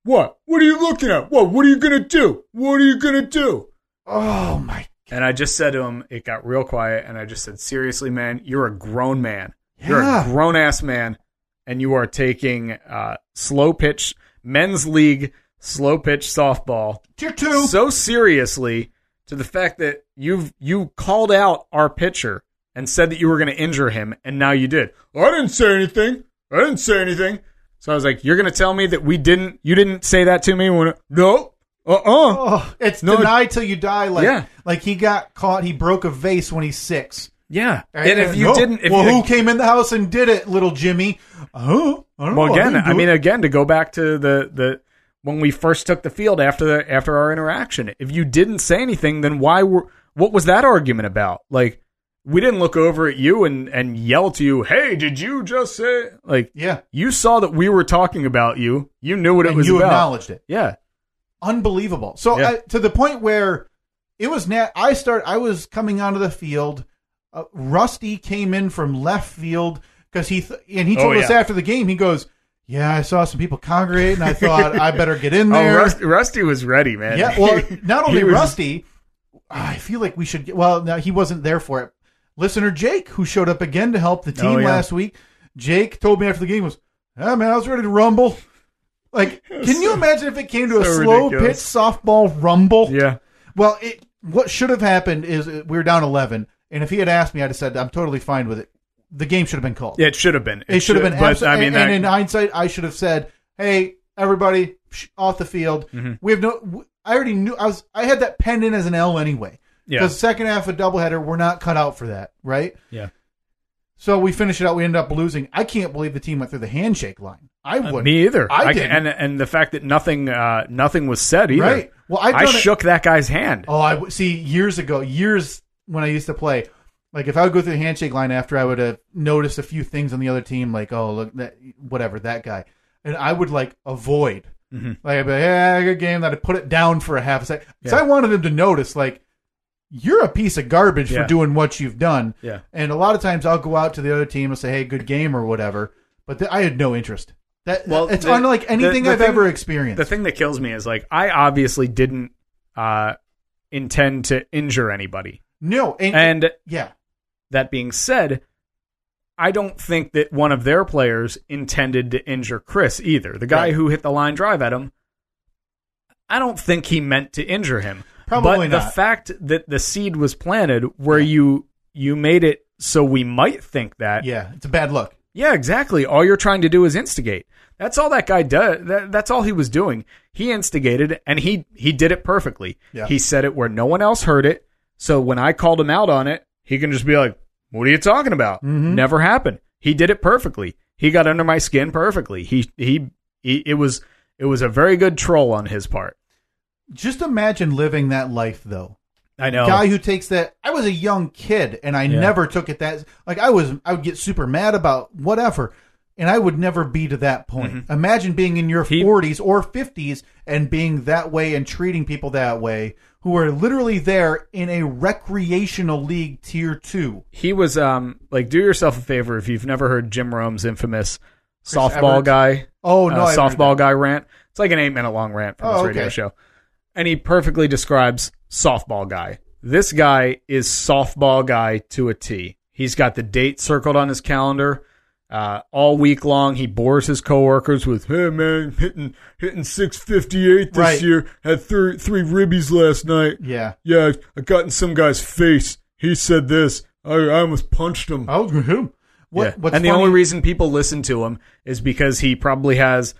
[SPEAKER 3] What? What are you looking at? What? What are you going to do? What are you going to do?
[SPEAKER 1] oh my
[SPEAKER 3] And I just said to him, it got real quiet. And I just said, seriously, man, you're a grown man. You're a
[SPEAKER 1] Yeah.
[SPEAKER 3] grown ass man. And you are taking uh, slow pitch, men's league slow pitch softball
[SPEAKER 1] tier two.
[SPEAKER 3] so seriously to the fact that you've you called out our pitcher and said that you were going to injure him. And now you did. I didn't say anything. I didn't say anything. So I was like, you're going to tell me that we didn't, you didn't say that to me when, no, uh uh
[SPEAKER 1] Oh, it's
[SPEAKER 3] No,
[SPEAKER 1] deny till you die. Like,
[SPEAKER 3] Yeah.
[SPEAKER 1] like he got caught. He broke a vase when he's six.
[SPEAKER 3] Yeah. And if you
[SPEAKER 1] No.
[SPEAKER 3] didn't, if
[SPEAKER 1] well,
[SPEAKER 3] you,
[SPEAKER 1] who came in the house and did it, little Jimmy? Oh, I don't
[SPEAKER 3] Well,
[SPEAKER 1] know.
[SPEAKER 3] again,
[SPEAKER 1] didn't
[SPEAKER 3] I
[SPEAKER 1] do
[SPEAKER 3] mean,
[SPEAKER 1] it.
[SPEAKER 3] again, to go back to the the when we first took the field after the after our interaction, if you didn't say anything, then why were what was that argument about? Like, we didn't look over at you and and yell to you, "Hey, did you just say?" Like,
[SPEAKER 1] yeah,
[SPEAKER 3] you saw that we were talking about you. You knew what it
[SPEAKER 1] and
[SPEAKER 3] was
[SPEAKER 1] you
[SPEAKER 3] about.
[SPEAKER 1] acknowledged it.
[SPEAKER 3] Yeah,
[SPEAKER 1] Unbelievable. So
[SPEAKER 3] Yeah.
[SPEAKER 1] I, to the point where it was nat. I start. I was coming onto the field. Uh, Rusty came in from left field because he th- and he
[SPEAKER 3] Oh,
[SPEAKER 1] told us
[SPEAKER 3] yeah.
[SPEAKER 1] after the game. He goes, "Yeah, I saw some people congregate, and I thought I better get in
[SPEAKER 3] oh,
[SPEAKER 1] there."
[SPEAKER 3] Rusty, Rusty was ready, man.
[SPEAKER 1] Yeah, well, not only
[SPEAKER 3] He was-
[SPEAKER 1] Rusty, I feel like we should get. Well, no, he wasn't there for it. Listener Jake, who showed up again to help the team
[SPEAKER 3] Oh, yeah.
[SPEAKER 1] last week, Jake told me after the game was, ah, man, I was ready to rumble. Like, can you imagine if it came to a
[SPEAKER 3] so
[SPEAKER 1] slow pitch
[SPEAKER 3] ridiculous.
[SPEAKER 1] softball rumble?
[SPEAKER 3] Yeah.
[SPEAKER 1] Well, it what should have happened is uh, we were down eleven, and if he had asked me, I'd have said I'm totally fine with it. The game should have been called.
[SPEAKER 3] Yeah, it should have been.
[SPEAKER 1] It should have been.
[SPEAKER 3] But
[SPEAKER 1] abso-
[SPEAKER 3] I mean,
[SPEAKER 1] and,
[SPEAKER 3] that,
[SPEAKER 1] and in hindsight, I should have said, "Hey, everybody, sh- off the field.
[SPEAKER 3] Mm-hmm.
[SPEAKER 1] We have no." w- I already knew. I was. I had that penned in as an L anyway.
[SPEAKER 3] Yeah.
[SPEAKER 1] Because second half of doubleheader, we're not cut out for that, right?
[SPEAKER 3] yeah.
[SPEAKER 1] So we finish it out. We end up losing. I can't believe the team went through the handshake line. I
[SPEAKER 3] Uh,
[SPEAKER 1] wouldn't.
[SPEAKER 3] Me either.
[SPEAKER 1] I,
[SPEAKER 3] I
[SPEAKER 1] didn't.
[SPEAKER 3] can, and and the fact that nothing uh, nothing was said either.
[SPEAKER 1] Right. Well, I've
[SPEAKER 3] I
[SPEAKER 1] done it-
[SPEAKER 3] shook that guy's hand.
[SPEAKER 1] Oh, I w- see. Years ago, years when I used to play, like if I would go through the handshake line after, I would have noticed a few things on the other team, like oh look that whatever that guy, and I would like avoid.
[SPEAKER 3] Mm-hmm.
[SPEAKER 1] Like I'd be like, yeah, good game. That I put it down for a half a second because I
[SPEAKER 3] Yeah.
[SPEAKER 1] wanted him to notice like you're a piece of garbage
[SPEAKER 3] Yeah.
[SPEAKER 1] for doing what you've done.
[SPEAKER 3] Yeah.
[SPEAKER 1] And a lot of times I'll go out to the other team and say, hey, good game or whatever, but th- I had no interest. That
[SPEAKER 3] Well,
[SPEAKER 1] it's
[SPEAKER 3] the-
[SPEAKER 1] unlike
[SPEAKER 3] the-
[SPEAKER 1] anything
[SPEAKER 3] the
[SPEAKER 1] I've
[SPEAKER 3] thing-
[SPEAKER 1] ever experienced.
[SPEAKER 3] The thing that kills me is like I obviously didn't uh, intend to injure anybody.
[SPEAKER 1] no, and,
[SPEAKER 3] And
[SPEAKER 1] yeah,
[SPEAKER 3] that being said, I don't think that one of their players intended to injure Chris either. The guy
[SPEAKER 1] Right.
[SPEAKER 3] who hit the line drive at him, I don't think he meant to injure him.
[SPEAKER 1] Probably
[SPEAKER 3] but the
[SPEAKER 1] not.
[SPEAKER 3] fact that the seed was planted where you you made it so we might think that
[SPEAKER 1] yeah, it's a bad look.
[SPEAKER 3] yeah, exactly. All you're trying to do is instigate. That's all that guy does. That, that's all he was doing. He instigated, and he he did it perfectly.
[SPEAKER 1] Yeah.
[SPEAKER 3] He said it where no one else heard it. So when I called him out on it, he can just be like, "What are you talking about? Never happened." He did it perfectly. He got under my skin perfectly. He he, he it was it was a very good troll on his part.
[SPEAKER 1] just imagine living that life though.
[SPEAKER 3] I know.
[SPEAKER 1] Guy who takes that I was a young kid and I
[SPEAKER 3] Yeah.
[SPEAKER 1] never took it that like I was I would get super mad about whatever and I would never be to that point. Imagine being in your
[SPEAKER 3] Mm-hmm. He-
[SPEAKER 1] 40s or 50s and being that way and treating people that way who are literally there in a recreational league tier 2.
[SPEAKER 3] he was um like do yourself a favor if you've never heard Jim Rome's infamous softball
[SPEAKER 1] Everett?
[SPEAKER 3] guy.
[SPEAKER 1] Oh, no,
[SPEAKER 3] uh,
[SPEAKER 1] I haven't heard
[SPEAKER 3] softball guy rant. It's like an eight minute long rant from
[SPEAKER 1] Oh,
[SPEAKER 3] this radio
[SPEAKER 1] okay.
[SPEAKER 3] show, and he perfectly describes softball guy. This guy is softball guy to a T. He's got the date circled on his calendar. Uh, all week long, he bores his coworkers with, "Hey man, hitting hitting six fifty eight this
[SPEAKER 1] Right.
[SPEAKER 3] year. Had three three ribbies last night.
[SPEAKER 1] Yeah.
[SPEAKER 3] Yeah, I got in some guy's face. He said this. I, I almost punched him.
[SPEAKER 1] I was with him. Oh, What
[SPEAKER 3] Yeah.
[SPEAKER 1] what's
[SPEAKER 3] and the
[SPEAKER 1] funny-
[SPEAKER 3] only reason people listen to him is because he probably has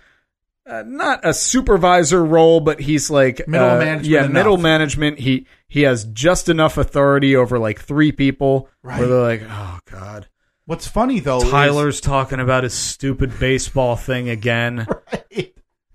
[SPEAKER 3] uh, not a supervisor role, but he's like
[SPEAKER 1] Middle
[SPEAKER 3] uh,
[SPEAKER 1] management
[SPEAKER 3] Yeah,
[SPEAKER 1] enough.
[SPEAKER 3] middle management. He he has just enough authority over like three people
[SPEAKER 1] Right.
[SPEAKER 3] where they're like, oh god,
[SPEAKER 1] what's funny though is-
[SPEAKER 3] Tyler's talking about his stupid baseball thing again.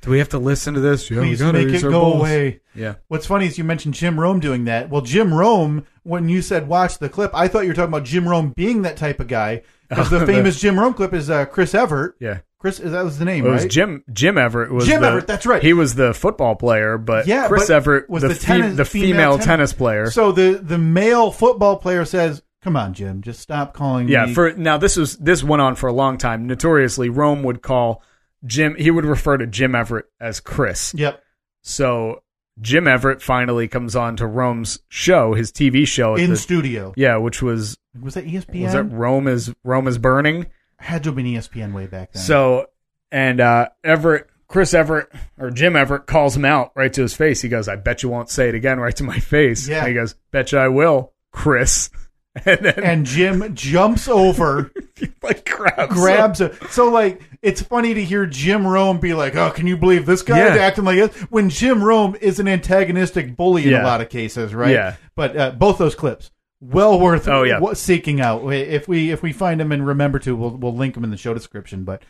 [SPEAKER 3] Do we have to listen to this? Yeah, we
[SPEAKER 1] please
[SPEAKER 3] gotta
[SPEAKER 1] make it
[SPEAKER 3] use our
[SPEAKER 1] go
[SPEAKER 3] balls.
[SPEAKER 1] away.
[SPEAKER 3] Yeah.
[SPEAKER 1] What's funny is you mentioned Jim Rome doing that. Well, Jim Rome, when you said watch the clip, I thought you were talking about Jim Rome being that type of guy. Because the famous Jim Rome clip is uh, Chris Everett.
[SPEAKER 3] Yeah.
[SPEAKER 1] Chris, that was the name,
[SPEAKER 3] It was
[SPEAKER 1] right?
[SPEAKER 3] Jim Jim Everett was
[SPEAKER 1] Jim
[SPEAKER 3] the-
[SPEAKER 1] Everett, that's right.
[SPEAKER 3] He was the football player, but
[SPEAKER 1] Yeah,
[SPEAKER 3] Chris
[SPEAKER 1] but
[SPEAKER 3] Everett
[SPEAKER 1] was
[SPEAKER 3] the
[SPEAKER 1] the
[SPEAKER 3] fe-
[SPEAKER 1] tennis-
[SPEAKER 3] the
[SPEAKER 1] female
[SPEAKER 3] female,
[SPEAKER 1] tennis-
[SPEAKER 3] tennis, player.
[SPEAKER 1] So the the male football player says, "Come on, Jim, just stop calling
[SPEAKER 3] yeah,
[SPEAKER 1] me."
[SPEAKER 3] for now this was this went on for a long time. Notoriously, Rome would call Jim he would refer to Jim Everett as Chris.
[SPEAKER 1] yep.
[SPEAKER 3] So Jim Everett finally comes on to Rome's show, his TV show at
[SPEAKER 1] In
[SPEAKER 3] the-
[SPEAKER 1] studio,
[SPEAKER 3] Yeah, which was
[SPEAKER 1] was that E ESPN?
[SPEAKER 3] was it Rome is Rome is burning.
[SPEAKER 1] Had to have been E ESPN way back then.
[SPEAKER 3] So and uh Everett Chris Everett or Jim Everett calls him out right to his face. He goes, I bet you won't say it again right to my face.
[SPEAKER 1] Yeah.
[SPEAKER 3] And he goes, Bet you I will, Chris. And then
[SPEAKER 1] and Jim jumps over,
[SPEAKER 3] like grabs him.
[SPEAKER 1] grabs a. So like, it's funny to hear Jim Rome be like, "Oh, can you believe this guy
[SPEAKER 3] Yeah.
[SPEAKER 1] acting like this?" When Jim Rome is an antagonistic bully in a
[SPEAKER 3] Yeah.
[SPEAKER 1] lot of cases, right?
[SPEAKER 3] Yeah.
[SPEAKER 1] But uh, both those clips, well worth
[SPEAKER 3] Oh, yeah.
[SPEAKER 1] wa- seeking out. If we if we find them and remember to, we'll we'll link them in the show description. But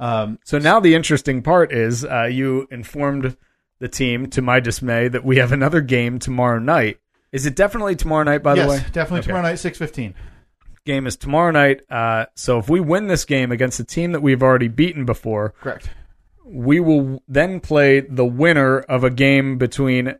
[SPEAKER 1] um,
[SPEAKER 3] So now the interesting part is uh, you informed the team, to my dismay, that we have another game tomorrow night. Is it definitely tomorrow night, by
[SPEAKER 1] yes,
[SPEAKER 3] the way?
[SPEAKER 1] definitely
[SPEAKER 3] Okay.
[SPEAKER 1] tomorrow night six fifteen.
[SPEAKER 3] Game is tomorrow night. Uh, so if we win this game against a team that we've already beaten before,
[SPEAKER 1] Correct.
[SPEAKER 3] we will then play the winner of a game between uh,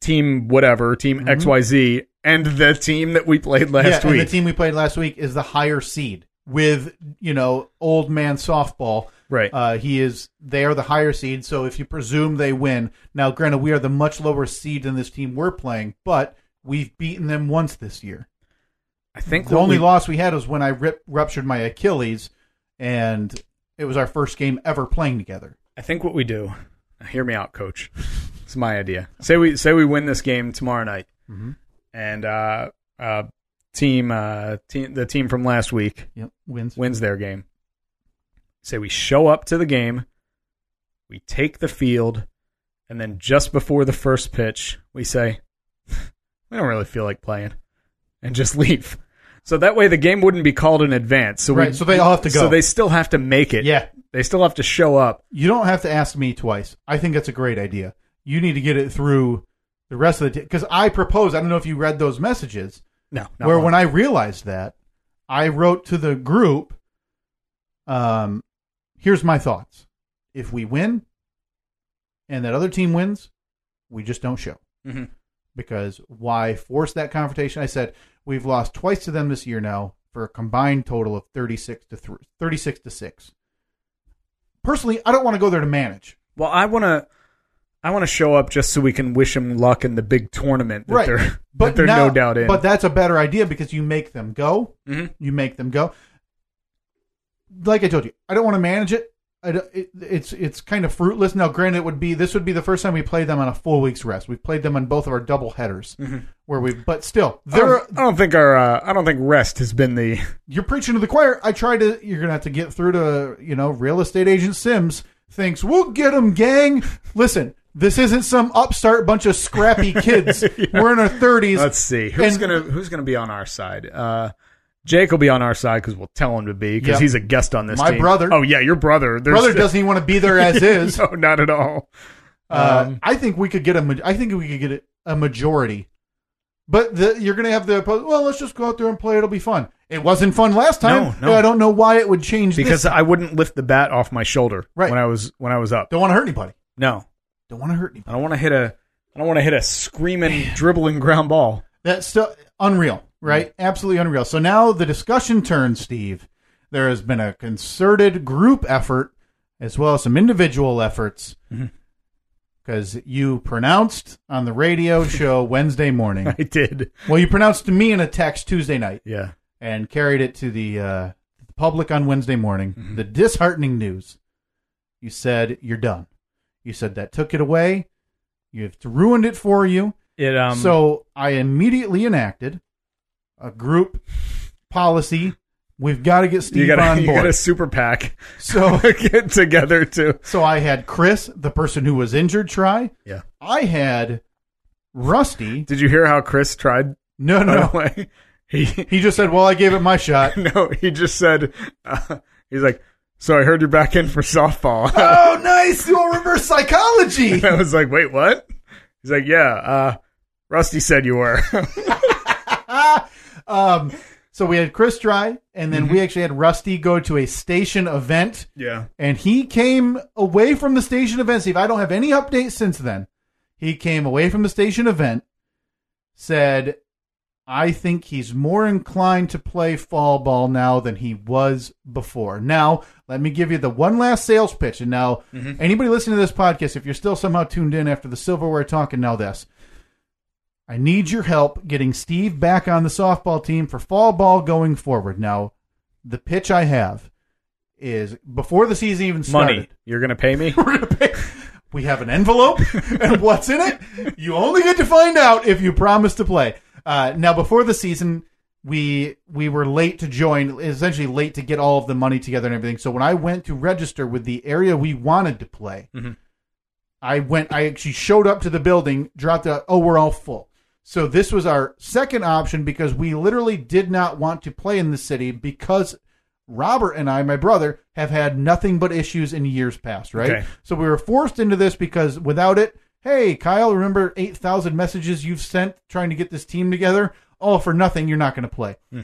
[SPEAKER 3] team whatever, team XYZ, and the team that we played last
[SPEAKER 1] Mm-hmm. yeah,
[SPEAKER 3] week.
[SPEAKER 1] And the team we played last week is the higher seed with you know old man softball.
[SPEAKER 3] Right.
[SPEAKER 1] Uh, he is. They are the higher seed. So if you presume they win, now granted we are the much lower seed than this team we're playing, but we've beaten them once this year.
[SPEAKER 3] I think
[SPEAKER 1] The
[SPEAKER 3] what
[SPEAKER 1] only
[SPEAKER 3] we-
[SPEAKER 1] loss we had was when I rip, ruptured my Achilles, and it was our first game ever playing together.
[SPEAKER 3] I think what we do. now Hear me out, Coach. It's my idea. Say we say we win this game tomorrow night,
[SPEAKER 1] Mhm.
[SPEAKER 3] and uh, uh, team uh, team the team from last week
[SPEAKER 1] Yep, wins.
[SPEAKER 3] wins their game. Say we show up to the game, we take the field, and then just before the first pitch, we say, "We don't really feel like playing," and just leave. So that way, the game wouldn't be called in advance. So we,
[SPEAKER 1] Right, so they all have to go.
[SPEAKER 3] So they still have to make it.
[SPEAKER 1] Yeah,
[SPEAKER 3] they still have to show up.
[SPEAKER 1] you don't have to ask me twice. I think that's a great idea. You need to get it through the rest of the because I propose. I don't know if you read those messages
[SPEAKER 3] No,
[SPEAKER 1] where when I realized that, I wrote to the group. Um, here's my thoughts. If we win, and that other team wins, we just don't show.
[SPEAKER 3] hmm
[SPEAKER 1] because why force that confrontation? I said we've lost twice to them this year now for a combined total of 36 to thr 36 to 6. Personally, I don't want to go there to manage.
[SPEAKER 3] Well, I want to. I want to show up just so we can wish them luck in the big tournament that
[SPEAKER 1] right.
[SPEAKER 3] they're,
[SPEAKER 1] but
[SPEAKER 3] that they're
[SPEAKER 1] now-
[SPEAKER 3] no doubt in.
[SPEAKER 1] But that's a better idea because you make them go.
[SPEAKER 3] Mhm.
[SPEAKER 1] You make them go. Like I told you, I don't want to manage it. I don't- it- it's it's kind of fruitless. Now, granted, it would be this would be the first time we played them on a full week's rest. We've played them on both of our double headers, where we. But still,
[SPEAKER 3] I,
[SPEAKER 1] there
[SPEAKER 3] don't, I don't think our uh, I don't think rest has been the
[SPEAKER 1] you're preaching to the choir. I try to. You're gonna have to get through to you know real estate agent Sims thinks we'll get him, gang. Listen, this isn't some upstart bunch of scrappy kids. We're in our thirties.
[SPEAKER 3] Let's see who's
[SPEAKER 1] And-
[SPEAKER 3] gonna who's gonna be on our side. Uh, Jake will be on our side because we'll tell him to be
[SPEAKER 1] Yeah.
[SPEAKER 3] because he's a guest on this.
[SPEAKER 1] My
[SPEAKER 3] team.
[SPEAKER 1] brother.
[SPEAKER 3] Oh yeah, your brother. There's,
[SPEAKER 1] Brother doesn't even want to be there as is.
[SPEAKER 3] no, not at all.
[SPEAKER 1] Uh,
[SPEAKER 3] Um,
[SPEAKER 1] I think we could get a. ma- I think we could get a, a majority. But the, you're going to have the oppo- well. Let's just go out there and play. It'll be fun. It wasn't fun last time.
[SPEAKER 3] No, no.
[SPEAKER 1] I don't know why it would change this.
[SPEAKER 3] Because I wouldn't lift the bat off my shoulder
[SPEAKER 1] Right.
[SPEAKER 3] when I was when I was up.
[SPEAKER 1] don't want to hurt anybody.
[SPEAKER 3] No,
[SPEAKER 1] Don't want to hurt anybody.
[SPEAKER 3] I don't want to hit a I don't want to hit a screaming dribbling ground ball.
[SPEAKER 1] That's still unreal,
[SPEAKER 3] Mm.
[SPEAKER 1] right? Absolutely unreal. So now the discussion turns, Steve. There has been a concerted group effort as well as some individual efforts
[SPEAKER 3] Mm-hmm.
[SPEAKER 1] because you pronounced on the radio show Wednesday morning.
[SPEAKER 3] I did.
[SPEAKER 1] Well, you pronounced to me in a text Tuesday night
[SPEAKER 3] Yeah.
[SPEAKER 1] and carried it to the uh, public on Wednesday morning. The disheartening news. You said you're done. You said that took it away. You've ruined it for you.
[SPEAKER 3] It um
[SPEAKER 1] so I immediately enacted a group policy. We've got to get
[SPEAKER 3] you
[SPEAKER 1] Steve
[SPEAKER 3] got a,
[SPEAKER 1] on
[SPEAKER 3] you got a
[SPEAKER 1] board. Oh.
[SPEAKER 3] super pack
[SPEAKER 1] So,
[SPEAKER 3] get together too.
[SPEAKER 1] so I had Chris, the person who was injured, try.
[SPEAKER 3] Yeah.
[SPEAKER 1] I had Rusty.
[SPEAKER 3] Did you hear how Chris tried
[SPEAKER 1] No,
[SPEAKER 3] by
[SPEAKER 1] no.
[SPEAKER 3] the way? He
[SPEAKER 1] He just said, "Well, I gave it my shot."
[SPEAKER 3] no, he just said uh, he's like, "So I heard you're back in for softball."
[SPEAKER 1] oh, nice! You reverse psychology.
[SPEAKER 3] And I was like, "Wait, what?" He's like, "Yeah, uh Rusty said you were."
[SPEAKER 1] um, so we had Chris try, and then we actually had Rusty go to a station event.
[SPEAKER 3] yeah.
[SPEAKER 1] and he came away from the station event. Steve, I don't have any updates since then. He came away from the station event, said, I think he's more inclined to play fall ball now than he was before. Now, let me give you the one last sales pitch. And now, anybody listening to this podcast, if you're still somehow tuned in after the silverware talk and now this, I need your help getting Steve back on the softball team for fall ball going forward. Now, the pitch I have is before the season even started.
[SPEAKER 3] Money. You're going to pay me?
[SPEAKER 1] We're gonna pay. We have an envelope, and what's in it? You only get to find out if you promise to play. Uh, now, before the season, we we were late to join, essentially late to get all of the money together and everything. So when I went to register with the area we wanted to play,
[SPEAKER 3] Mhm.
[SPEAKER 1] I went. I actually showed up to the building, dropped out. Oh, we're all full. So this was our second option because we literally did not want to play in the city because Robert and I, my brother, have had nothing but issues in years past, right?
[SPEAKER 3] Okay.
[SPEAKER 1] So we were forced into this because without it, hey, Kyle, remember 8,000 messages you've sent trying to get this team together? All for nothing. You're not going to play.
[SPEAKER 3] Hmm.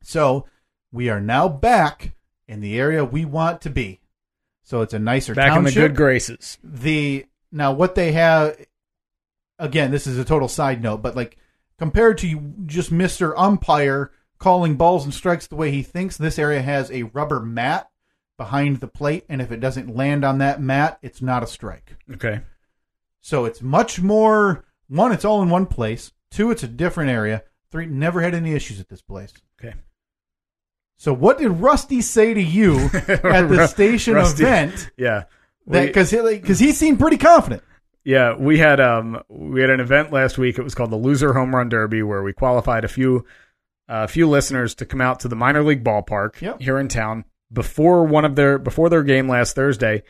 [SPEAKER 1] So we are now back in the area we want to be. So it's a nicer
[SPEAKER 3] Back in the
[SPEAKER 1] township
[SPEAKER 3] good graces.
[SPEAKER 1] the now what they have again this is a total side note but like compared to just mr umpire calling balls and strikes the way he thinks this area has a rubber mat behind the plate and if it doesn't land on that mat it's not a strike
[SPEAKER 3] Okay.
[SPEAKER 1] so it's much more one it's all in one place two it's a different area three never had any issues at this place
[SPEAKER 3] Okay.
[SPEAKER 1] So what did Rusty say to you at the
[SPEAKER 3] Ru-
[SPEAKER 1] station
[SPEAKER 3] Rusty.
[SPEAKER 1] event?
[SPEAKER 3] Yeah.
[SPEAKER 1] That
[SPEAKER 3] We-
[SPEAKER 1] because because he seemed pretty confident.
[SPEAKER 3] Yeah, we had um we had an event last week. It was called the Loser Home Run Derby, where we qualified a few a few listeners to come out to the minor league ballpark
[SPEAKER 1] Yep.
[SPEAKER 3] here in town before one of their before their game last Thursday.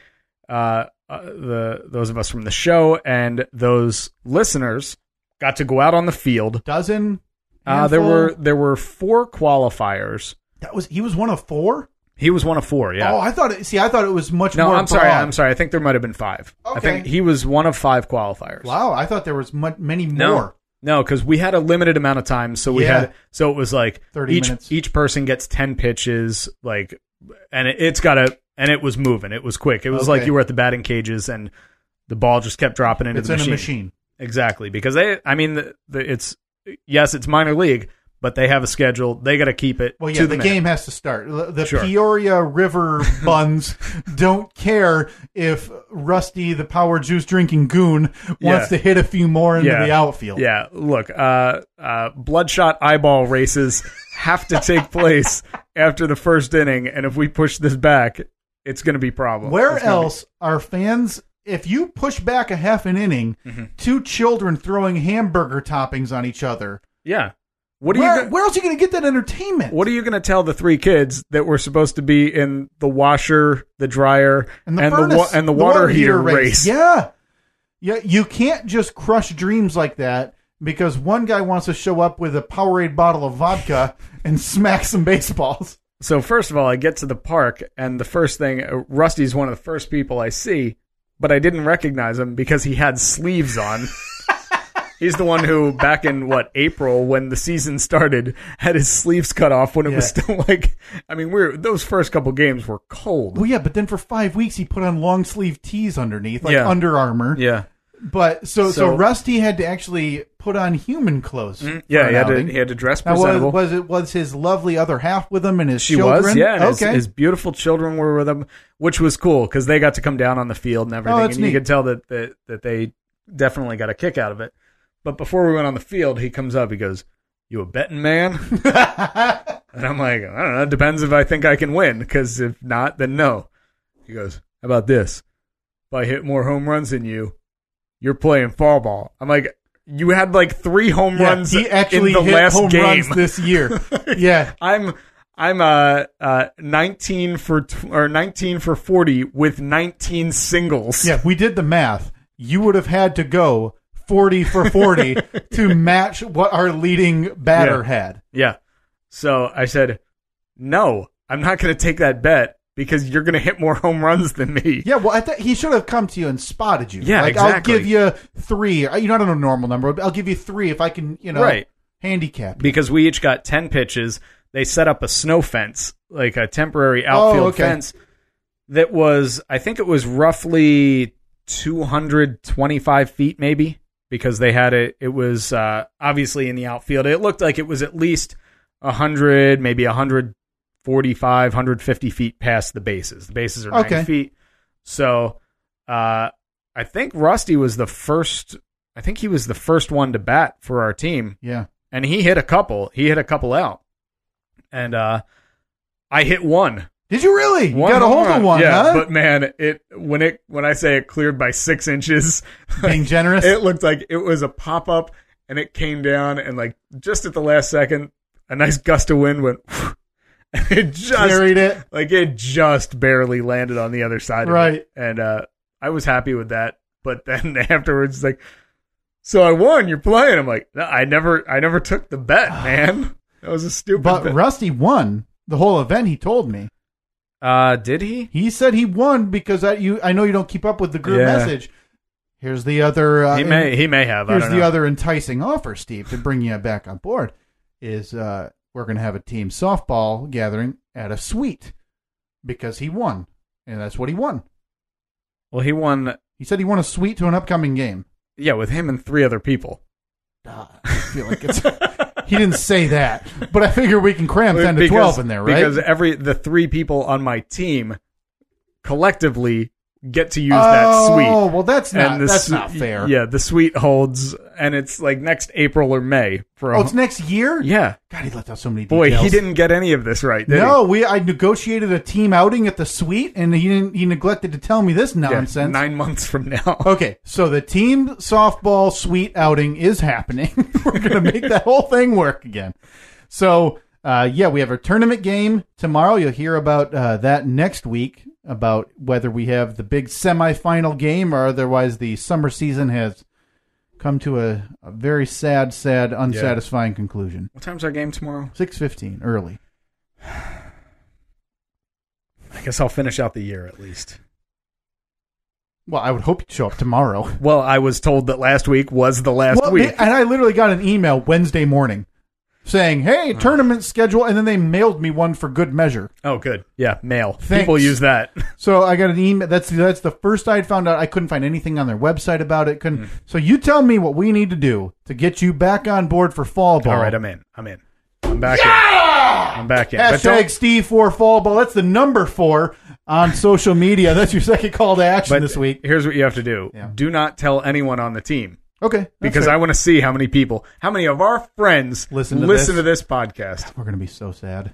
[SPEAKER 3] Uh, uh, the those of us from the show and those listeners got to go out on the field.
[SPEAKER 1] Dozen.
[SPEAKER 3] Uh, there
[SPEAKER 1] handful?
[SPEAKER 3] were there were four qualifiers.
[SPEAKER 1] that was he was one of four.
[SPEAKER 3] He was one of four. Yeah.
[SPEAKER 1] Oh, I thought it, see, I thought it was much
[SPEAKER 3] no,
[SPEAKER 1] more.
[SPEAKER 3] I'm sorry.
[SPEAKER 1] broad.
[SPEAKER 3] I'm sorry. I think there might have been five. I
[SPEAKER 1] Okay.
[SPEAKER 3] think he was one of five qualifiers.
[SPEAKER 1] Wow, I thought there was mu- many more.
[SPEAKER 3] No, because we had a limited amount of time, so we
[SPEAKER 1] Yeah.
[SPEAKER 3] had so it was like
[SPEAKER 1] 30
[SPEAKER 3] each
[SPEAKER 1] minutes.
[SPEAKER 3] each person gets ten pitches, like, and it, it's got to and it was moving, it was quick, it was like
[SPEAKER 1] Okay.
[SPEAKER 3] you were at the batting cages and the ball just kept dropping into
[SPEAKER 1] it's
[SPEAKER 3] the
[SPEAKER 1] in
[SPEAKER 3] machine.
[SPEAKER 1] a machine.
[SPEAKER 3] Exactly, because they, I mean, the, the, it's yes, it's minor league, but they have a schedule, they got to keep it.
[SPEAKER 1] Well,
[SPEAKER 3] to
[SPEAKER 1] yeah, the,
[SPEAKER 3] minute.
[SPEAKER 1] game has to start. L- The
[SPEAKER 3] Sure.
[SPEAKER 1] Peoria River buns don't care if Rusty, the power juice drinking goon, wants
[SPEAKER 3] Yeah.
[SPEAKER 1] to hit a few more into
[SPEAKER 3] Yeah.
[SPEAKER 1] the outfield.
[SPEAKER 3] Yeah, look, uh, uh, bloodshot eyeball races have to take place after the first inning, and if we push this back, it's going to be problem.
[SPEAKER 1] Where
[SPEAKER 3] It's gonna be-
[SPEAKER 1] else are fans? If you push back a half an inning,
[SPEAKER 3] Mm-hmm.
[SPEAKER 1] two children throwing hamburger toppings on each other.
[SPEAKER 3] yeah. What are
[SPEAKER 1] where,
[SPEAKER 3] you? Go-
[SPEAKER 1] where else are you going to get that entertainment?
[SPEAKER 3] what are you going to tell the three kids that were supposed to be in the washer, the dryer,
[SPEAKER 1] and the
[SPEAKER 3] wa-
[SPEAKER 1] furnace,
[SPEAKER 3] and the water, heater race?
[SPEAKER 1] Yeah, yeah. You can't just crush dreams like that because one guy wants to show up with a Powerade bottle of vodka and smack some baseballs.
[SPEAKER 3] So first of all, I get to the park, and the first thing, uh, Rusty's one of the first people I see, but I didn't recognize him because he had sleeves on. He's the one who, back in what April, when the season started, had his sleeves cut off when it was
[SPEAKER 1] Yeah.
[SPEAKER 3] still like, I mean, we are those first couple games were cold.
[SPEAKER 1] Well, yeah, but then for five weeks he put on long sleeve tees underneath, like
[SPEAKER 3] Yeah.
[SPEAKER 1] Under Armour.
[SPEAKER 3] Yeah,
[SPEAKER 1] But so, so
[SPEAKER 3] So- Mm,
[SPEAKER 1] Rusty had to actually put on human clothes. for
[SPEAKER 3] yeah,
[SPEAKER 1] an
[SPEAKER 3] he had to,
[SPEAKER 1] outing.
[SPEAKER 3] he had to dress
[SPEAKER 1] Now, was,
[SPEAKER 3] presentable.
[SPEAKER 1] was it was his lovely other half with him and his
[SPEAKER 3] She
[SPEAKER 1] children?
[SPEAKER 3] was, yeah. and his,
[SPEAKER 1] okay.
[SPEAKER 3] his beautiful children were with him, which was cool because they got to come down on the field and everything,
[SPEAKER 1] Oh, that's
[SPEAKER 3] and you
[SPEAKER 1] neat.
[SPEAKER 3] could tell that, that that they definitely got a kick out of it. But before we went on the field, he comes up, he goes, "You a betting man?" and I'm like, "I don't know. It depends if I think I can win. Because if not, then no." He goes, "How about this? If I hit more home runs than you, you're playing fall ball." I'm like. You had like three home
[SPEAKER 1] Yeah,
[SPEAKER 3] runs
[SPEAKER 1] he actually
[SPEAKER 3] in the
[SPEAKER 1] hit
[SPEAKER 3] last
[SPEAKER 1] home
[SPEAKER 3] game.
[SPEAKER 1] runs this year. yeah,
[SPEAKER 3] I'm I'm uh, uh 19 for tw- or 19 for 40 with 19 singles.
[SPEAKER 1] Yeah, if we did the math. You would have had to go 40 for 40 to match what our leading batter
[SPEAKER 3] Yeah.
[SPEAKER 1] had.
[SPEAKER 3] Yeah. So I said, "No, I'm not going to take that bet because you're going to hit more home runs than me."
[SPEAKER 1] Yeah, well, I th- he should have come to you and spotted you.
[SPEAKER 3] Yeah,
[SPEAKER 1] like,
[SPEAKER 3] exactly.
[SPEAKER 1] I'll give you three. I- You know, I don't know a normal number, but I'll give you three if I can, you know,
[SPEAKER 3] Right.
[SPEAKER 1] handicap.
[SPEAKER 3] Because we each got 10 pitches. They set up a snow fence, like a temporary outfield
[SPEAKER 1] Oh, okay.
[SPEAKER 3] fence that was I think it was roughly 225 feet maybe because they had it it was uh, obviously in the outfield it looked like it was at least 100 maybe 145 150 feet past the bases the bases are 90
[SPEAKER 1] Okay.
[SPEAKER 3] feet so uh, i think rusty was the first i think he was the first one to bat for our team
[SPEAKER 1] Yeah.
[SPEAKER 3] and he hit a couple he hit a couple out and uh, i hit one
[SPEAKER 1] Did you really? You got a
[SPEAKER 3] home
[SPEAKER 1] hold
[SPEAKER 3] run.
[SPEAKER 1] of one,
[SPEAKER 3] yeah.
[SPEAKER 1] huh?
[SPEAKER 3] But man, it when it when I say it cleared by six inches,
[SPEAKER 1] Being generous.
[SPEAKER 3] it looked like it was a pop up, and it came down, and like just at the last second, a nice gust of wind went, and it just
[SPEAKER 1] Carried it.
[SPEAKER 3] like it just barely landed on the other side, of it.
[SPEAKER 1] Right.
[SPEAKER 3] And uh, I was happy with that, but then afterwards, it's like, so I won. You're playing. I'm like, no, I never, I never took the bet, man. That was a stupid.
[SPEAKER 1] But
[SPEAKER 3] bet.
[SPEAKER 1] Rusty won the whole event, he told me.
[SPEAKER 3] uh, did he?
[SPEAKER 1] He said he won because I, you, I know you don't keep up with the group
[SPEAKER 3] Yeah.
[SPEAKER 1] message. Here's the other. Uh,
[SPEAKER 3] he may. He may have. I
[SPEAKER 1] Here's
[SPEAKER 3] don't know.
[SPEAKER 1] the other enticing offer, Steve, to bring you back on board. Is uh, we're going to have a team softball gathering at a suite because he won, and that's what he won.
[SPEAKER 3] Well, he won.
[SPEAKER 1] He said he won a suite to an upcoming game.
[SPEAKER 3] Yeah, with him and three other people.
[SPEAKER 1] Ah, I feel like it's he didn't say that, but I figure we can cram ten to
[SPEAKER 3] Because-
[SPEAKER 1] twelve in there, right?
[SPEAKER 3] Because every the three people on my team collectively get to use that
[SPEAKER 1] Oh,
[SPEAKER 3] suite.
[SPEAKER 1] well, that's
[SPEAKER 3] And
[SPEAKER 1] not
[SPEAKER 3] the
[SPEAKER 1] that's
[SPEAKER 3] su-
[SPEAKER 1] not fair.
[SPEAKER 3] Yeah, the suite holds, and it's like next April or May for. a
[SPEAKER 1] Oh, it's next year.
[SPEAKER 3] yeah,
[SPEAKER 1] God, he left out so many.
[SPEAKER 3] boy,
[SPEAKER 1] details.
[SPEAKER 3] he didn't get any of this right. Did
[SPEAKER 1] No, we I negotiated a team outing at the suite, and he didn't. He neglected to tell me this
[SPEAKER 3] he? Yeah,
[SPEAKER 1] nonsense. Oh.
[SPEAKER 3] nine months from now.
[SPEAKER 1] Okay, so the team softball suite outing is happening. We're going to make that whole thing work again. So, uh, yeah, we have our tournament game tomorrow. You'll hear about uh, that next week about whether we have the big semifinal game or otherwise the summer season has come to a, a very sad, sad, unsatisfying conclusion.
[SPEAKER 3] What time's our game tomorrow?
[SPEAKER 1] Six fifteen early.
[SPEAKER 3] I guess I'll finish out the year at least.
[SPEAKER 1] Well, I would hope you'd show up tomorrow.
[SPEAKER 3] Well, I was told that last week was the last
[SPEAKER 1] Well,
[SPEAKER 3] week.
[SPEAKER 1] they- and I literally got an email Wednesday morning saying, "Hey,
[SPEAKER 3] Uh-huh.
[SPEAKER 1] tournament schedule," and then they mailed me one for good measure.
[SPEAKER 3] oh, good. Yeah, mail.
[SPEAKER 1] Thanks.
[SPEAKER 3] People use that.
[SPEAKER 1] So I got an email. That's that's the first I had found out. I couldn't find anything on their website about it. Couldn't.
[SPEAKER 3] Mm-hmm.
[SPEAKER 1] So you tell me what we need to do to get you back on board for fall ball.
[SPEAKER 3] All right, I'm in. I'm in. I'm back in. I'm back in. But
[SPEAKER 1] Hashtag
[SPEAKER 3] don't,
[SPEAKER 1] Steve for fall ball. That's the number four on social media. That's your second call to action
[SPEAKER 3] but
[SPEAKER 1] this week.
[SPEAKER 3] here's what you have to do.
[SPEAKER 1] Yeah.
[SPEAKER 3] Do not tell anyone on the team
[SPEAKER 1] Okay, that's
[SPEAKER 3] because
[SPEAKER 1] fair.
[SPEAKER 3] I want to see how many people, how many of our friends
[SPEAKER 1] Listen to
[SPEAKER 3] to
[SPEAKER 1] this.
[SPEAKER 3] this podcast.
[SPEAKER 1] we're gonna be so sad.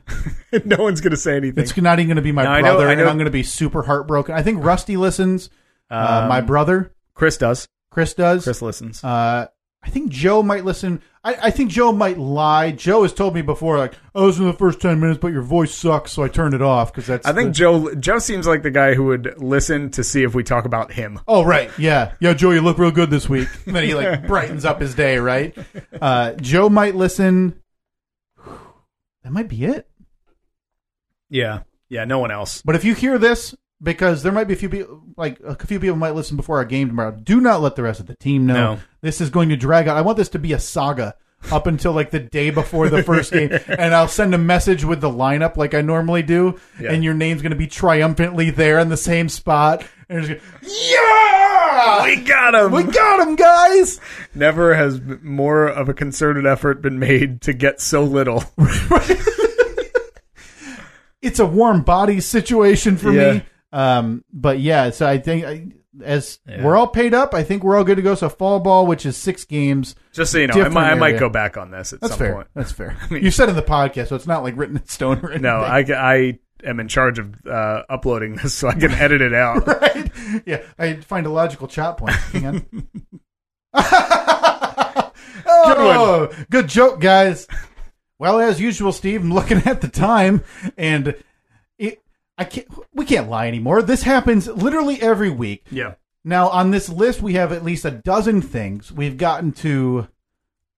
[SPEAKER 3] no one's going to say anything.
[SPEAKER 1] It's not even gonna be my
[SPEAKER 3] No, I know-
[SPEAKER 1] brother,
[SPEAKER 3] I
[SPEAKER 1] and
[SPEAKER 3] know-
[SPEAKER 1] I'm gonna be super heartbroken. I think Rusty listens. uh,
[SPEAKER 3] Um,
[SPEAKER 1] my brother.
[SPEAKER 3] Chris does.
[SPEAKER 1] Chris does.
[SPEAKER 3] Chris listens.
[SPEAKER 1] Uh, I think Joe might listen. I, I think Joe might lie. Joe has told me before, like, "Oh, this is the first ten minutes, but your voice sucks, so I turned it off." Because that's
[SPEAKER 3] I think
[SPEAKER 1] the-
[SPEAKER 3] Joe Joe seems like the guy who would listen to see if we talk about him.
[SPEAKER 1] oh, right. Yeah, yeah, Joe, you look real good this week. And then he like brightens up his day, right? Uh, Joe might listen. That might be it.
[SPEAKER 3] Yeah. Yeah, no one else.
[SPEAKER 1] But if you hear this, because there might be a few people, like a few people might listen before our game tomorrow. Do not let the rest of the team know.
[SPEAKER 3] No.
[SPEAKER 1] This is going to drag out. I want this to be a saga up until like the day before the first game, and I'll send a message with the lineup like I normally do,
[SPEAKER 3] Yeah.
[SPEAKER 1] and your name's going to be triumphantly there in the same spot. And it's gonna-
[SPEAKER 3] Yeah! We got him.
[SPEAKER 1] we got him, guys!
[SPEAKER 3] Never has more of a concerted effort been made to get so little.
[SPEAKER 1] It's a warm body situation for
[SPEAKER 3] Yeah.
[SPEAKER 1] me. Um, but yeah, so I think I, as
[SPEAKER 3] Yeah.
[SPEAKER 1] we're all paid up, I think we're all good to go. So fall ball, which is six games.
[SPEAKER 3] Just so you know, I
[SPEAKER 1] Different
[SPEAKER 3] might, I might
[SPEAKER 1] area.
[SPEAKER 3] go back on this at
[SPEAKER 1] That's
[SPEAKER 3] some
[SPEAKER 1] fair.
[SPEAKER 3] point.
[SPEAKER 1] That's fair.
[SPEAKER 3] mean-
[SPEAKER 1] you said in the podcast, so it's not like written in stone or anything.
[SPEAKER 3] No, I, I am in charge of uh, uploading this, so I can edit it out.
[SPEAKER 1] right? Yeah, I find a logical chop point. Hang on. oh, good Good joke, guys. Well, as usual, Steve, I'm looking at the time, and it, I can't. We can't lie anymore. This happens literally every week.
[SPEAKER 3] Yeah.
[SPEAKER 1] Now, on this list, we have at least a dozen things. We've gotten to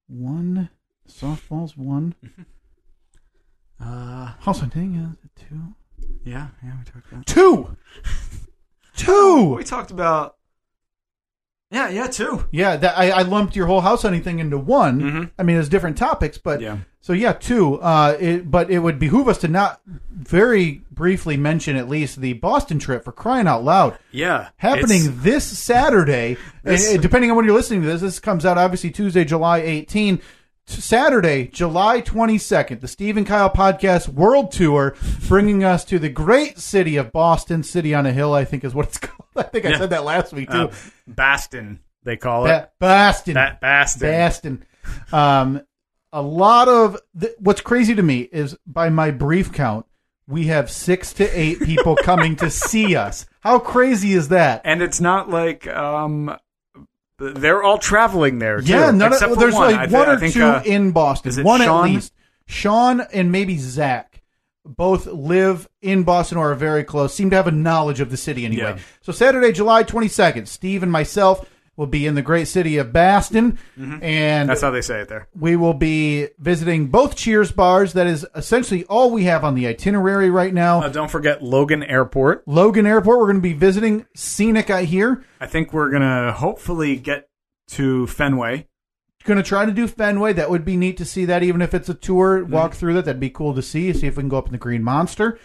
[SPEAKER 1] one softballs, one
[SPEAKER 3] Uh,
[SPEAKER 1] also dang uh, two,
[SPEAKER 3] yeah, yeah, we talked about.
[SPEAKER 1] two, two.
[SPEAKER 3] talked about. Yeah, yeah, too.
[SPEAKER 1] Yeah, that I, I lumped your whole house hunting thing into one.
[SPEAKER 3] Mhm.
[SPEAKER 1] I mean, it's different topics, but
[SPEAKER 3] Yeah.
[SPEAKER 1] so yeah, two. Uh, it, but it would behoove us to not very briefly mention at least the Boston trip for crying out loud
[SPEAKER 3] Yeah,
[SPEAKER 1] happening
[SPEAKER 3] It's-
[SPEAKER 1] this Saturday.
[SPEAKER 3] This-
[SPEAKER 1] and, uh, depending on when you're listening to this, this comes out obviously Tuesday, July 18. T- Saturday, July 22nd, the Steve and Kyle podcast world tour, bringing us to the great city of Boston, City on a Hill, I think is what it's called. I think I
[SPEAKER 3] Yeah.
[SPEAKER 1] said that last week too.
[SPEAKER 3] uh, Bastin, they call it.
[SPEAKER 1] Ba- Boston.
[SPEAKER 3] That Bastin.
[SPEAKER 1] Bastin. Um, a lot of th- what's crazy to me is by my brief count, we have six to eight people coming to see us. How crazy is that?
[SPEAKER 3] and it's not like um, they're all traveling there. Too,
[SPEAKER 1] yeah, none of,
[SPEAKER 3] except for
[SPEAKER 1] there's
[SPEAKER 3] one. I
[SPEAKER 1] like
[SPEAKER 3] thi-
[SPEAKER 1] one
[SPEAKER 3] I
[SPEAKER 1] or
[SPEAKER 3] think,
[SPEAKER 1] two
[SPEAKER 3] uh,
[SPEAKER 1] in Boston.
[SPEAKER 3] is it
[SPEAKER 1] one
[SPEAKER 3] Sean?
[SPEAKER 1] at least. Sean and maybe Zach both live in Boston or are very close. Seem to have a knowledge of the city anyway.
[SPEAKER 3] Yeah.
[SPEAKER 1] So Saturday, July twenty second, Steve and myself will be in the great city of Baston, and
[SPEAKER 3] Mm-hmm. That's how they say it there.
[SPEAKER 1] we will be visiting both Cheers bars. That is essentially all we have on the itinerary right now.
[SPEAKER 3] Uh, don't forget Logan Airport.
[SPEAKER 1] Logan Airport, we're going to be visiting Scenic, I hear.
[SPEAKER 3] I think we're gonna hopefully get to Fenway.
[SPEAKER 1] Going to try to do Fenway. That would be neat to see that, even if it's a tour,
[SPEAKER 3] Mm-hmm.
[SPEAKER 1] walk through that. That'd be cool to see. See if we can go up in the Green Monster.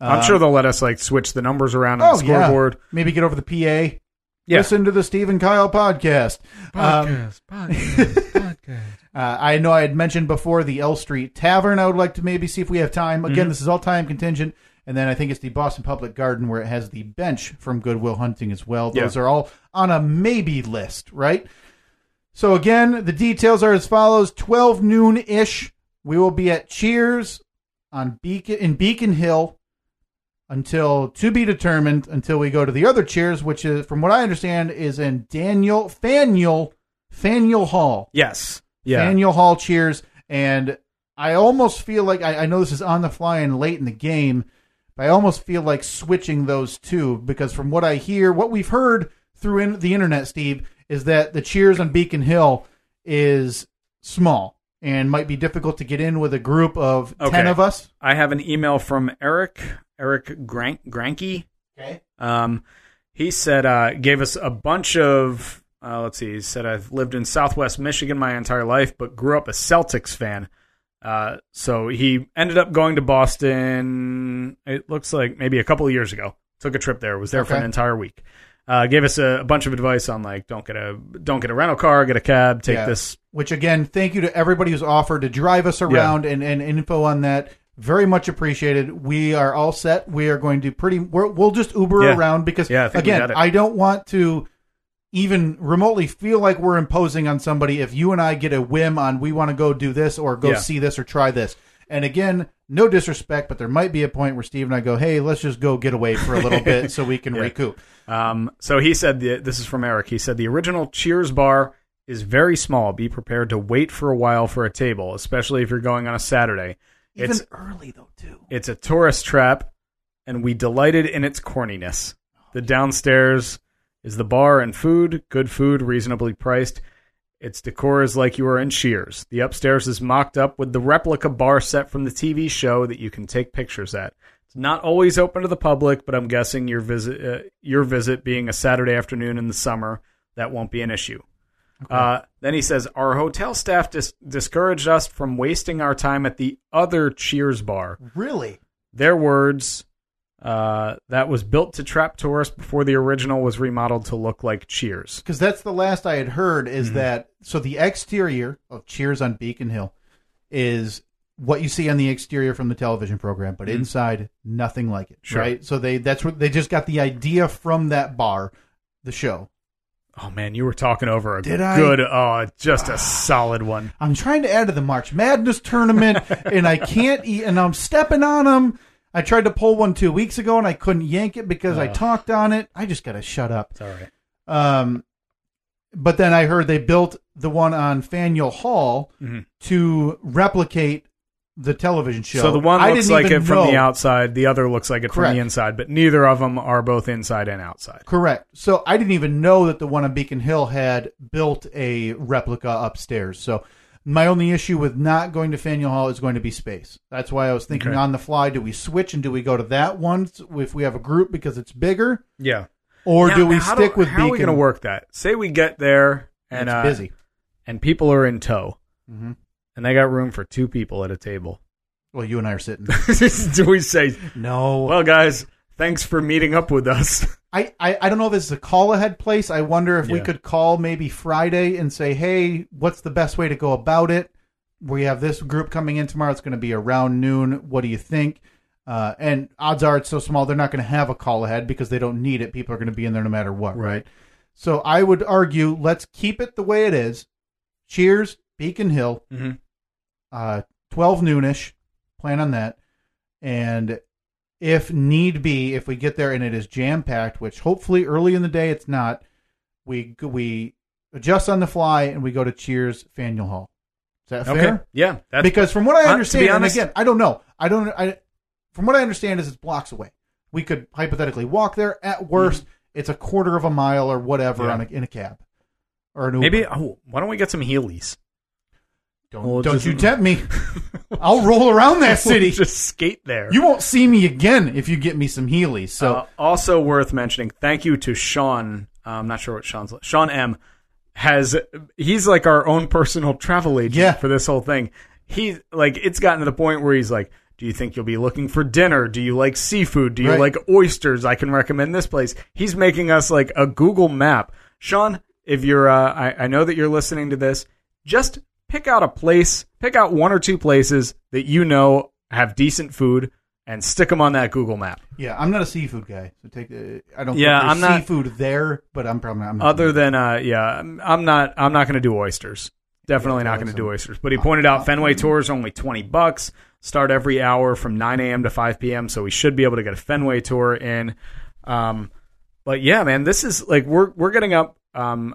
[SPEAKER 1] Oh,
[SPEAKER 3] I'm sure they'll let us like switch the numbers around on the scoreboard.
[SPEAKER 1] Uh, yeah. Maybe get over the PA.
[SPEAKER 3] Yeah.
[SPEAKER 1] Listen to the Steve and Kyle podcast. Um, Uh, I know I had mentioned before the L Street Tavern. I would like to maybe see if we have time. Again, this is all time contingent. And then I think it's the Boston Public Garden where it has the bench from Goodwill Hunting as well.
[SPEAKER 3] Yeah.
[SPEAKER 1] Those are all on a maybe list, right? So again, the details are as follows: twelve noon ish. We will be at Cheers on Beacon in Beacon Hill until to be determined until we go to the other Cheers, which is, from what I understand, is in Daniel Faneuil Faneuil Hall.
[SPEAKER 3] Yes. Yeah.
[SPEAKER 1] Faneuil Hall Cheers, and I almost feel like I, I know this is on the fly and late in the game, but I almost feel like switching those two because from what I hear, what we've heard through in, the internet, Steve, is that the Cheers on Beacon Hill is small and might be difficult to get in with a group of ten
[SPEAKER 3] Okay.
[SPEAKER 1] of us.
[SPEAKER 3] I have an email from Eric Eric Gran- Granke.
[SPEAKER 1] Okay.
[SPEAKER 3] Um, he said uh, gave us a bunch of uh, let's see. He said I've lived in Southwest Michigan my entire life, but grew up a Celtics fan. Uh, so he ended up going to Boston. It looks like maybe a couple of years ago. Took a trip there. Was there for
[SPEAKER 1] Okay.
[SPEAKER 3] an entire week. Uh, gave us a, a bunch of advice on like don't get a don't get a rental car, get a cab, take
[SPEAKER 1] Yeah.
[SPEAKER 3] this
[SPEAKER 1] Which again, thank you to everybody who's offered to drive us around and, and info on that. Very much appreciated. We are all set. We are going to pretty. We're, we'll just Uber
[SPEAKER 3] Yeah.
[SPEAKER 1] around because
[SPEAKER 3] Yeah, I think we got
[SPEAKER 1] again,
[SPEAKER 3] it.
[SPEAKER 1] I don't want to even remotely feel like we're imposing on somebody. If you and I get a whim on, we want to go do this or go
[SPEAKER 3] Yeah.
[SPEAKER 1] see this or try this. And again, no disrespect, but there might be a point where Steve and I go, "Hey, let's just go get away for a little bit so we can recoup."
[SPEAKER 3] Um, so he said, the, this is from Eric. He said, the original Cheers bar is very small. Be prepared to wait for a while for a table, especially if you're going on a Saturday.
[SPEAKER 1] Even
[SPEAKER 3] It's,
[SPEAKER 1] early though, too.
[SPEAKER 3] it's a tourist trap, and we delighted in its corniness. The downstairs is the bar and food, good food, reasonably priced. Its decor is like you are in Cheers. The upstairs is mocked up with the replica bar set from the TV show that you can take pictures at. It's not always open to the public, but I'm guessing your visit, uh, your visit being a Saturday afternoon in the summer, that won't be an issue. Uh, then he says, Our hotel staff dis- discouraged us from wasting our time at the other Cheers bar
[SPEAKER 1] Really?
[SPEAKER 3] their words, uh, that was built to trap tourists before the original was remodeled to look like Cheers.
[SPEAKER 1] because that's the last I had heard is
[SPEAKER 3] Mm-hmm.
[SPEAKER 1] that so the exterior of Cheers on Beacon Hill is what you see on the exterior from the television program, but inside nothing like it,
[SPEAKER 3] Mm-hmm. Sure.
[SPEAKER 1] right? So they that's what they just got the idea from that bar, the show.
[SPEAKER 3] Oh man, you were talking over a
[SPEAKER 1] Did I?
[SPEAKER 3] good, oh, just a solid one.
[SPEAKER 1] I'm trying to add to the March Madness tournament, and I can't eat, and I'm stepping on them. I tried to pull one two weeks ago, and I couldn't yank it because I
[SPEAKER 3] Ugh.
[SPEAKER 1] talked on it. I just gotta shut up.
[SPEAKER 3] It's all right.
[SPEAKER 1] Um, but then I heard they built the one on Faneuil Hall
[SPEAKER 3] Mm-hmm.
[SPEAKER 1] to replicate the television show.
[SPEAKER 3] So the one
[SPEAKER 1] I
[SPEAKER 3] looks
[SPEAKER 1] didn't
[SPEAKER 3] like
[SPEAKER 1] even
[SPEAKER 3] it from the
[SPEAKER 1] know-
[SPEAKER 3] outside, the other looks like it from
[SPEAKER 1] Correct.
[SPEAKER 3] the inside, but neither of them are both inside and outside.
[SPEAKER 1] Correct. So I didn't even know that the one on Beacon Hill had built a replica upstairs. So my only issue with not going to Faneuil Hall is going to be space. That's why I was thinking
[SPEAKER 3] Okay.
[SPEAKER 1] on the fly: do we switch and do we go to that one if we have a group because it's bigger,
[SPEAKER 3] Yeah.
[SPEAKER 1] or
[SPEAKER 3] Now-
[SPEAKER 1] do we
[SPEAKER 3] how
[SPEAKER 1] stick with
[SPEAKER 3] How
[SPEAKER 1] Beacon?
[SPEAKER 3] are we going to work that? Say we get there and
[SPEAKER 1] it's
[SPEAKER 3] uh,
[SPEAKER 1] busy.
[SPEAKER 3] and people are in tow,
[SPEAKER 1] Mhm.
[SPEAKER 3] and they got room for two people at a table.
[SPEAKER 1] Well, you and I are sitting.
[SPEAKER 3] Do we say,
[SPEAKER 1] no,
[SPEAKER 3] well, guys, thanks for meeting up with us?
[SPEAKER 1] I, I, I don't know if this is a call ahead place. I wonder if we
[SPEAKER 3] Yeah.
[SPEAKER 1] could call maybe Friday and say, hey, what's the best way to go about it? We have this group coming in tomorrow. It's going to be around noon. What do you think? Uh, and odds are it's so small, they're not going to have a call ahead because they don't need it. People are going to be in there no matter what.
[SPEAKER 3] Right.
[SPEAKER 1] So I would argue let's keep it the way it is. Cheers, Beacon Hill,
[SPEAKER 3] Mm-hmm.
[SPEAKER 1] uh, 12 noonish. Plan on that. And if need be, if we get there and it is jam packed, which hopefully early in the day it's not, we we adjust on the fly and we go to Cheers Faneuil Hall. Is that fair?
[SPEAKER 3] Yeah. That's,
[SPEAKER 1] because from what
[SPEAKER 3] uh,
[SPEAKER 1] I
[SPEAKER 3] to
[SPEAKER 1] understand,
[SPEAKER 3] be
[SPEAKER 1] and
[SPEAKER 3] honest-
[SPEAKER 1] again, I don't know. I don't. I from what I understand is it's blocks away. We could hypothetically walk there. At worst, it's a quarter of a mile or whatever
[SPEAKER 3] Mm-hmm. Yeah.
[SPEAKER 1] on a, in a cab or an Uber.
[SPEAKER 3] maybe. Oh, why don't we get some Heelys?
[SPEAKER 1] don't,
[SPEAKER 3] Well,
[SPEAKER 1] don't
[SPEAKER 3] just-
[SPEAKER 1] you tempt me. I'll roll around that city.
[SPEAKER 3] just skate there.
[SPEAKER 1] You won't see me again if you get me some Heelys. So
[SPEAKER 3] Uh, also worth mentioning. Thank you to Sean. Uh, I'm not sure what Sean's. Sean M. Has he's like our own personal travel agent
[SPEAKER 1] Yeah.
[SPEAKER 3] for this whole thing. He like it's gotten to the point where he's like, "Do you think you'll be looking for dinner? Do you like seafood? Do you
[SPEAKER 1] Right.
[SPEAKER 3] like oysters? I can recommend this place." He's making us like a Google map. Sean, if you're, uh, I, I know that you're listening to this. Just pick out a place, pick out one or two places that you know have decent food, and stick them on that Google map.
[SPEAKER 1] Yeah, I'm not a seafood guy, so take. The, I don't.
[SPEAKER 3] Yeah,
[SPEAKER 1] think there's
[SPEAKER 3] I'm not-
[SPEAKER 1] seafood there, but I'm probably not. I'm not
[SPEAKER 3] Other than uh, yeah, I'm I'm not I'm not going to do oysters. Definitely
[SPEAKER 1] Yeah,
[SPEAKER 3] not going to do
[SPEAKER 1] awesome.
[SPEAKER 3] oysters. But he pointed out Fenway tours are only twenty bucks. Start every hour from nine a.m. to five p.m. So we should be able to get a Fenway tour in. Um, but yeah, man, this is like we're we're getting up um,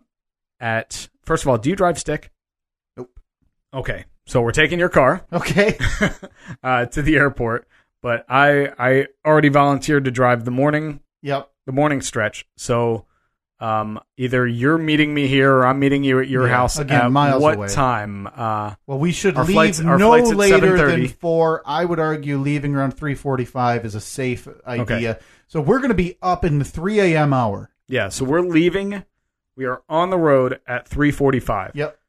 [SPEAKER 3] at first of all. Do you drive stick?
[SPEAKER 1] Nope.
[SPEAKER 3] Okay, so we're taking your car
[SPEAKER 1] okay.
[SPEAKER 3] uh, to the airport. But I I already volunteered to drive the morning
[SPEAKER 1] yep.
[SPEAKER 3] the morning stretch. So um, either you're meeting me here or I'm meeting you at your
[SPEAKER 1] Yeah,
[SPEAKER 3] house.
[SPEAKER 1] again,
[SPEAKER 3] at
[SPEAKER 1] miles
[SPEAKER 3] what
[SPEAKER 1] away.
[SPEAKER 3] time? Uh,
[SPEAKER 1] Well, we should
[SPEAKER 3] Our
[SPEAKER 1] leave
[SPEAKER 3] flights- our
[SPEAKER 1] no
[SPEAKER 3] flight's at
[SPEAKER 1] later than
[SPEAKER 3] 7:30.
[SPEAKER 1] four. I would argue leaving around three forty-five is a safe idea. So we're going to be up in the three a.m. hour.
[SPEAKER 3] yeah. So we're leaving. We are on the road at 3:45.
[SPEAKER 1] Yep.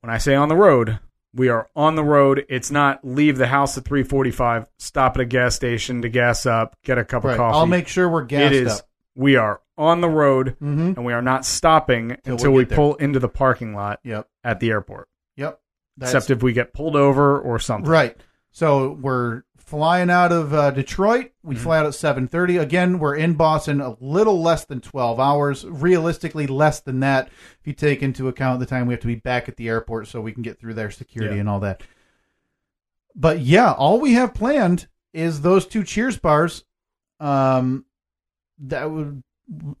[SPEAKER 3] When I say on the road, we are on the road. It's not leave the house at 3:45, stop at a gas station to gas up, get a cup
[SPEAKER 1] Right.
[SPEAKER 3] of coffee.
[SPEAKER 1] I'll make sure we're
[SPEAKER 3] it
[SPEAKER 1] gassed
[SPEAKER 3] is.
[SPEAKER 1] up.
[SPEAKER 3] We are on the road.
[SPEAKER 1] Mm-hmm.
[SPEAKER 3] And we are not stopping
[SPEAKER 1] Till we
[SPEAKER 3] until we
[SPEAKER 1] get there.
[SPEAKER 3] pull into the parking lot
[SPEAKER 1] Yep.
[SPEAKER 3] at the airport.
[SPEAKER 1] Yep.
[SPEAKER 3] Except if we get pulled over or something.
[SPEAKER 1] Right. So we're flying out of uh, Detroit. We
[SPEAKER 3] Mm-hmm.
[SPEAKER 1] fly out at seven thirty. Again, we're in Boston a little less than twelve hours. Realistically, less than that if you take into account the time we have to be back at the airport so we can get through their security
[SPEAKER 3] Yeah.
[SPEAKER 1] and all that. But yeah, all we have planned is those two Cheers bars. Um, that would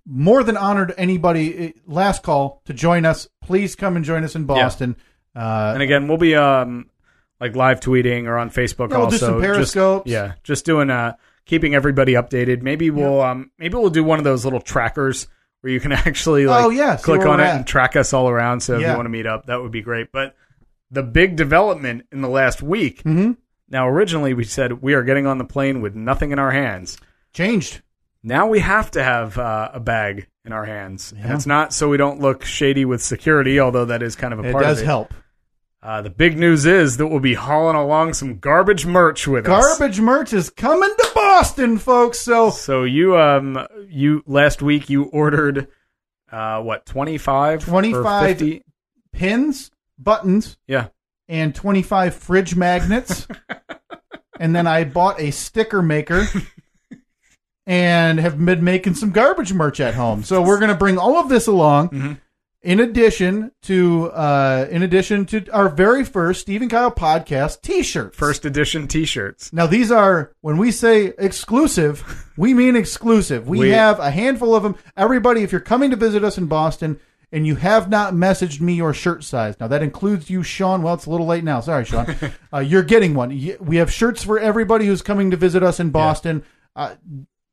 [SPEAKER 1] more than honored anybody. eh, Last call to join us. Please come and join us in Boston. Uh,
[SPEAKER 3] And again, we'll be um like live tweeting or on Facebook
[SPEAKER 1] Yeah, we'll do
[SPEAKER 3] also.
[SPEAKER 1] some
[SPEAKER 3] Just-
[SPEAKER 1] Periscopes.
[SPEAKER 3] yeah, just doing uh keeping everybody updated. Maybe we'll um maybe we'll do one of those little trackers where you can actually like
[SPEAKER 1] Oh, yeah, see
[SPEAKER 3] click
[SPEAKER 1] where
[SPEAKER 3] on
[SPEAKER 1] we're
[SPEAKER 3] it
[SPEAKER 1] at.
[SPEAKER 3] and track us all around. So if
[SPEAKER 1] Yeah.
[SPEAKER 3] you want to meet up, that would be great. But the big development in the last week.
[SPEAKER 1] Mhm.
[SPEAKER 3] Now originally we said we are getting on the plane with nothing in our hands.
[SPEAKER 1] changed.
[SPEAKER 3] Now we have to have uh, a bag in our hands. And
[SPEAKER 1] Yeah.
[SPEAKER 3] it's not so we don't look shady with security, although that is kind of a
[SPEAKER 1] It
[SPEAKER 3] part
[SPEAKER 1] does
[SPEAKER 3] of it.
[SPEAKER 1] help.
[SPEAKER 3] Uh, the big news is that we'll be hauling along some garbage merch with us.
[SPEAKER 1] Garbage merch is coming to Boston, folks. So
[SPEAKER 3] So you um you last week you ordered uh what 25 or
[SPEAKER 1] 25.
[SPEAKER 3] 50?
[SPEAKER 1] pins, buttons,
[SPEAKER 3] Yeah.
[SPEAKER 1] and 25 fridge magnets. and then I bought a sticker maker and have been making some garbage merch at home. So we're going to bring all of this along.
[SPEAKER 3] Mm-hmm.
[SPEAKER 1] In addition to, uh, in addition to our very first Stephen Kyle podcast T-shirt,
[SPEAKER 3] First edition t-shirts.
[SPEAKER 1] Now these are when we say exclusive, we mean exclusive. We,
[SPEAKER 3] We-
[SPEAKER 1] have a handful of them. Everybody, if you're coming to visit us in Boston and you have not messaged me your shirt size, now that includes you, Sean. Well, it's a little late now. Sorry, Sean. uh, you're getting one. Y- We have shirts for everybody who's coming to visit us in Boston, uh,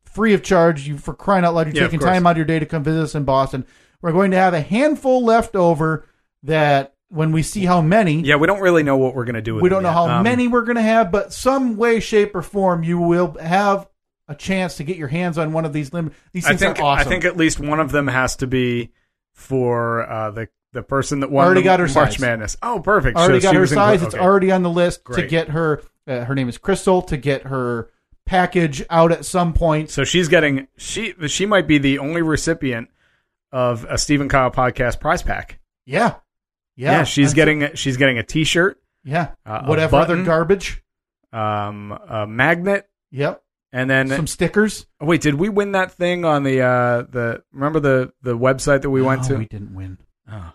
[SPEAKER 1] free of charge. You for crying out loud, you're
[SPEAKER 3] Yeah, of
[SPEAKER 1] taking
[SPEAKER 3] course.
[SPEAKER 1] time out of your day to come visit us in Boston. We're going to have a handful left over that when we see how many,
[SPEAKER 3] Yeah, we don't really know what we're going to do with
[SPEAKER 1] we
[SPEAKER 3] them
[SPEAKER 1] don't know
[SPEAKER 3] yet.
[SPEAKER 1] how
[SPEAKER 3] Um,
[SPEAKER 1] many we're going to have, but some way, shape, or form, you will have a chance to get your hands on one of these. Lim- these
[SPEAKER 3] I
[SPEAKER 1] things
[SPEAKER 3] think
[SPEAKER 1] are awesome.
[SPEAKER 3] I think at least one of them has to be for uh the the person that won
[SPEAKER 1] Already
[SPEAKER 3] the
[SPEAKER 1] got her
[SPEAKER 3] March
[SPEAKER 1] size.
[SPEAKER 3] Madness. Oh, perfect.
[SPEAKER 1] already
[SPEAKER 3] So
[SPEAKER 1] got
[SPEAKER 3] she
[SPEAKER 1] her
[SPEAKER 3] was inclu-
[SPEAKER 1] size. It's
[SPEAKER 3] okay.
[SPEAKER 1] already on the list to
[SPEAKER 3] Great.
[SPEAKER 1] get her. Uh, her name is Crystal to get her package out at some point.
[SPEAKER 3] So she's getting she she might be the only recipient of a Stephen Kyle podcast prize pack.
[SPEAKER 1] Yeah, yeah.
[SPEAKER 3] Yeah,
[SPEAKER 1] That's-
[SPEAKER 3] she's getting she's getting a T-shirt,
[SPEAKER 1] yeah
[SPEAKER 3] uh, a
[SPEAKER 1] whatever other
[SPEAKER 3] button.
[SPEAKER 1] garbage.
[SPEAKER 3] um, a magnet,
[SPEAKER 1] Yep,
[SPEAKER 3] and then
[SPEAKER 1] some stickers.
[SPEAKER 3] oh, wait, did we win that thing on the uh, the remember the the website that we went
[SPEAKER 1] No,
[SPEAKER 3] to?
[SPEAKER 1] We didn't win.
[SPEAKER 3] Oh.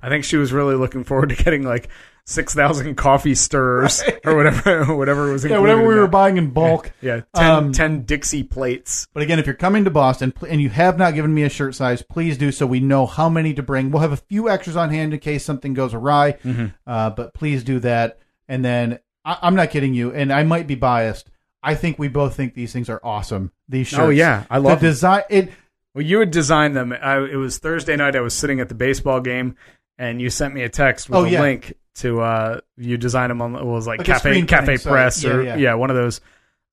[SPEAKER 3] I think she was really looking forward to getting like six thousand coffee stirrers or whatever whatever was
[SPEAKER 1] Yeah,
[SPEAKER 3] included.
[SPEAKER 1] whatever
[SPEAKER 3] in
[SPEAKER 1] we were
[SPEAKER 3] that.
[SPEAKER 1] buying in bulk.
[SPEAKER 3] Yeah, 10,
[SPEAKER 1] Um,
[SPEAKER 3] 10 Dixie plates.
[SPEAKER 1] But again, if you're coming to Boston pl- and you have not given me a shirt size, please do so we know how many to bring. We'll have a few extras on hand in case something goes awry,
[SPEAKER 3] Mm-hmm.
[SPEAKER 1] uh, but please do that. And then I- I'm not kidding you, and I might be biased. I think we both think these things are awesome. These shirts.
[SPEAKER 3] Oh, yeah. I love
[SPEAKER 1] the
[SPEAKER 3] them.
[SPEAKER 1] design. It
[SPEAKER 3] Well, you had designed them. I, it was Thursday night. I was sitting at the baseball game, and you sent me a text with
[SPEAKER 1] Oh,
[SPEAKER 3] a
[SPEAKER 1] yeah.
[SPEAKER 3] link to uh, you design them on. It was like,
[SPEAKER 1] Like a
[SPEAKER 3] cafe
[SPEAKER 1] screen
[SPEAKER 3] cafe
[SPEAKER 1] printing site.
[SPEAKER 3] press or
[SPEAKER 1] Yeah,
[SPEAKER 3] yeah,
[SPEAKER 1] yeah.
[SPEAKER 3] one of those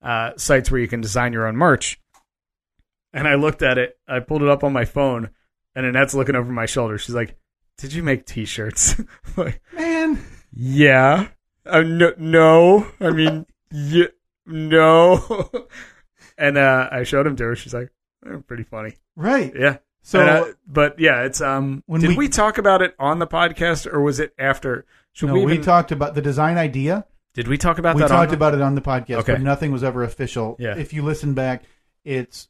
[SPEAKER 3] uh, sites where you can design your own merch. And I looked at it. I pulled it up on my phone, and Annette's looking over my shoulder. She's like, "Did you make T-shirts?" I'm like,
[SPEAKER 1] man,
[SPEAKER 3] yeah. Uh, no, no. I mean, yeah, no. and uh, I showed him to her. She's like, "Eh, "Pretty funny."
[SPEAKER 1] right?
[SPEAKER 3] Yeah.
[SPEAKER 1] So
[SPEAKER 3] And, uh, but yeah, it's um.
[SPEAKER 1] When
[SPEAKER 3] did
[SPEAKER 1] we-
[SPEAKER 3] we, talk about it on the podcast, or was it after? Should
[SPEAKER 1] no,
[SPEAKER 3] we,
[SPEAKER 1] we
[SPEAKER 3] even-
[SPEAKER 1] talked about the design idea.
[SPEAKER 3] Did we talk about
[SPEAKER 1] we
[SPEAKER 3] that?
[SPEAKER 1] talked
[SPEAKER 3] on-
[SPEAKER 1] about it on the podcast,
[SPEAKER 3] Okay.
[SPEAKER 1] but nothing was ever official.
[SPEAKER 3] Yeah.
[SPEAKER 1] If you listen back, it's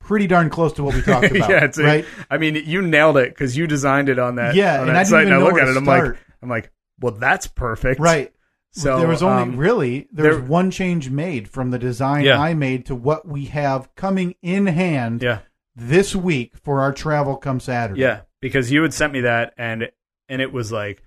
[SPEAKER 1] pretty darn close to what we talked about.
[SPEAKER 3] yeah, it's
[SPEAKER 1] right.
[SPEAKER 3] I mean, you nailed it because you designed it on that.
[SPEAKER 1] Yeah, and
[SPEAKER 3] on that
[SPEAKER 1] I didn't
[SPEAKER 3] site,
[SPEAKER 1] even
[SPEAKER 3] and
[SPEAKER 1] know
[SPEAKER 3] I look
[SPEAKER 1] where
[SPEAKER 3] at
[SPEAKER 1] to
[SPEAKER 3] it. I'm like,
[SPEAKER 1] start.
[SPEAKER 3] I'm like, well, that's perfect.
[SPEAKER 1] Right.
[SPEAKER 3] So
[SPEAKER 1] there was only
[SPEAKER 3] um,
[SPEAKER 1] really there, was
[SPEAKER 3] there-
[SPEAKER 1] one change made from the design
[SPEAKER 3] Yeah.
[SPEAKER 1] I made to what we have coming in hand
[SPEAKER 3] yeah,
[SPEAKER 1] this week for our travel come Saturday.
[SPEAKER 3] yeah, because you had sent me that, and and it was like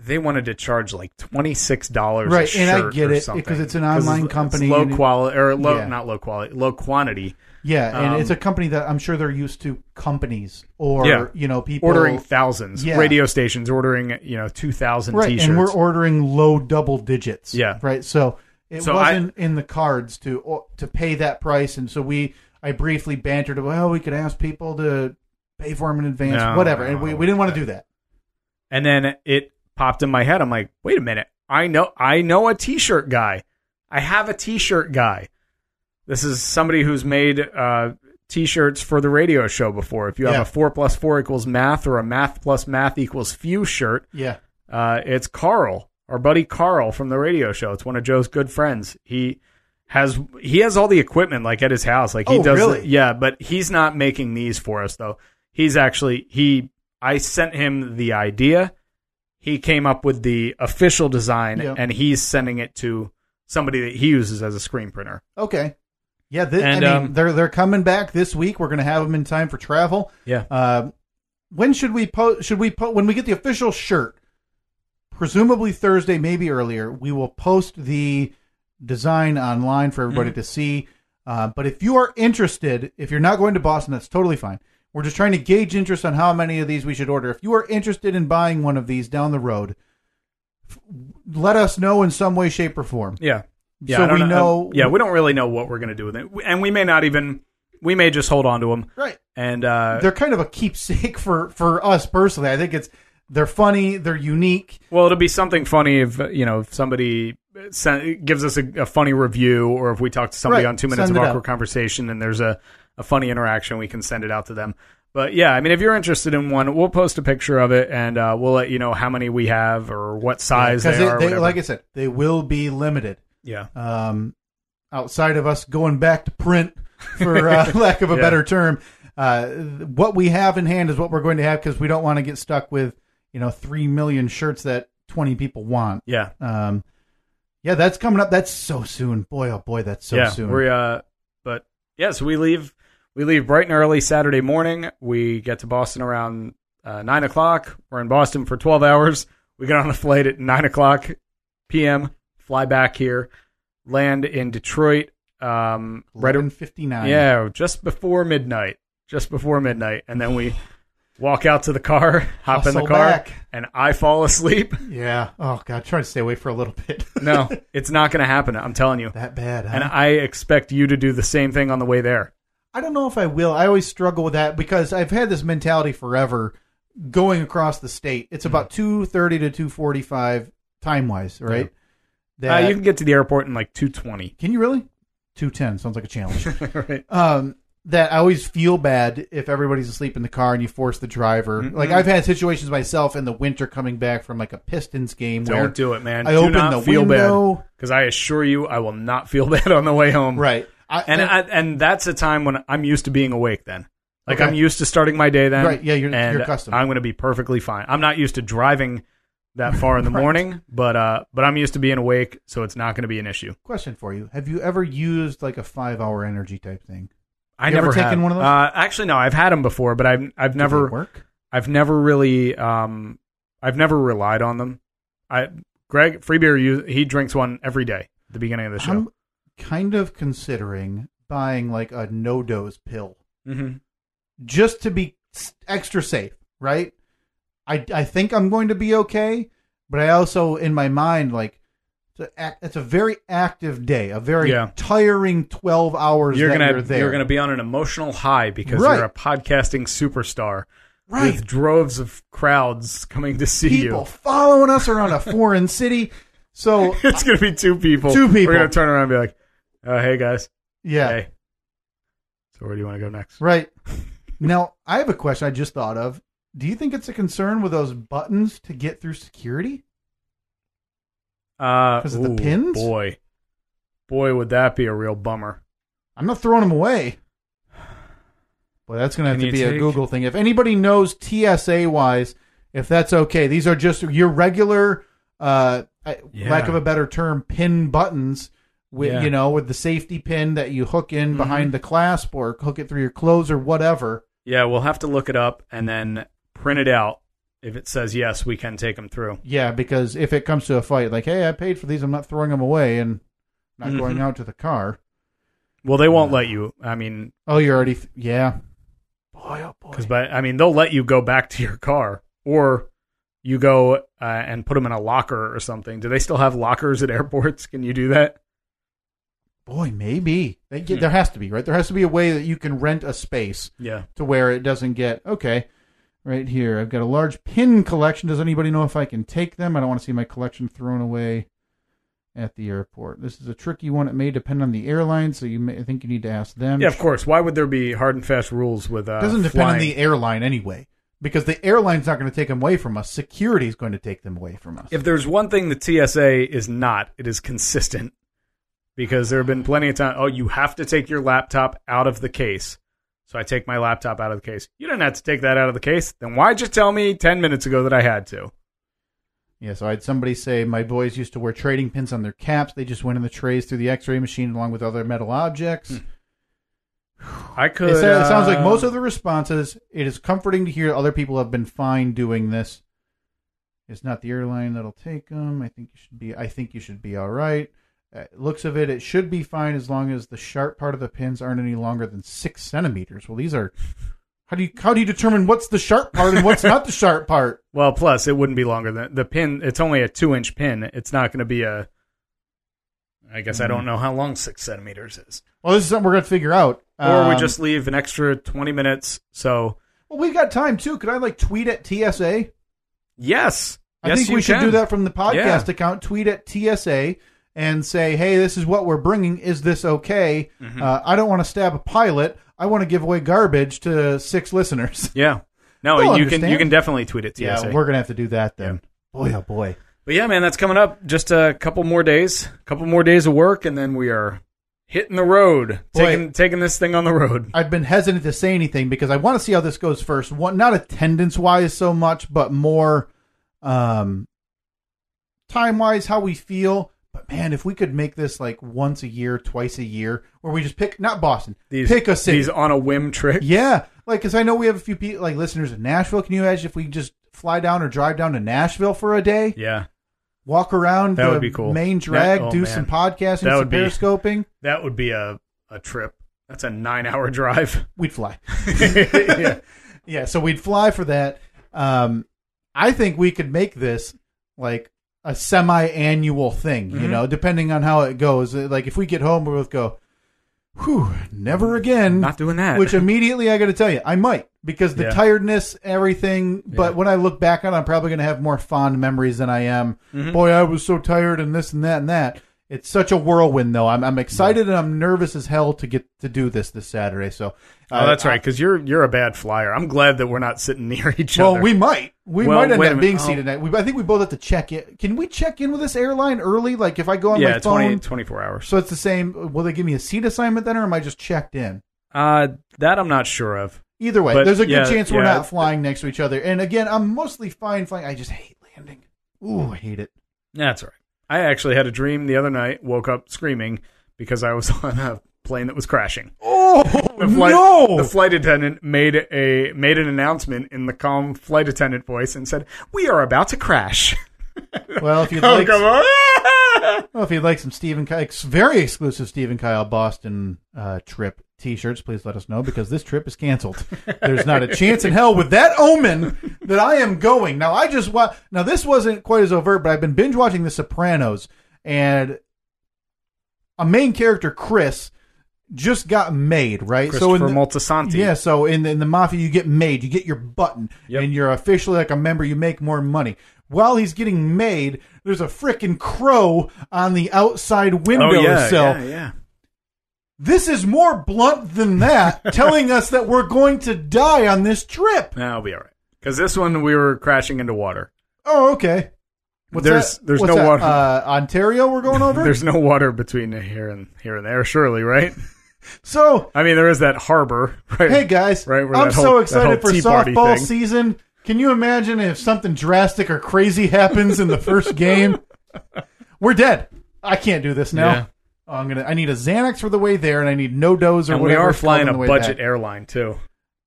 [SPEAKER 3] they wanted to charge like twenty six dollars,
[SPEAKER 1] Right, and I get it,
[SPEAKER 3] something.
[SPEAKER 1] because it's an online company
[SPEAKER 3] low
[SPEAKER 1] and it-
[SPEAKER 3] quality or low,
[SPEAKER 1] Yeah.
[SPEAKER 3] not low quality, low quantity.
[SPEAKER 1] Yeah, and
[SPEAKER 3] Um,
[SPEAKER 1] it's a company that I'm sure they're used to companies or
[SPEAKER 3] Yeah.
[SPEAKER 1] you know people
[SPEAKER 3] Ordering thousands,
[SPEAKER 1] Yeah.
[SPEAKER 3] radio stations ordering you know two thousand
[SPEAKER 1] right,
[SPEAKER 3] t-shirts.
[SPEAKER 1] and we're ordering low double digits.
[SPEAKER 3] Yeah.
[SPEAKER 1] right. So it
[SPEAKER 3] So I-
[SPEAKER 1] wasn't in the cards to to pay that price, and so we I briefly bantered, well, we could ask people to pay for them in advance,
[SPEAKER 3] No,
[SPEAKER 1] whatever,
[SPEAKER 3] no,
[SPEAKER 1] and
[SPEAKER 3] I
[SPEAKER 1] we,
[SPEAKER 3] don't
[SPEAKER 1] we didn't
[SPEAKER 3] like
[SPEAKER 1] want to do that.
[SPEAKER 3] And then it popped in my head. I'm like, wait a minute. I know I know a t-shirt guy. I have a t-shirt guy. This is somebody who's made uh, t-shirts for the radio show before. If you have
[SPEAKER 1] Yeah.
[SPEAKER 3] a four plus four equals math or a math plus math equals few shirt,
[SPEAKER 1] Yeah,
[SPEAKER 3] uh, it's Carl, our buddy Carl from the radio show. It's one of Joe's good friends. He has he has all the equipment like at his house. Like he
[SPEAKER 1] Oh,
[SPEAKER 3] does
[SPEAKER 1] really?
[SPEAKER 3] yeah, but he's not making these for us though. He's actually he I sent him the idea. He came up with the official design
[SPEAKER 1] Yeah.
[SPEAKER 3] and he's sending it to somebody that he uses as a screen printer.
[SPEAKER 1] okay, yeah. This,
[SPEAKER 3] And,
[SPEAKER 1] I mean,
[SPEAKER 3] um,
[SPEAKER 1] they're they're coming back this week. We're going to have them in time for travel.
[SPEAKER 3] Yeah.
[SPEAKER 1] Uh, when should we post? Should we post when we get the official shirt? Presumably Thursday, maybe earlier. We will post the design online for everybody
[SPEAKER 3] Mm-hmm.
[SPEAKER 1] to see. Uh, but if you are interested, if you're not going to Boston, that's totally fine. We're just trying to gauge interest on how many of these we should order. If you are interested in buying one of these down the road, f- let us know in some way, shape, or form.
[SPEAKER 3] Yeah. Yeah,
[SPEAKER 1] So
[SPEAKER 3] I don't
[SPEAKER 1] we know-
[SPEAKER 3] yeah, we don't really know what we're going to do with it. And we may not even we may just hold on to them
[SPEAKER 1] Right.
[SPEAKER 3] and uh
[SPEAKER 1] They're kind of a keepsake for for us personally. I think it's they're funny, they're unique.
[SPEAKER 3] Well, it'll be something funny if uh, you know if somebody sent, gives us a, a funny review, or if we talk to somebody
[SPEAKER 1] Right,
[SPEAKER 3] on two minutes
[SPEAKER 1] send
[SPEAKER 3] of
[SPEAKER 1] it
[SPEAKER 3] awkward
[SPEAKER 1] out.
[SPEAKER 3] conversation, and there's a, a funny interaction, we can send it out to them. But yeah, I mean, if you're interested in one, we'll post a picture of it, and uh, we'll let you know how many we have or what size
[SPEAKER 1] because
[SPEAKER 3] they, are. whatever.
[SPEAKER 1] like I said, they will be limited.
[SPEAKER 3] yeah, Uh,
[SPEAKER 1] Um, outside of us going back to print, for uh, lack of a
[SPEAKER 3] Yeah.
[SPEAKER 1] better term, uh, what we have in hand is what we're going to have because we don't want to get stuck with you know three million shirts that twenty people want.
[SPEAKER 3] yeah,
[SPEAKER 1] Um, yeah, that's coming up. That's so soon. Boy, oh boy, that's so
[SPEAKER 3] yeah.
[SPEAKER 1] soon.
[SPEAKER 3] We uh, but yeah, so we leave we leave bright and early Saturday morning. We get to Boston around uh, nine o'clock. We're in Boston for twelve hours. We get on a flight at nine o'clock p.m. Fly back here, land in Detroit. Um, right,
[SPEAKER 1] Eleven fifty nine.
[SPEAKER 3] yeah, just before midnight. Just before midnight, and then we walk out to the car, hop in
[SPEAKER 1] Hustle
[SPEAKER 3] the car,
[SPEAKER 1] back.
[SPEAKER 3] and I fall asleep.
[SPEAKER 1] yeah. Oh god, try to stay away for a little bit.
[SPEAKER 3] No, it's not going to happen. I'm telling you.
[SPEAKER 1] that bad. Huh?
[SPEAKER 3] And I expect you to do the same thing on the way there.
[SPEAKER 1] I don't know if I will. I always struggle with that because I've had this mentality forever going across the state. It's about 2:30 to 2:45 time-wise, right?
[SPEAKER 3] Mm-hmm. Uh,
[SPEAKER 1] That-
[SPEAKER 3] you can get to the airport in like 220.
[SPEAKER 1] can you really? 2:10 sounds like a challenge.
[SPEAKER 3] right.
[SPEAKER 1] um that I always feel bad if everybody's asleep in the car and you force the driver.
[SPEAKER 3] Mm-hmm.
[SPEAKER 1] Like I've had situations myself in the winter coming back from like a Pistons game where
[SPEAKER 3] Don't do it, man.
[SPEAKER 1] I
[SPEAKER 3] do
[SPEAKER 1] open
[SPEAKER 3] not
[SPEAKER 1] the
[SPEAKER 3] feel
[SPEAKER 1] window.
[SPEAKER 3] bad. Because I assure you, I will not feel bad on the way home.
[SPEAKER 1] right. I,
[SPEAKER 3] And I, and that's a time when I'm used to being awake then. Like
[SPEAKER 1] Okay.
[SPEAKER 3] I'm used to starting my day then.
[SPEAKER 1] Right, yeah, you're-
[SPEAKER 3] and
[SPEAKER 1] you're accustomed.
[SPEAKER 3] I'm going to be perfectly fine. I'm not used to driving that far in the morning, but uh, but I'm used to being awake, so it's not going to be an issue.
[SPEAKER 1] question for you: Have you ever used like a five-hour energy type thing?
[SPEAKER 3] I
[SPEAKER 1] You ever
[SPEAKER 3] never
[SPEAKER 1] taken
[SPEAKER 3] have.
[SPEAKER 1] one of those?
[SPEAKER 3] Uh, actually, no. I've had them before, but I've I've
[SPEAKER 1] Do they
[SPEAKER 3] never
[SPEAKER 1] work.
[SPEAKER 3] I've never really um I've never relied on them. I Greg Freebeer you he drinks one every day at the beginning of the show.
[SPEAKER 1] I'm kind of considering buying like a no dose pill
[SPEAKER 3] Mm-hmm.
[SPEAKER 1] just to be s- extra safe, right? I, I think I'm going to be okay, but I also, in my mind, like, it's a, ac- it's a very active day, a very
[SPEAKER 3] Yeah.
[SPEAKER 1] tiring 12 hours
[SPEAKER 3] You're
[SPEAKER 1] that
[SPEAKER 3] gonna
[SPEAKER 1] you're there.
[SPEAKER 3] you're gonna be on an emotional high because
[SPEAKER 1] Right.
[SPEAKER 3] you're a podcasting superstar
[SPEAKER 1] right.
[SPEAKER 3] with droves of crowds coming to see
[SPEAKER 1] People following us around a foreign city. So,
[SPEAKER 3] you. It's gonna be two people.
[SPEAKER 1] Two people.
[SPEAKER 3] We're gonna turn around and be like, uh, "Hey guys,
[SPEAKER 1] yeah.
[SPEAKER 3] hey." So where do you want to go next?
[SPEAKER 1] Right. now, I have a question I just thought of. Do you think it's a concern with those buttons to get through security?
[SPEAKER 3] Uh,
[SPEAKER 1] 'Cause of the
[SPEAKER 3] ooh,
[SPEAKER 1] pins?
[SPEAKER 3] Boy, boy, would that be a real bummer.
[SPEAKER 1] I'm not throwing them away. Well, that's going to have
[SPEAKER 3] Can
[SPEAKER 1] to
[SPEAKER 3] you
[SPEAKER 1] be a
[SPEAKER 3] take-
[SPEAKER 1] Google thing. If anybody knows TSA wise, if that's okay, these are just your regular, uh, I-
[SPEAKER 3] Yeah.
[SPEAKER 1] lack of a better term, pin buttons. With
[SPEAKER 3] Yeah. Mm-hmm.
[SPEAKER 1] you know, with the safety pin that you hook in behind the clasp or hook it through your clothes or whatever.
[SPEAKER 3] Yeah, we'll have to look it up and then print it out. If it says yes, we can take them through.
[SPEAKER 1] Yeah, because if it comes to a fight, like, hey, I paid for these, I'm not throwing them away and not
[SPEAKER 3] Mhm.
[SPEAKER 1] going out to the car.
[SPEAKER 3] Well, they won't let you. I mean,
[SPEAKER 1] Oh, you're already, th- yeah. Boy, oh boy.
[SPEAKER 3] because but I mean, they'll let you go back to your car, or you go uh, and put them in a locker or something. Do they still have lockers at airports? Can you do that?
[SPEAKER 1] Boy, maybe They get-
[SPEAKER 3] Hmm.
[SPEAKER 1] there has to be right. There has to be a way that you can rent a space
[SPEAKER 3] Yeah.
[SPEAKER 1] to where it doesn't get okay. Right here, I've got a large pin collection. Does anybody know if I can take them? I don't want to see my collection thrown away at the airport. This is a tricky one. It may depend on the airline, so you may, I think you need to ask them.
[SPEAKER 3] Yeah, of course. Why would there be hard and fast rules with uh,
[SPEAKER 1] it doesn't depend on
[SPEAKER 3] flying?
[SPEAKER 1] the airline anyway, because the airline's not going to take them away from us. Security is going to take them away from us.
[SPEAKER 3] If there's one thing the TSA is not, it is consistent. Because there have been plenty of times, oh, you have to take your laptop out of the case. So I take my laptop out of the case. You didn't have to take that out of the case. Then why'd you tell me 10 minutes ago that I had to?
[SPEAKER 1] Yeah, so I had somebody say my boys used to wear trading pins on their caps. They just went in the trays through the X-ray machine along with other metal objects.
[SPEAKER 3] I could.
[SPEAKER 1] it, sa- it sounds like
[SPEAKER 3] Hmm. uh,
[SPEAKER 1] most of the responses. It is comforting to hear other people have been fine doing this. It's not the airline that'll take them. I think you should be. I think you should be all right. Uh, looks of it, it should be fine as long as the sharp part of the pins aren't any longer than six centimeters. Well, these are. How do you how do you determine what's the sharp part and what's not the sharp part?
[SPEAKER 3] Well, plus, it wouldn't be longer than the pin. It's only a two inch pin. It's not going to be a. I guess I
[SPEAKER 1] Mm.
[SPEAKER 3] don't know how long six centimeters is.
[SPEAKER 1] Well, this is something we're gonna figure out.
[SPEAKER 3] Or we
[SPEAKER 1] Um,
[SPEAKER 3] just leave an extra 20 minutes. So,
[SPEAKER 1] Well, we've got time too. Could I like tweet at TSA?
[SPEAKER 3] yes.
[SPEAKER 1] I
[SPEAKER 3] Yes,
[SPEAKER 1] think
[SPEAKER 3] you
[SPEAKER 1] we should
[SPEAKER 3] can.
[SPEAKER 1] do that from the podcast
[SPEAKER 3] Yeah.
[SPEAKER 1] account. Tweet at TSA and say, "Hey, this is what we're bringing. Is this okay?
[SPEAKER 3] Mm-hmm.
[SPEAKER 1] Uh, I don't want to stab a pilot. I want to give away garbage to six listeners."
[SPEAKER 3] Yeah. No,
[SPEAKER 1] They'll
[SPEAKER 3] you can
[SPEAKER 1] understand.
[SPEAKER 3] you can definitely tweet it to
[SPEAKER 1] Yeah,
[SPEAKER 3] TSA.
[SPEAKER 1] we're gonna have to do that then. Boy, oh boy.
[SPEAKER 3] but yeah, man, that's coming up. Just a couple more days, couple more days of work, and then we are hitting the road,
[SPEAKER 1] Boy.
[SPEAKER 3] taking taking this thing on the road.
[SPEAKER 1] I've been hesitant to say anything because I want to see how this goes first. One, not attendance wise so much, but more um, time wise, how we feel. But man, if we could make this like once a year, twice a year, where we just pick not Boston,
[SPEAKER 3] These
[SPEAKER 1] pick a city.
[SPEAKER 3] These on a whim trick.
[SPEAKER 1] yeah, like because I know we have a few people, like listeners in Nashville. Can you imagine if we just fly down or drive down to Nashville for a day,
[SPEAKER 3] Yeah.
[SPEAKER 1] walk around
[SPEAKER 3] That
[SPEAKER 1] the
[SPEAKER 3] would be cool.
[SPEAKER 1] main drag,
[SPEAKER 3] That- oh,
[SPEAKER 1] do
[SPEAKER 3] man.
[SPEAKER 1] some podcasting,
[SPEAKER 3] That
[SPEAKER 1] some
[SPEAKER 3] would be-
[SPEAKER 1] periscoping?
[SPEAKER 3] That would be a a trip. That's a nine hour drive.
[SPEAKER 1] We'd fly.
[SPEAKER 3] yeah.
[SPEAKER 1] Yeah, so we'd fly for that. Um, I think we could make this like a semi-annual thing.
[SPEAKER 3] Mm-hmm.
[SPEAKER 1] You know, depending on how it goes. Uh, Like if we get home, we both go, "Whew, never again."
[SPEAKER 3] Not doing that.
[SPEAKER 1] Which immediately I got to tell you, I might because the
[SPEAKER 3] Yeah.
[SPEAKER 1] tiredness, everything. But
[SPEAKER 3] Yeah.
[SPEAKER 1] when I look back on, it, I'm probably going to have more fond memories than I am.
[SPEAKER 3] Mm-hmm.
[SPEAKER 1] Boy, I was so tired and this and that and that. It's such a whirlwind, though. I'm, I'm excited and I'm nervous as hell to get to do this this Saturday. So,
[SPEAKER 3] Oh, that's
[SPEAKER 1] uh,
[SPEAKER 3] right. Because you're you're a bad flyer. I'm glad that we're not sitting near each
[SPEAKER 1] Well,
[SPEAKER 3] other.
[SPEAKER 1] we might. We
[SPEAKER 3] Well,
[SPEAKER 1] might end
[SPEAKER 3] wait a
[SPEAKER 1] up
[SPEAKER 3] minute.
[SPEAKER 1] being
[SPEAKER 3] Oh.
[SPEAKER 1] seated tonight. We, I think we both have to check in. Can we check in with this airline early? Like if I go on
[SPEAKER 3] yeah,
[SPEAKER 1] my phone,
[SPEAKER 3] 20, 24 hours.
[SPEAKER 1] so it's the same. Will they give me a seat assignment then, or am I just checked in?
[SPEAKER 3] Uh, that I'm not sure of.
[SPEAKER 1] Either way,
[SPEAKER 3] But,
[SPEAKER 1] there's a good
[SPEAKER 3] yeah,
[SPEAKER 1] chance we're
[SPEAKER 3] yeah.
[SPEAKER 1] not flying next to each other. And again, I'm mostly fine flying. I just hate landing. Ooh, I hate it.
[SPEAKER 3] That's all right. I actually had a dream the other night, woke up screaming because I was on a plane that was crashing.
[SPEAKER 1] Oh
[SPEAKER 3] The flight, the flight attendant made a made an announcement in the calm flight attendant voice and said, "We are about to crash."
[SPEAKER 1] well, if you'd
[SPEAKER 3] Oh,
[SPEAKER 1] like,
[SPEAKER 3] come on.
[SPEAKER 1] well, if you'd like some Stephen Kyle, ex- very exclusive Stephen Kyle Boston uh, trip T-shirts, please let us know because this trip is canceled. There's not a chance in hell with that omen that I am going. Now I just wa- now this wasn't quite as overt, but I've been binge watching The Sopranos, and a main character Chris just got made right.
[SPEAKER 3] Christopher
[SPEAKER 1] in the-
[SPEAKER 3] Moltisanti.
[SPEAKER 1] yeah, so in the, in the mafia, you get made, you get your button,
[SPEAKER 3] Yep.
[SPEAKER 1] and you're officially like a member. You make more money. While he's getting made, there's a frickin' crow on the outside window.
[SPEAKER 3] Oh yeah,
[SPEAKER 1] sill.
[SPEAKER 3] yeah, yeah.
[SPEAKER 1] This is more blunt than that, telling us that we're going to die on this trip.
[SPEAKER 3] That'll be all right. Because this one we were crashing into water.
[SPEAKER 1] Oh, okay. What's
[SPEAKER 3] There's-
[SPEAKER 1] that?
[SPEAKER 3] there's
[SPEAKER 1] What's
[SPEAKER 3] no
[SPEAKER 1] that?
[SPEAKER 3] water.
[SPEAKER 1] Uh, Ontario, we're going over.
[SPEAKER 3] There's no water between here and here and there, surely, right?
[SPEAKER 1] so
[SPEAKER 3] I mean, there is that harbor, right?
[SPEAKER 1] hey guys,
[SPEAKER 3] Right, where
[SPEAKER 1] I'm
[SPEAKER 3] that
[SPEAKER 1] so
[SPEAKER 3] whole- that whole
[SPEAKER 1] excited for
[SPEAKER 3] Tea Party
[SPEAKER 1] softball
[SPEAKER 3] thing.
[SPEAKER 1] season. Can you imagine if something drastic or crazy happens in the first game? We're dead. I can't do this now. Oh,
[SPEAKER 3] Yeah.
[SPEAKER 1] I'm gonna. I need a Xanax for the way there, and I need no dose or
[SPEAKER 3] and we
[SPEAKER 1] whatever.
[SPEAKER 3] are
[SPEAKER 1] it's called
[SPEAKER 3] flying
[SPEAKER 1] on
[SPEAKER 3] a
[SPEAKER 1] the way
[SPEAKER 3] budget
[SPEAKER 1] back.
[SPEAKER 3] airline too.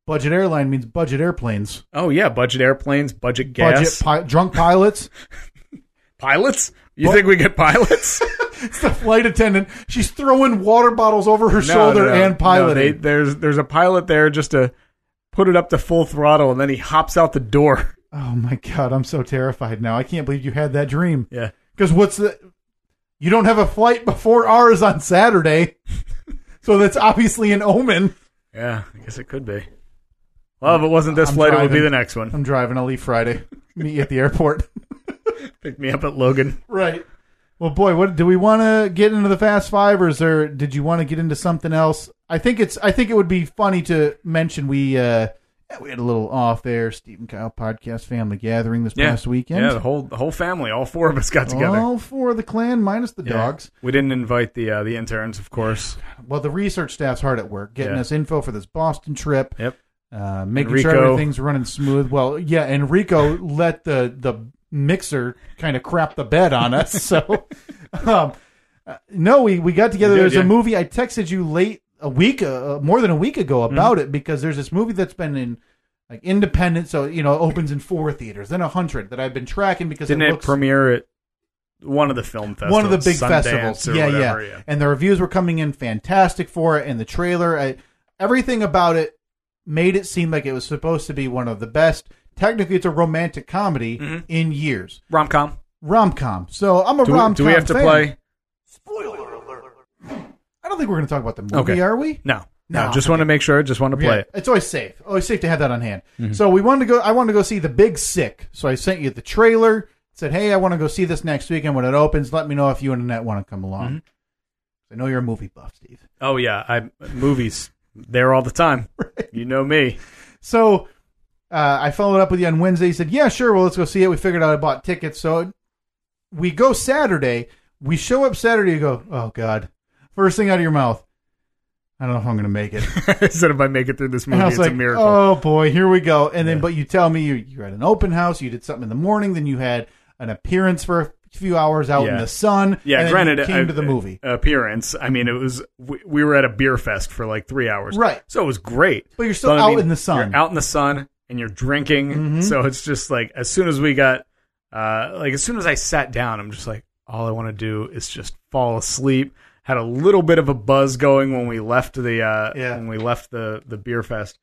[SPEAKER 1] budget airline means budget airplanes.
[SPEAKER 3] Oh yeah, budget airplanes, budget gas,
[SPEAKER 1] Budget pi- drunk pilots.
[SPEAKER 3] pilots. You think we get pilots?
[SPEAKER 1] it's the flight attendant. She's throwing water bottles over her
[SPEAKER 3] No,
[SPEAKER 1] shoulder
[SPEAKER 3] no, no.
[SPEAKER 1] and
[SPEAKER 3] No, they-
[SPEAKER 1] piloting.
[SPEAKER 3] there's there's a pilot there just to put it up to full throttle, and then he hops out the door.
[SPEAKER 1] oh my god, I'm so terrified now. I can't believe you had that dream.
[SPEAKER 3] Yeah,
[SPEAKER 1] Because what's the? You don't have a flight before ours on Saturday, so that's obviously an omen.
[SPEAKER 3] yeah. I guess it could be. Well, if it wasn't this
[SPEAKER 1] I'm
[SPEAKER 3] flight, it would be
[SPEAKER 1] driving.
[SPEAKER 3] the next one.
[SPEAKER 1] I'm driving. I'll leave Friday. Meet you at the airport.
[SPEAKER 3] Pick me up at Logan.
[SPEAKER 1] Right. Well, boy, what do we want to get into the Fast Five, or is there? Did you want to get into something else? I think it's. I think it would be funny to mention we uh we had a little off there, Steve and Kyle podcast family gathering this
[SPEAKER 3] Yeah.
[SPEAKER 1] past weekend.
[SPEAKER 3] Yeah, the whole the whole family, all four of us got together.
[SPEAKER 1] All four of the clan minus the
[SPEAKER 3] Yeah.
[SPEAKER 1] dogs.
[SPEAKER 3] We didn't invite the uh, the interns, of course.
[SPEAKER 1] Well, the research staff's hard at work getting
[SPEAKER 3] Yeah.
[SPEAKER 1] us info for this Boston trip.
[SPEAKER 3] Yep.
[SPEAKER 1] Uh, making sure
[SPEAKER 3] Enrico.
[SPEAKER 1] everything's running smooth. Well, yeah, Enrico let the the mixer kind of crap the bed on us. So, um, uh, no, we we got together.
[SPEAKER 3] You did,
[SPEAKER 1] There's
[SPEAKER 3] yeah.
[SPEAKER 1] a movie I texted you late a week, uh, more than a week ago
[SPEAKER 3] Mm-hmm.
[SPEAKER 1] about it because there's this movie that's been in like independent, so you know, it opens in four theaters, then a hundred that I've been tracking because
[SPEAKER 3] Didn't
[SPEAKER 1] it
[SPEAKER 3] it,
[SPEAKER 1] looks
[SPEAKER 3] premiere at one of the film festivals?
[SPEAKER 1] one of the big
[SPEAKER 3] Sundance
[SPEAKER 1] festivals.
[SPEAKER 3] or
[SPEAKER 1] Yeah,
[SPEAKER 3] whatever,
[SPEAKER 1] yeah, And the reviews were coming in fantastic for it, and the trailer, I, everything about it made it seem like it was supposed to be one of the best. Technically, it's a romantic comedy in years,
[SPEAKER 3] Rom com.
[SPEAKER 1] rom com. So I'm a
[SPEAKER 3] Mm-hmm. Do, we-
[SPEAKER 1] rom com.
[SPEAKER 3] do we have to play?
[SPEAKER 1] I don't think we're going to talk about the movie,
[SPEAKER 3] Okay.
[SPEAKER 1] are we?
[SPEAKER 3] No,
[SPEAKER 1] No,
[SPEAKER 3] no. Just want to make sure. Just want to play
[SPEAKER 1] Yeah,
[SPEAKER 3] it. Mm-hmm.
[SPEAKER 1] It's always safe. Always safe to have that on hand. So we wanted to go. I wanted to go see the Big Sick. So I sent you the trailer. Said, hey, I want to go see this next weekend when it opens. Let me know if you and Annette want to come along.
[SPEAKER 3] Mm-hmm.
[SPEAKER 1] I know you're a movie buff, Steve.
[SPEAKER 3] Oh yeah, I movies there all the time. You know me.
[SPEAKER 1] So uh, I followed up with you on Wednesday. He said, "Yeah, sure. Well, let's go see it." We figured out I bought tickets, so we go Saturday. We show up Saturday. You go, oh god! First thing out of your mouth. I don't know if I'm going to make it.
[SPEAKER 3] I said if I make it through this movie,
[SPEAKER 1] And I
[SPEAKER 3] it's
[SPEAKER 1] was like,
[SPEAKER 3] a miracle.
[SPEAKER 1] oh boy, here we go. And then,
[SPEAKER 3] Yeah.
[SPEAKER 1] but you tell me you you had an open house. You did something in the morning. Then you had an appearance for a few hours out in
[SPEAKER 3] Yeah.
[SPEAKER 1] the sun.
[SPEAKER 3] yeah,
[SPEAKER 1] and then
[SPEAKER 3] granted,
[SPEAKER 1] you came
[SPEAKER 3] I-
[SPEAKER 1] to the movie.
[SPEAKER 3] appearance. I mean, it was we, we were at a beer fest for like three hours,
[SPEAKER 1] Right.
[SPEAKER 3] So it was great.
[SPEAKER 1] But you're still
[SPEAKER 3] I
[SPEAKER 1] out in the sun. Mm-hmm.
[SPEAKER 3] You're out in the sun and you're drinking. So it's just like as soon as we got, uh, like as soon as I sat down, I'm just like, all I want to do is just fall asleep. Had a little bit of a buzz going when we left the uh,
[SPEAKER 1] Yeah.
[SPEAKER 3] when we left the the beer fest,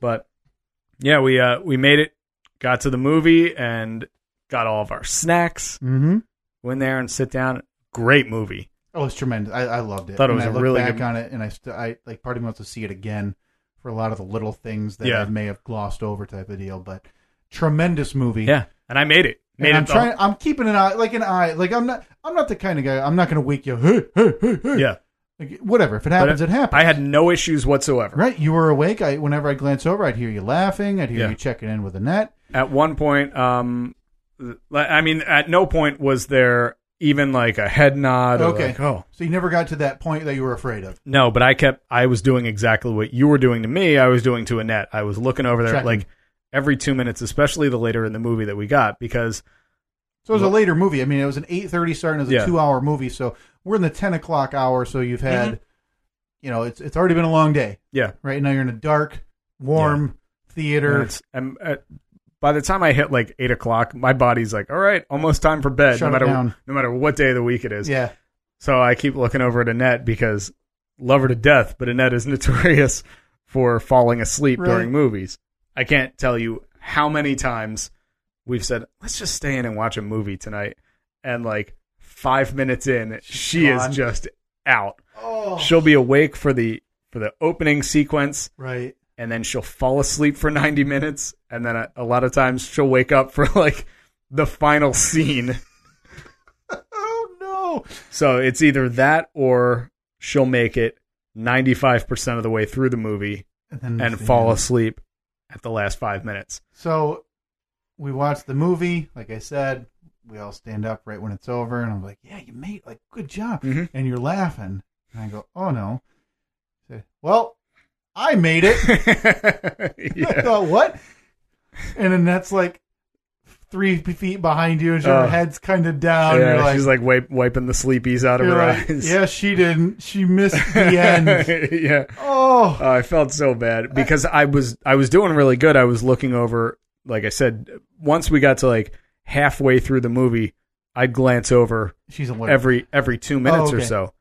[SPEAKER 3] but yeah, we uh, we made it. Got to the movie and got all of our snacks.
[SPEAKER 1] Mm-hmm.
[SPEAKER 3] Went there and sit down. Great movie.
[SPEAKER 1] Oh, it's tremendous. I, I loved it.
[SPEAKER 3] Thought it
[SPEAKER 1] And
[SPEAKER 3] was
[SPEAKER 1] I
[SPEAKER 3] a
[SPEAKER 1] look
[SPEAKER 3] really
[SPEAKER 1] back
[SPEAKER 3] good-
[SPEAKER 1] on it, and I, st- I like part of me wants to see it again for a lot of the little things that
[SPEAKER 3] Yeah.
[SPEAKER 1] I may have glossed over, type of deal. But tremendous movie.
[SPEAKER 3] Yeah, and I made it. Made
[SPEAKER 1] And I'm
[SPEAKER 3] it. the-
[SPEAKER 1] trying. I'm keeping an eye, like an eye. Like I'm not. I'm not the kind of guy. I'm not going to wake you. Hey, hey, hey, hey.
[SPEAKER 3] yeah,
[SPEAKER 1] Like, whatever. If it happens, it happens.
[SPEAKER 3] I had no issues whatsoever.
[SPEAKER 1] Right, you were awake. I whenever I glance over, I'd hear you laughing. I'd hear
[SPEAKER 3] Yeah.
[SPEAKER 1] you checking in with Annette.
[SPEAKER 3] At one point, um, th- I mean, at no point was there even like a head nod. Or
[SPEAKER 1] Okay.
[SPEAKER 3] like, oh
[SPEAKER 1] So you never got to that point that you were afraid of.
[SPEAKER 3] no, but I kept. I was doing exactly what you were doing to me. I was doing to Annette. I was looking over there
[SPEAKER 1] Checking.
[SPEAKER 3] like every two minutes, especially the later in the movie that we got because
[SPEAKER 1] So it was a later movie. I mean, it was an eight thirty start and it was a
[SPEAKER 3] Yeah.
[SPEAKER 1] two hour movie. So we're in the ten o'clock hour. So you've had,
[SPEAKER 3] Mm-hmm.
[SPEAKER 1] you know, it's it's already been a long day.
[SPEAKER 3] yeah,
[SPEAKER 1] Right now you're in a dark, warm theater.
[SPEAKER 3] it's, and, uh, by the time I hit like eight o'clock, my body's like, all right, almost time for bed.
[SPEAKER 1] Shut it
[SPEAKER 3] no matter
[SPEAKER 1] down.
[SPEAKER 3] no matter what day of the week it is.
[SPEAKER 1] yeah,
[SPEAKER 3] So I keep looking over at Annette because love her to death, but Annette is notorious for falling asleep
[SPEAKER 1] Really?
[SPEAKER 3] during movies. I can't tell you how many times we've said, let's just stay in and watch a movie tonight. And like five minutes in, she
[SPEAKER 1] gone.
[SPEAKER 3] is just out.
[SPEAKER 1] oh,
[SPEAKER 3] She'll be awake for the for the opening sequence
[SPEAKER 1] right.
[SPEAKER 3] and then she'll fall asleep for 90 minutes and then a, a lot of times she'll wake up for like the final scene
[SPEAKER 1] Oh no.
[SPEAKER 3] So it's either that or she'll make it 95% of the way through the movie
[SPEAKER 1] then
[SPEAKER 3] and
[SPEAKER 1] it's the
[SPEAKER 3] fall
[SPEAKER 1] end.
[SPEAKER 3] asleep at the last five minutes.
[SPEAKER 1] So we watched the movie. Like I said, we all stand up right when it's over, and I'm like, "Yeah, you made like good job,"
[SPEAKER 3] Mhm.
[SPEAKER 1] and you're laughing, and I go, "Oh no," I said, "Well, I made it." I
[SPEAKER 3] yeah.
[SPEAKER 1] thought, "What?" And then that's like three feet behind you, and your
[SPEAKER 3] Oh.
[SPEAKER 1] head's kind of down.
[SPEAKER 3] Yeah,
[SPEAKER 1] you're like,
[SPEAKER 3] she's like wipe, wiping the sleepies out of
[SPEAKER 1] you're
[SPEAKER 3] her
[SPEAKER 1] like,
[SPEAKER 3] eyes.
[SPEAKER 1] "Yeah, she didn't. She missed the end."
[SPEAKER 3] yeah.
[SPEAKER 1] oh,
[SPEAKER 3] Oh, I felt so bad because I was I was doing really good. I was looking over, like I said, once we got to like halfway through the movie, I'd glance over
[SPEAKER 1] she's a winner.
[SPEAKER 3] every every two minutes or
[SPEAKER 1] Oh, okay.
[SPEAKER 3] so.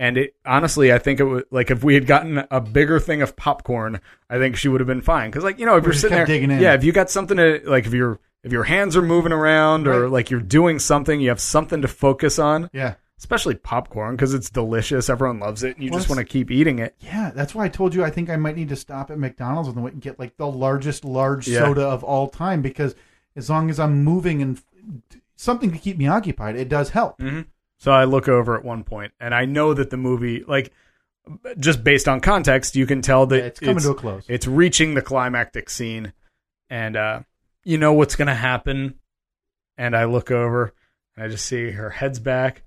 [SPEAKER 3] And it honestly, I think it was like if we had gotten a bigger thing of popcorn, I think she would have been fine. Because like you know, if
[SPEAKER 1] Or
[SPEAKER 3] you're
[SPEAKER 1] just
[SPEAKER 3] sitting there,
[SPEAKER 1] kept digging in.
[SPEAKER 3] yeah, if you got something to like, if your if your hands are moving around or
[SPEAKER 1] Right.
[SPEAKER 3] like you're doing something, you have something to focus on.
[SPEAKER 1] yeah,
[SPEAKER 3] Especially popcorn because it's delicious, everyone loves it, and you
[SPEAKER 1] Well,
[SPEAKER 3] just
[SPEAKER 1] it's-
[SPEAKER 3] want to keep eating it.
[SPEAKER 1] yeah. That's why I told you I think I might need to stop at McDonald's on the way and get like the largest large
[SPEAKER 3] Yeah.
[SPEAKER 1] soda of all time because as long as I'm moving and something to keep me occupied, it does help.
[SPEAKER 3] So I look over at one point, and I know that the movie, like, just based on context, you can tell that
[SPEAKER 1] Yeah, it's coming to a close.
[SPEAKER 3] it's reaching the climactic scene, and uh, you know what's going to happen. And I look over, and I just see her head's back,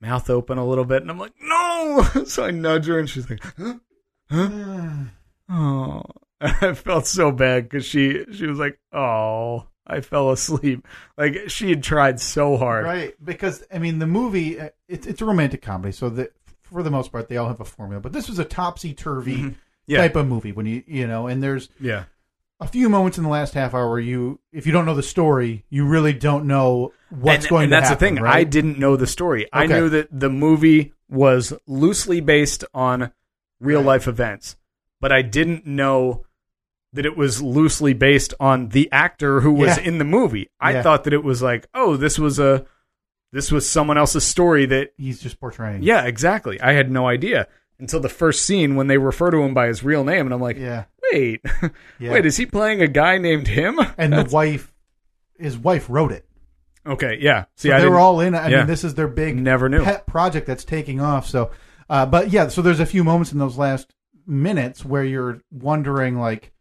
[SPEAKER 3] mouth open a little bit, and I'm like, "No!" So I nudge her, and she's like, "Huh? Huh? Oh, I felt so bad because she she was like, "Oh, I fell asleep." Like she had tried so hard.
[SPEAKER 1] Right, because I mean the movie uh, it's it's a romantic comedy, so the for the most part they all have a formula. But this was a topsy turvy
[SPEAKER 3] Mhm. Yeah.
[SPEAKER 1] type of movie when you you know, and there's
[SPEAKER 3] Yeah.
[SPEAKER 1] a few moments in the last half hour where you if you don't know the story, you really don't know what's
[SPEAKER 3] and,
[SPEAKER 1] going
[SPEAKER 3] and
[SPEAKER 1] to
[SPEAKER 3] that's
[SPEAKER 1] happen.
[SPEAKER 3] the thing i
[SPEAKER 1] right?
[SPEAKER 3] didn't know the story i
[SPEAKER 1] Okay.
[SPEAKER 3] knew that the movie was loosely based on real life events but i didn't know that it was loosely based on the actor who was
[SPEAKER 1] Yeah.
[SPEAKER 3] in the movie i
[SPEAKER 1] Yeah.
[SPEAKER 3] thought that it was like oh this was a this was someone else's story that
[SPEAKER 1] He's just portraying.
[SPEAKER 3] yeah exactly i had no idea until the first scene when they refer to him by his real name and i'm like
[SPEAKER 1] yeah,
[SPEAKER 3] wait
[SPEAKER 1] yeah.
[SPEAKER 3] wait is he playing a guy named him
[SPEAKER 1] and the wife, his wife wrote it.
[SPEAKER 3] okay yeah see
[SPEAKER 1] So
[SPEAKER 3] i
[SPEAKER 1] they were
[SPEAKER 3] didn't-
[SPEAKER 1] all in. I
[SPEAKER 3] yeah.
[SPEAKER 1] mean, this is their big
[SPEAKER 3] never knew
[SPEAKER 1] pet project that's taking off. So, uh, but yeah, so there's a few moments in those last minutes where you're wondering, like,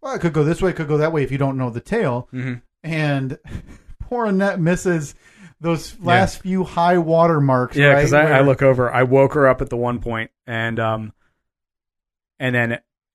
[SPEAKER 1] well, it could go this way, it could go that way if you don't know the tale.
[SPEAKER 3] Mhm.
[SPEAKER 1] And poor Annette misses those last few high water marks.
[SPEAKER 3] Yeah,
[SPEAKER 1] right,
[SPEAKER 3] because
[SPEAKER 1] where
[SPEAKER 3] I, I look over. I woke her up at the one point, and um, and then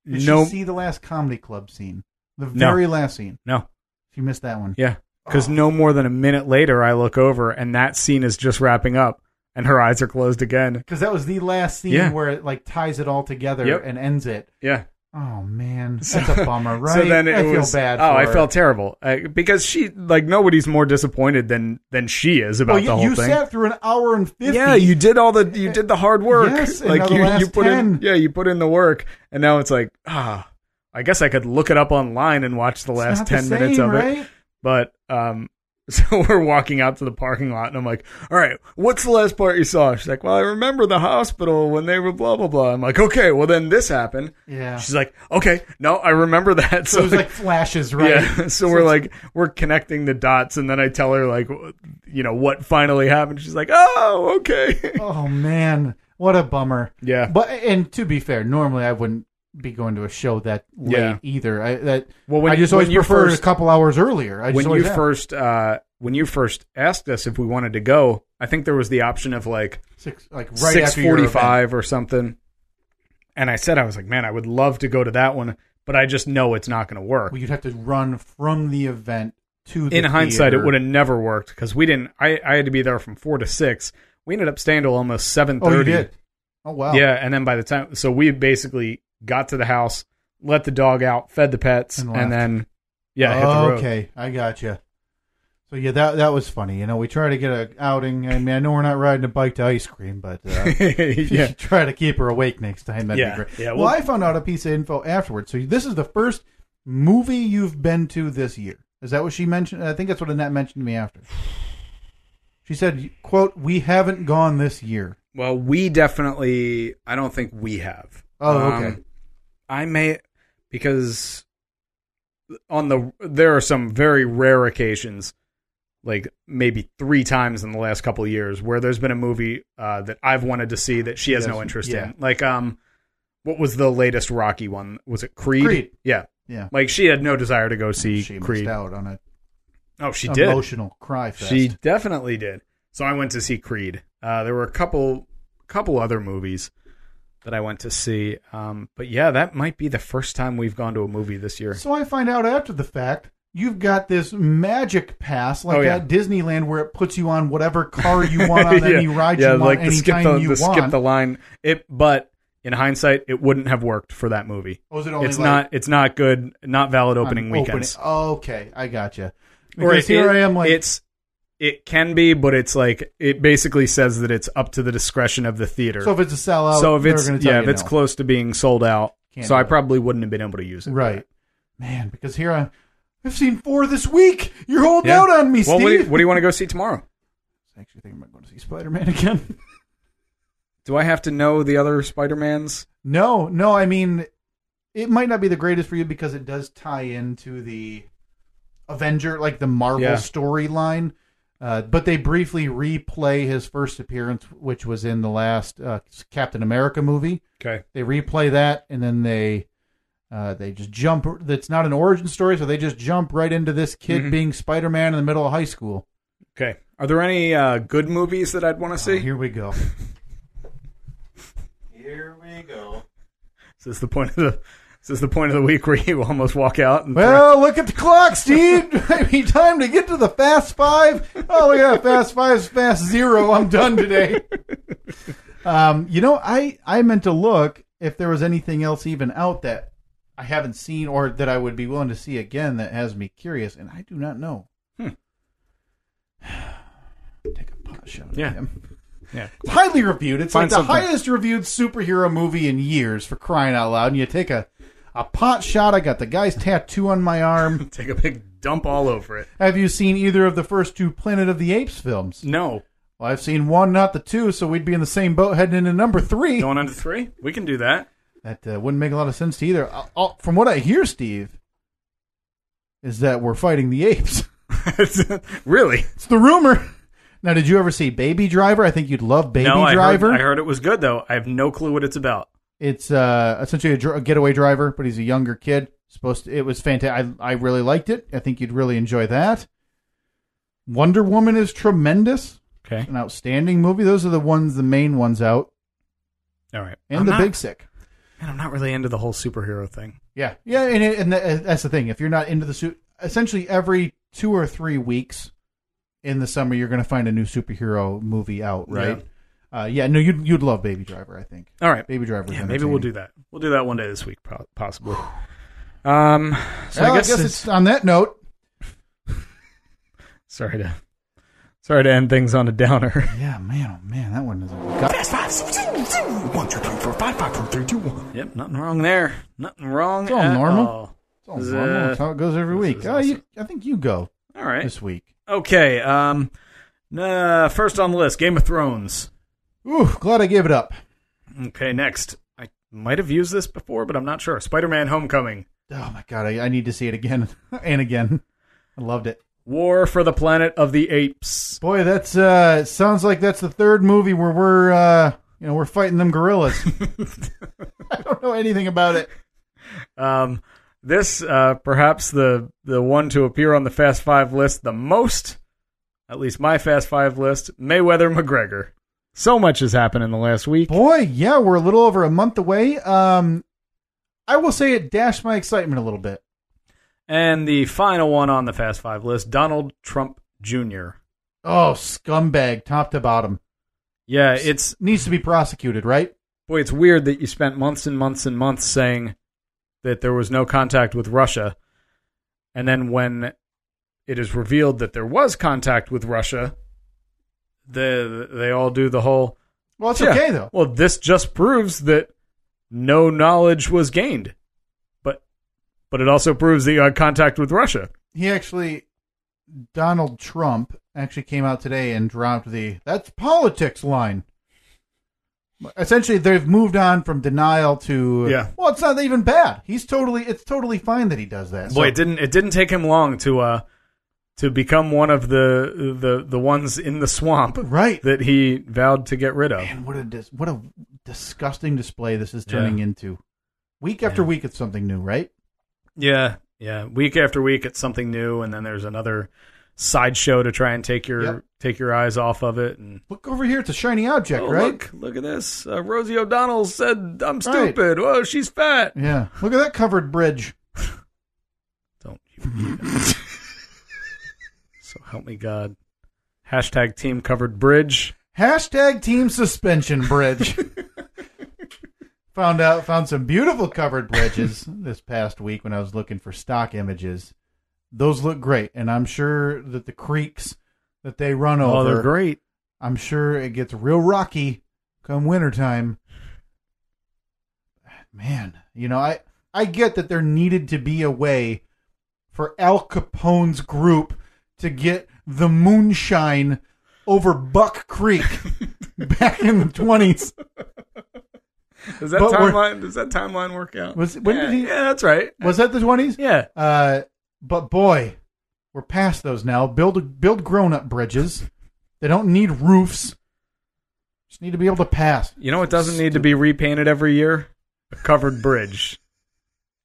[SPEAKER 1] Did she
[SPEAKER 3] no,
[SPEAKER 1] see the last comedy club scene? The
[SPEAKER 3] No.
[SPEAKER 1] very last scene.
[SPEAKER 3] no,
[SPEAKER 1] She missed that one.
[SPEAKER 3] yeah, because
[SPEAKER 1] Oh.
[SPEAKER 3] no more than a minute later, I look over, and that scene is just wrapping up, and her eyes are closed again.
[SPEAKER 1] Because that was the last scene
[SPEAKER 3] Yeah.
[SPEAKER 1] where it like ties it all together
[SPEAKER 3] Yep.
[SPEAKER 1] and ends it.
[SPEAKER 3] Yeah,
[SPEAKER 1] Oh man, that's
[SPEAKER 3] So-
[SPEAKER 1] a bummer, right?
[SPEAKER 3] so then it
[SPEAKER 1] I
[SPEAKER 3] was.
[SPEAKER 1] feel bad.
[SPEAKER 3] oh,
[SPEAKER 1] for
[SPEAKER 3] I
[SPEAKER 1] her.
[SPEAKER 3] felt terrible uh, because she like nobody's more disappointed than than she is about
[SPEAKER 1] Well,
[SPEAKER 3] the
[SPEAKER 1] you,
[SPEAKER 3] whole
[SPEAKER 1] you
[SPEAKER 3] thing.
[SPEAKER 1] sat through an hour and fifty.
[SPEAKER 3] Yeah, you did all the you did the hard work.
[SPEAKER 1] Yes, and
[SPEAKER 3] like
[SPEAKER 1] now the
[SPEAKER 3] you
[SPEAKER 1] last
[SPEAKER 3] you put in
[SPEAKER 1] 10.
[SPEAKER 3] yeah, you put in the work and now it's like, ah, I guess I could look it up online and watch the
[SPEAKER 1] It's
[SPEAKER 3] last
[SPEAKER 1] not
[SPEAKER 3] 10
[SPEAKER 1] the
[SPEAKER 3] minutes
[SPEAKER 1] same,
[SPEAKER 3] of it.
[SPEAKER 1] right?
[SPEAKER 3] But um so we're walking out to the parking lot and I'm like, "All right, what's the last part you saw?" She's like, "Well, I remember the hospital when they were blah blah blah." I'm like, "Okay, well then this happened."
[SPEAKER 1] Yeah.
[SPEAKER 3] She's like, "Okay, no, I remember that."
[SPEAKER 1] So it was like flashes, right?
[SPEAKER 3] yeah. So we're like we're connecting the dots, and then I tell her like, you know, what finally happened. She's like, oh, okay.
[SPEAKER 1] oh man, what a bummer.
[SPEAKER 3] Yeah.
[SPEAKER 1] But and to be fair, normally I wouldn't be going to a show that late
[SPEAKER 3] Yeah.
[SPEAKER 1] either. I that
[SPEAKER 3] Well, when-
[SPEAKER 1] I just
[SPEAKER 3] when
[SPEAKER 1] always
[SPEAKER 3] you
[SPEAKER 1] prefer
[SPEAKER 3] first-
[SPEAKER 1] a couple hours earlier. I just
[SPEAKER 3] when you
[SPEAKER 1] always have.
[SPEAKER 3] first uh, when you first asked us if we wanted to go, I think there was the option of like
[SPEAKER 1] six like right
[SPEAKER 3] six
[SPEAKER 1] after your
[SPEAKER 3] forty
[SPEAKER 1] event.
[SPEAKER 3] five or something. And I said I was like, man, I would love to go to that one, but I just know it's not going to work.
[SPEAKER 1] Well, you'd have to run from the event to. the
[SPEAKER 3] In hindsight, it
[SPEAKER 1] theater.
[SPEAKER 3] would have never worked because we didn't. I, I had to be there from four to six. We ended up staying till almost seven
[SPEAKER 1] Oh,
[SPEAKER 3] thirty.
[SPEAKER 1] you did. Oh wow.
[SPEAKER 3] Yeah, and then by the time, so we basically got to the house, let the dog out, fed the pets,
[SPEAKER 1] And
[SPEAKER 3] and,
[SPEAKER 1] left. Oh,
[SPEAKER 3] then yeah, hit the road.
[SPEAKER 1] Okay, I got you. So yeah, that that was funny. You know, we try to get a outing. I mean, I know we're not riding a bike to ice cream, but uh, if you
[SPEAKER 3] yeah,
[SPEAKER 1] should try to keep her awake next time. That'd
[SPEAKER 3] Yeah,
[SPEAKER 1] be great.
[SPEAKER 3] yeah,
[SPEAKER 1] well,
[SPEAKER 3] we'll-
[SPEAKER 1] I found out a piece of info afterwards. So this is the first movie you've been to this year. Is that what she mentioned? I think that's what Annette mentioned to me after. She said, "quote We haven't gone this year."
[SPEAKER 3] Well, we definitely. I don't think we have.
[SPEAKER 1] Oh, okay.
[SPEAKER 3] Um, I may because on the there are some very rare occasions, like maybe three times in the last couple of years, where there's been a movie uh, that I've wanted to see that she has no
[SPEAKER 1] Yes,
[SPEAKER 3] interest
[SPEAKER 1] yeah.
[SPEAKER 3] in. Like, um, what was the latest Rocky one? Was it
[SPEAKER 1] Creed.
[SPEAKER 3] Yeah,
[SPEAKER 1] Yeah,
[SPEAKER 3] Like she had no desire to go see
[SPEAKER 1] she
[SPEAKER 3] Creed.
[SPEAKER 1] missed out on it.
[SPEAKER 3] Oh, she did.
[SPEAKER 1] emotional cry fest.
[SPEAKER 3] She definitely did. So I went to see Creed. Uh, there were a couple couple other movies that I went to see. Um, but yeah, that might be the first time we've gone to a movie this year.
[SPEAKER 1] So I find out after the fact you've got this magic pass like
[SPEAKER 3] Oh, yeah.
[SPEAKER 1] at Disneyland where it puts you on whatever car you want on any ride you want
[SPEAKER 3] the skip
[SPEAKER 1] anytime
[SPEAKER 3] the,
[SPEAKER 1] you
[SPEAKER 3] the
[SPEAKER 1] want.
[SPEAKER 3] skip the line. It, but in hindsight, it wouldn't have worked for that movie.
[SPEAKER 1] Oh, is it only
[SPEAKER 3] it's
[SPEAKER 1] like-
[SPEAKER 3] not. It's not good. Not valid
[SPEAKER 1] on
[SPEAKER 3] opening
[SPEAKER 1] opening-
[SPEAKER 3] weekends.
[SPEAKER 1] Okay, I gotcha.
[SPEAKER 3] Or
[SPEAKER 1] Because
[SPEAKER 3] it-
[SPEAKER 1] here I am like
[SPEAKER 3] it's. It can be, but it's like it basically says that it's up to the discretion of the theater.
[SPEAKER 1] so if it's a sellout,
[SPEAKER 3] so if
[SPEAKER 1] Uh,
[SPEAKER 3] it's
[SPEAKER 1] they're gonna tell
[SPEAKER 3] yeah,
[SPEAKER 1] you
[SPEAKER 3] if it's
[SPEAKER 1] no.
[SPEAKER 3] close to being sold out,
[SPEAKER 1] Can't
[SPEAKER 3] so
[SPEAKER 1] do
[SPEAKER 3] I
[SPEAKER 1] it.
[SPEAKER 3] probably wouldn't have been able to use it.
[SPEAKER 1] right, man. Because here I, I've seen four this week. You're holding
[SPEAKER 3] Yeah.
[SPEAKER 1] out on me,
[SPEAKER 3] Well,
[SPEAKER 1] Steve.
[SPEAKER 3] what do, you, what do you want to go see tomorrow?
[SPEAKER 1] I actually think I'm going to see Spider Man again.
[SPEAKER 3] Do I have to know the other Spider Mans?
[SPEAKER 1] no, no. I mean, it might not be the greatest for you because it does tie into the Avenger, like the Marvel
[SPEAKER 3] Yeah.
[SPEAKER 1] storyline. Uh, but they briefly replay his first appearance, which was in the last uh, Captain America movie.
[SPEAKER 3] Okay.
[SPEAKER 1] they replay that and then they uh, they just jump that's not an origin story so they just jump right into this kid
[SPEAKER 3] Mhm.
[SPEAKER 1] being spider-man in the middle of high school
[SPEAKER 3] Okay. Are there any uh, good movies that I'd want to
[SPEAKER 1] Oh,
[SPEAKER 3] see?
[SPEAKER 1] here we go here we go
[SPEAKER 3] Is this the point of the? Is this the point of the week where you almost walk out? And
[SPEAKER 1] well look at the clock steve I mean, time to get to the fast five. Oh, look at that fast five's fast zero i'm done today um, you know i i meant to look if there was anything else even out that i haven't seen or that i would be willing to see again that has me curious and i do not know
[SPEAKER 3] Hmm.
[SPEAKER 1] take a pot shot at
[SPEAKER 3] Yeah.
[SPEAKER 1] him.
[SPEAKER 3] Yeah.
[SPEAKER 1] It's highly reviewed. It's
[SPEAKER 3] Find
[SPEAKER 1] like the
[SPEAKER 3] something.
[SPEAKER 1] highest reviewed superhero movie in years for crying out loud. And you take a, a pot shot. I got the guy's tattoo on my arm.
[SPEAKER 3] take a big dump all over it.
[SPEAKER 1] Have you seen either of the first two Planet of the Apes films?
[SPEAKER 3] No,
[SPEAKER 1] Well, I've seen one, not the two, so we'd be in the same boat heading into number three.
[SPEAKER 3] going under three. We can do that.
[SPEAKER 1] That uh, wouldn't make a lot of sense to either. i I'll- from what I hear, Steve, is that we're fighting the apes.
[SPEAKER 3] really?
[SPEAKER 1] It's the rumor. Now, did you ever see Baby Driver? I think you'd love Baby
[SPEAKER 3] no,
[SPEAKER 1] Driver.
[SPEAKER 3] I heard, I heard it was good though. I have no clue what it's about.
[SPEAKER 1] It's uh, essentially a, dr- a getaway driver, but he's a younger kid. Supposed to, it was fantastic. I, I really liked it. I think you'd really enjoy that. Wonder Woman is tremendous.
[SPEAKER 3] Okay.
[SPEAKER 1] An outstanding movie. Those are the ones, the main ones out,
[SPEAKER 3] All right.
[SPEAKER 1] and
[SPEAKER 3] I'm
[SPEAKER 1] the
[SPEAKER 3] not,
[SPEAKER 1] Big Sick.
[SPEAKER 3] Man, I'm not really into the whole superhero thing.
[SPEAKER 1] Yeah, yeah, and it- and tha- that's the thing. If you're not into the suit, essentially every two or three weeks in the summer, you're going to find a new superhero movie out, right? Uh, yeah, no, you'd you'd love Baby Driver. I think
[SPEAKER 3] All right.
[SPEAKER 1] Baby Driver. was
[SPEAKER 3] Yeah, maybe we'll
[SPEAKER 1] entertaining.
[SPEAKER 3] do that. We'll do that one day this week, po- possibly. Um, so
[SPEAKER 1] Well,
[SPEAKER 3] I guess, it's,
[SPEAKER 1] it's on that note.
[SPEAKER 3] sorry to sorry to end things on a downer.
[SPEAKER 1] Yeah, man, oh man, that one is. A
[SPEAKER 3] yep, nothing wrong there. Nothing wrong.
[SPEAKER 1] It's all
[SPEAKER 3] at
[SPEAKER 1] normal.
[SPEAKER 3] all.
[SPEAKER 1] It's all
[SPEAKER 3] Is,
[SPEAKER 1] normal.
[SPEAKER 3] uh,
[SPEAKER 1] That's how it goes every
[SPEAKER 3] this
[SPEAKER 1] week.
[SPEAKER 3] is
[SPEAKER 1] Uh, you, I think you go
[SPEAKER 3] All right.
[SPEAKER 1] this week.
[SPEAKER 3] Okay. Um, nah, first on the list, Game of Thrones.
[SPEAKER 1] Ooh, glad I gave it up.
[SPEAKER 3] Okay, next. I might have used this before, but I'm not sure. Spider-Man: Homecoming.
[SPEAKER 1] Oh my god, I, I need to see it again and again. I loved it.
[SPEAKER 3] War for the Planet of the Apes.
[SPEAKER 1] Boy, that's uh, it sounds like that's the third movie where we're uh, you know we're fighting them gorillas. I don't know anything about it.
[SPEAKER 3] Um, this uh, perhaps the the one to appear on the Fast Five list the most, at least my Fast Five list. Mayweather McGregor. So much has happened in the last week.
[SPEAKER 1] Boy, yeah, we're a little over a month away. Um, I will say it dashed my excitement a little bit.
[SPEAKER 3] And the final one on the Fast Five list, Donald Trump Jr.
[SPEAKER 1] Oh, scumbag, top to bottom,
[SPEAKER 3] Yeah, Uh, it's
[SPEAKER 1] needs to be prosecuted, right?
[SPEAKER 3] boy, it's weird that you spent months and months and months saying that there was no contact with Russia, and then when it is revealed that there was contact with Russia, the they all do the whole
[SPEAKER 1] Well, it's
[SPEAKER 3] Yeah.
[SPEAKER 1] okay though.
[SPEAKER 3] Well, this just proves that no knowledge was gained, but but it also proves that you had contact with Russia.
[SPEAKER 1] he actually Donald Trump actually came out today and dropped the that's politics line. Essentially, they've moved on from denial to
[SPEAKER 3] Yeah.
[SPEAKER 1] Well, it's not even bad. He's totally. It's totally fine that he does that.
[SPEAKER 3] Boy,
[SPEAKER 1] So-
[SPEAKER 3] it didn't it didn't take him long to uh to become one of the the the ones in the swamp
[SPEAKER 1] right?
[SPEAKER 3] that he vowed to get rid of.
[SPEAKER 1] Man, what a dis- what a disgusting display this is turning into. Week after
[SPEAKER 3] Yeah.
[SPEAKER 1] week, it's something new, right?
[SPEAKER 3] Yeah, yeah. Week after week, it's something new, and then there's another sideshow to try and take your
[SPEAKER 1] Yep.
[SPEAKER 3] take your eyes off of it. And
[SPEAKER 1] Look over here. It's a shiny object,
[SPEAKER 3] oh,
[SPEAKER 1] right?
[SPEAKER 3] look, look at this. Uh, Rosie O'Donnell said I'm
[SPEAKER 1] Right.
[SPEAKER 3] stupid. Whoa, she's fat.
[SPEAKER 1] Yeah. Look at that covered bridge.
[SPEAKER 3] Don't you even. so help me God. Hashtag team covered bridge.
[SPEAKER 1] Hashtag team suspension bridge. found out found some beautiful covered bridges this past week when I was looking for stock images. Those look great, and I'm sure that the creeks that they run
[SPEAKER 3] Oh,
[SPEAKER 1] over,
[SPEAKER 3] they're great.
[SPEAKER 1] I'm sure it gets real rocky come wintertime. Man, you know, I I get that there needed to be a way for Al Capone's group to get the moonshine over Buck Creek back in the 20s.
[SPEAKER 3] Does that
[SPEAKER 1] But we're-
[SPEAKER 3] timeline? Does that timeline work out?
[SPEAKER 1] Was- when
[SPEAKER 3] yeah,
[SPEAKER 1] did he-
[SPEAKER 3] Yeah, that's right.
[SPEAKER 1] Was that the 20s?
[SPEAKER 3] Yeah,
[SPEAKER 1] Uh, but boy, we're past those now. Build build grown-up bridges. They don't need roofs. Just need to be able to pass.
[SPEAKER 3] you know what doesn't need to be repainted every year? A covered bridge.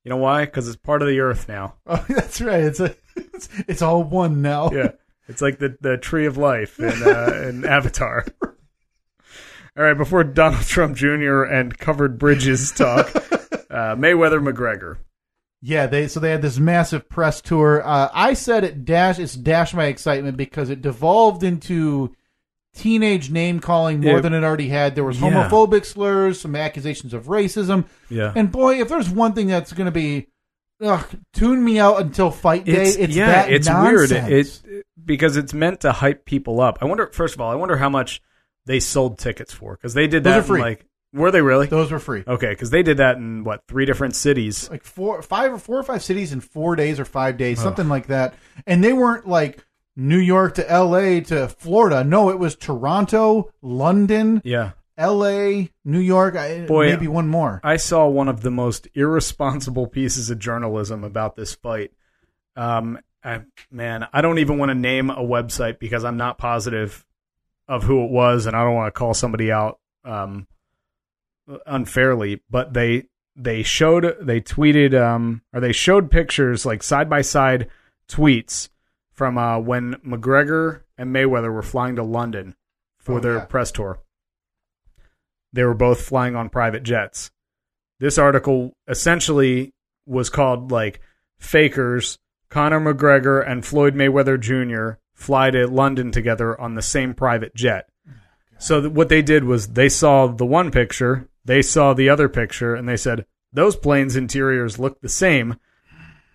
[SPEAKER 3] You know why? Because it's part of the earth now.
[SPEAKER 1] Oh, that's right. It's a, it's, it's all one now.
[SPEAKER 3] Yeah, it's like the the tree of life in, uh, in Avatar. All right, before Donald Trump Jr. and covered bridges talk, uh, Mayweather McGregor.
[SPEAKER 1] Yeah, they so they had this massive press tour. Uh, I said it dash it's dash my excitement because it devolved into teenage name calling more
[SPEAKER 3] It-
[SPEAKER 1] than it already had. There was
[SPEAKER 3] Yeah.
[SPEAKER 1] homophobic slurs, some accusations of racism,
[SPEAKER 3] Yeah,
[SPEAKER 1] and boy, if there's one thing that's going to be ugh, tune me out until fight day, it's, that
[SPEAKER 3] it's
[SPEAKER 1] nonsense.
[SPEAKER 3] weird. It, it because it's meant to hype people up. I wonder. First of all, I wonder how much they sold tickets for because they did
[SPEAKER 1] Those are
[SPEAKER 3] that. in,
[SPEAKER 1] free.
[SPEAKER 3] like, were they really?
[SPEAKER 1] those were free.
[SPEAKER 3] Okay, because they did that in what three different cities?
[SPEAKER 1] like four five or four or five cities in four days or five days something like that and they weren't like new york to la to florida no it was toronto london
[SPEAKER 3] Yeah,
[SPEAKER 1] la new york I-
[SPEAKER 3] Boy,
[SPEAKER 1] maybe one more
[SPEAKER 3] I saw one of the most irresponsible pieces of journalism about this fight. Um, I, man, I don't even want to name a website because I'm not positive of who it was, and I don't want to call somebody out um, unfairly. But they they showed they tweeted um, or they showed pictures like side by side tweets from uh, when McGregor and Mayweather were flying to London for
[SPEAKER 1] Oh,
[SPEAKER 3] their
[SPEAKER 1] yeah.
[SPEAKER 3] press tour. They were both flying on private jets. This article essentially was called like fakers Conor McGregor and Floyd Mayweather Jr. fly to London together on the same private jet.
[SPEAKER 1] Oh,
[SPEAKER 3] So th- what they did was they saw the one picture, they saw the other picture, and they said those planes' interiors look the same.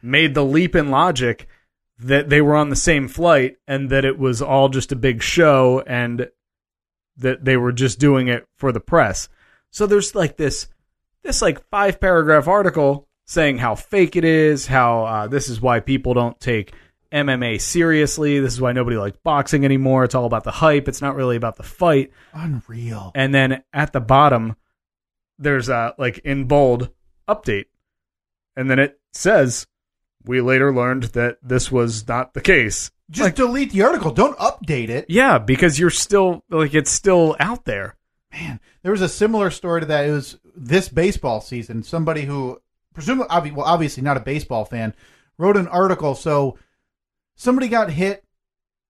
[SPEAKER 3] Made the leap in logic that they were on the same flight and that it was all just a big show and that they were just doing it for the press. So there's like this this like five paragraph article saying how fake it is, how uh, this is why people don't take MMA seriously. This is why nobody likes boxing anymore. It's all about the hype. It's not really about the fight.
[SPEAKER 1] unreal
[SPEAKER 3] And then at the bottom, there's a like in bold update, and then it says, "We later learned that this was not the case."
[SPEAKER 1] just delete the article don't update it
[SPEAKER 3] Yeah, because you're still like it's still out there.
[SPEAKER 1] There was a similar story to that. It was this baseball season. Somebody who, presumably, obvi- well, obviously not a baseball fan, wrote an article. So somebody got hit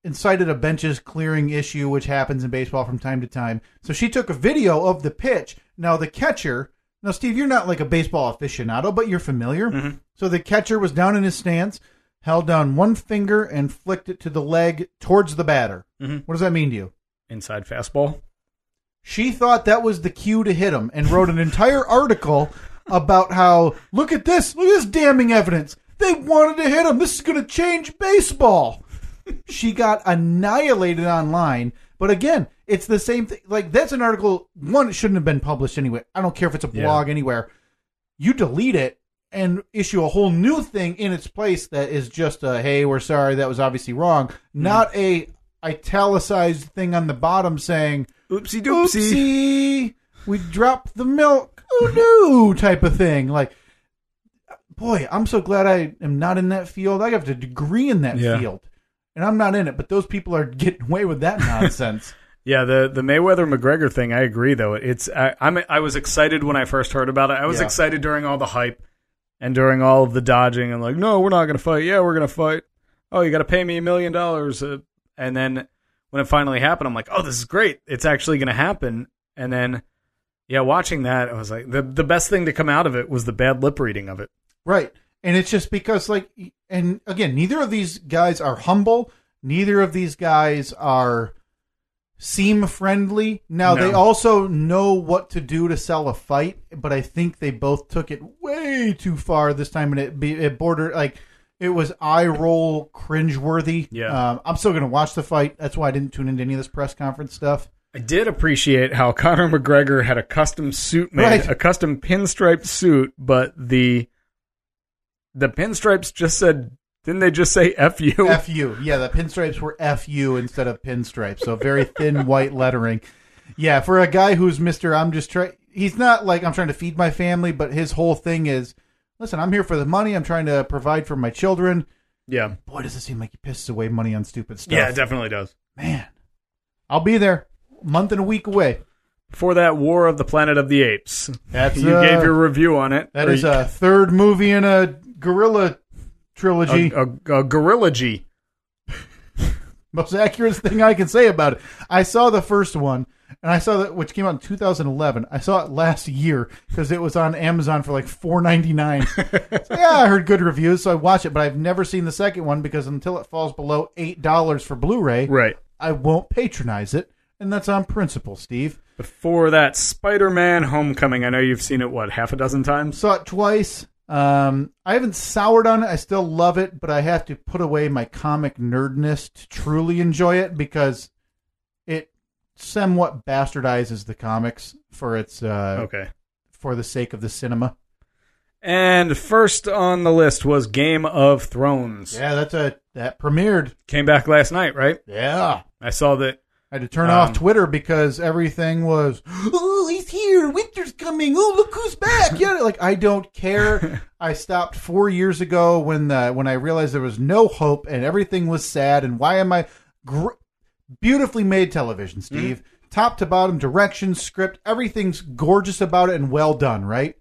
[SPEAKER 1] and cited a benches clearing issue, which happens in baseball from time to time. So she took a video of the pitch. Now the catcher. Now, Steve, you're not like a baseball aficionado, but you're familiar. So the catcher was down in his stance, held down one finger, and flicked it to the leg towards the batter.
[SPEAKER 3] Mhm.
[SPEAKER 1] What does that mean to you?
[SPEAKER 3] Inside fastball.
[SPEAKER 1] She thought that was the cue to hit him and wrote an entire article about how look at this, look at this damning evidence. They wanted to hit him. This is going to change baseball. she got annihilated online. But again, it's the same thing. Like that's an article one it shouldn't have been published anyway. I don't care if it's a
[SPEAKER 3] Yeah.
[SPEAKER 1] blog anywhere. You delete it and issue a whole new thing in its place that is just a hey, we're sorry, that was obviously wrong. Not a italicized thing on the bottom saying
[SPEAKER 3] Oopsie
[SPEAKER 1] oopsie, we dropped the milk, oh no, type of thing. Like, boy, I'm so glad I am not in that field. I have a degree in that
[SPEAKER 3] Yeah.
[SPEAKER 1] field, and I'm not in it. But those people are getting away with that nonsense.
[SPEAKER 3] Yeah, the the Mayweather McGregor thing. I agree, though. It's I, I'm I was excited when I first heard about it. I was
[SPEAKER 1] Yeah.
[SPEAKER 3] excited during all the hype and during all of the dodging and like, no, we're not going to fight. Yeah, we're going to fight. oh, you got to pay me a million dollars. uh, And then when it finally happened, I'm like, oh, this is great. It's actually going to happen. And then, yeah, watching that, I was like, the, the best thing to come out of it was the bad lip reading of it.
[SPEAKER 1] Right. And it's just because, like, and again, neither of these guys are humble. Neither of these guys are seem friendly. Now,
[SPEAKER 3] No.
[SPEAKER 1] they also know what to do to sell a fight, but I think they both took it way too far this time, and it, be, it bordered, like, it was eye roll cringeworthy.
[SPEAKER 3] Yeah.
[SPEAKER 1] Um, I'm still going to watch the fight. That's why I didn't tune into any of this press conference stuff.
[SPEAKER 3] I did appreciate how Conor McGregor had a custom suit made,
[SPEAKER 1] Right.
[SPEAKER 3] a custom pinstripe suit, but the the pinstripes just said, didn't they just say "f you"?
[SPEAKER 1] F you. Yeah, the pinstripes were F you instead of pinstripes. So very thin white lettering. Yeah, for a guy who's Mr. I'm just trying, he's not like I'm trying to feed my family, but his whole thing is listen, I'm here for the money. I'm trying to provide for my children.
[SPEAKER 3] yeah,
[SPEAKER 1] Boy, does it seem like he pisses away money on stupid stuff.
[SPEAKER 3] yeah, it definitely does.
[SPEAKER 1] Man, I'll be there. Month and a week away.
[SPEAKER 3] Before that, War of the Planet of the Apes.
[SPEAKER 1] That's
[SPEAKER 3] you
[SPEAKER 1] uh,
[SPEAKER 3] gave your review on it.
[SPEAKER 1] That
[SPEAKER 3] Or
[SPEAKER 1] is uh,
[SPEAKER 3] you-
[SPEAKER 1] a third movie in a gorilla trilogy.
[SPEAKER 3] a, a, a gorilla-G.
[SPEAKER 1] most accurate thing I can say about it. I saw the first one, and I saw that which came out in 2011. I saw it last year because it was on Amazon for like 4.99. so, yeah, I heard good reviews, so I watched it. But I've never seen the second one because until it falls below eight dollars for Blu-ray,
[SPEAKER 3] Right.
[SPEAKER 1] I won't patronize it, and that's on principle, Steve.
[SPEAKER 3] Before that, Spider-Man: Homecoming. I know you've seen it what half a dozen times.
[SPEAKER 1] Saw it twice. Um, I haven't soured on it. I still love it, but I have to put away my comic nerdness to truly enjoy it because it somewhat bastardizes the comics for its uh,
[SPEAKER 3] Okay.
[SPEAKER 1] for the sake of the cinema.
[SPEAKER 3] And first on the list was Game of Thrones.
[SPEAKER 1] Yeah, that's a that premiered.
[SPEAKER 3] Came back last night, right?
[SPEAKER 1] Yeah,
[SPEAKER 3] I saw that
[SPEAKER 1] I had to turn
[SPEAKER 3] Um,
[SPEAKER 1] off Twitter because everything was. Oh, he's here! Winter's coming! Oh, look who's back! Yeah, like I don't care. I stopped four years ago when the when I realized there was no hope and everything was sad. And why am I? Gr- beautifully made television, Steve. Top to bottom, direction, script, everything's gorgeous about it and well done. Right?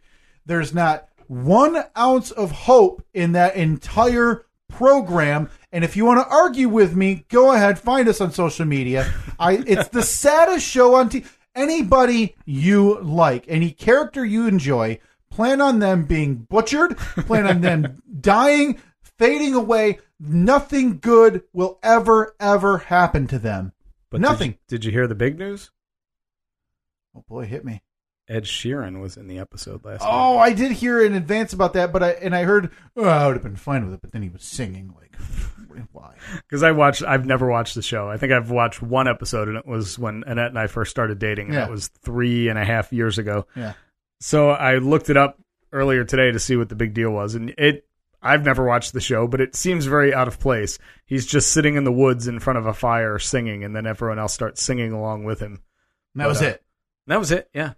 [SPEAKER 1] There's not one ounce of hope in that entire program. And if you want to argue with me, go ahead. Find us on social media. I it's the saddest show on TV. Anybody you like, any character you enjoy, plan on them being butchered. Plan on them dying, fading away. Nothing good will ever ever happen to them.
[SPEAKER 3] did you-
[SPEAKER 1] Nothing.
[SPEAKER 3] Did you, hear the big news?
[SPEAKER 1] Oh boy, hit me.
[SPEAKER 3] Ed Sheeran was in the episode last
[SPEAKER 1] Oh,
[SPEAKER 3] night.
[SPEAKER 1] I did hear in advance about that, but I and I heard oh, I would have been fine with it, but then he was singing like why?
[SPEAKER 3] because I watched. I've never watched the show. I think I've watched one episode, and it was when Annette and I first started dating. And
[SPEAKER 1] Yeah.
[SPEAKER 3] That was three and a half years ago.
[SPEAKER 1] Yeah.
[SPEAKER 3] So I looked it up earlier today to see what the big deal was, and it. I've never watched the show, but it seems very out of place. He's just sitting in the woods in front of a fire singing, and then everyone else starts singing along with him.
[SPEAKER 1] And that was
[SPEAKER 3] But, uh,
[SPEAKER 1] it.
[SPEAKER 3] And that was it. Yeah,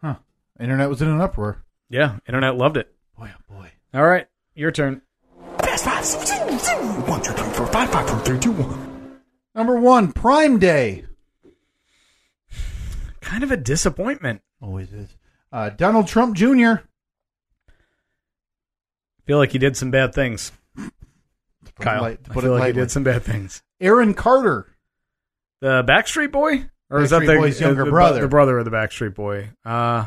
[SPEAKER 1] Huh. Internet was in an uproar.
[SPEAKER 3] yeah. Internet loved it.
[SPEAKER 1] Boy, oh boy.
[SPEAKER 3] All right, your turn.
[SPEAKER 4] Fast five. zoom, zoom, zoom. One, two, three, four, five, five, four, three, two, one.
[SPEAKER 1] Number one, Prime Day.
[SPEAKER 3] Kind of a disappointment.
[SPEAKER 1] Always is. Uh, Donald Trump Jr.
[SPEAKER 3] Feel like he did some bad things.
[SPEAKER 1] To put it
[SPEAKER 3] Kyle,
[SPEAKER 1] light- to
[SPEAKER 3] I
[SPEAKER 1] put
[SPEAKER 3] feel
[SPEAKER 1] it
[SPEAKER 3] like he
[SPEAKER 1] lightly.
[SPEAKER 3] did some bad things.
[SPEAKER 1] Aaron Carter.
[SPEAKER 3] The Backstreet Boy, or is that
[SPEAKER 1] Backstreet
[SPEAKER 3] the
[SPEAKER 1] Boy's younger
[SPEAKER 3] the- the,
[SPEAKER 1] brother?
[SPEAKER 3] the brother of the Backstreet Boy? Uh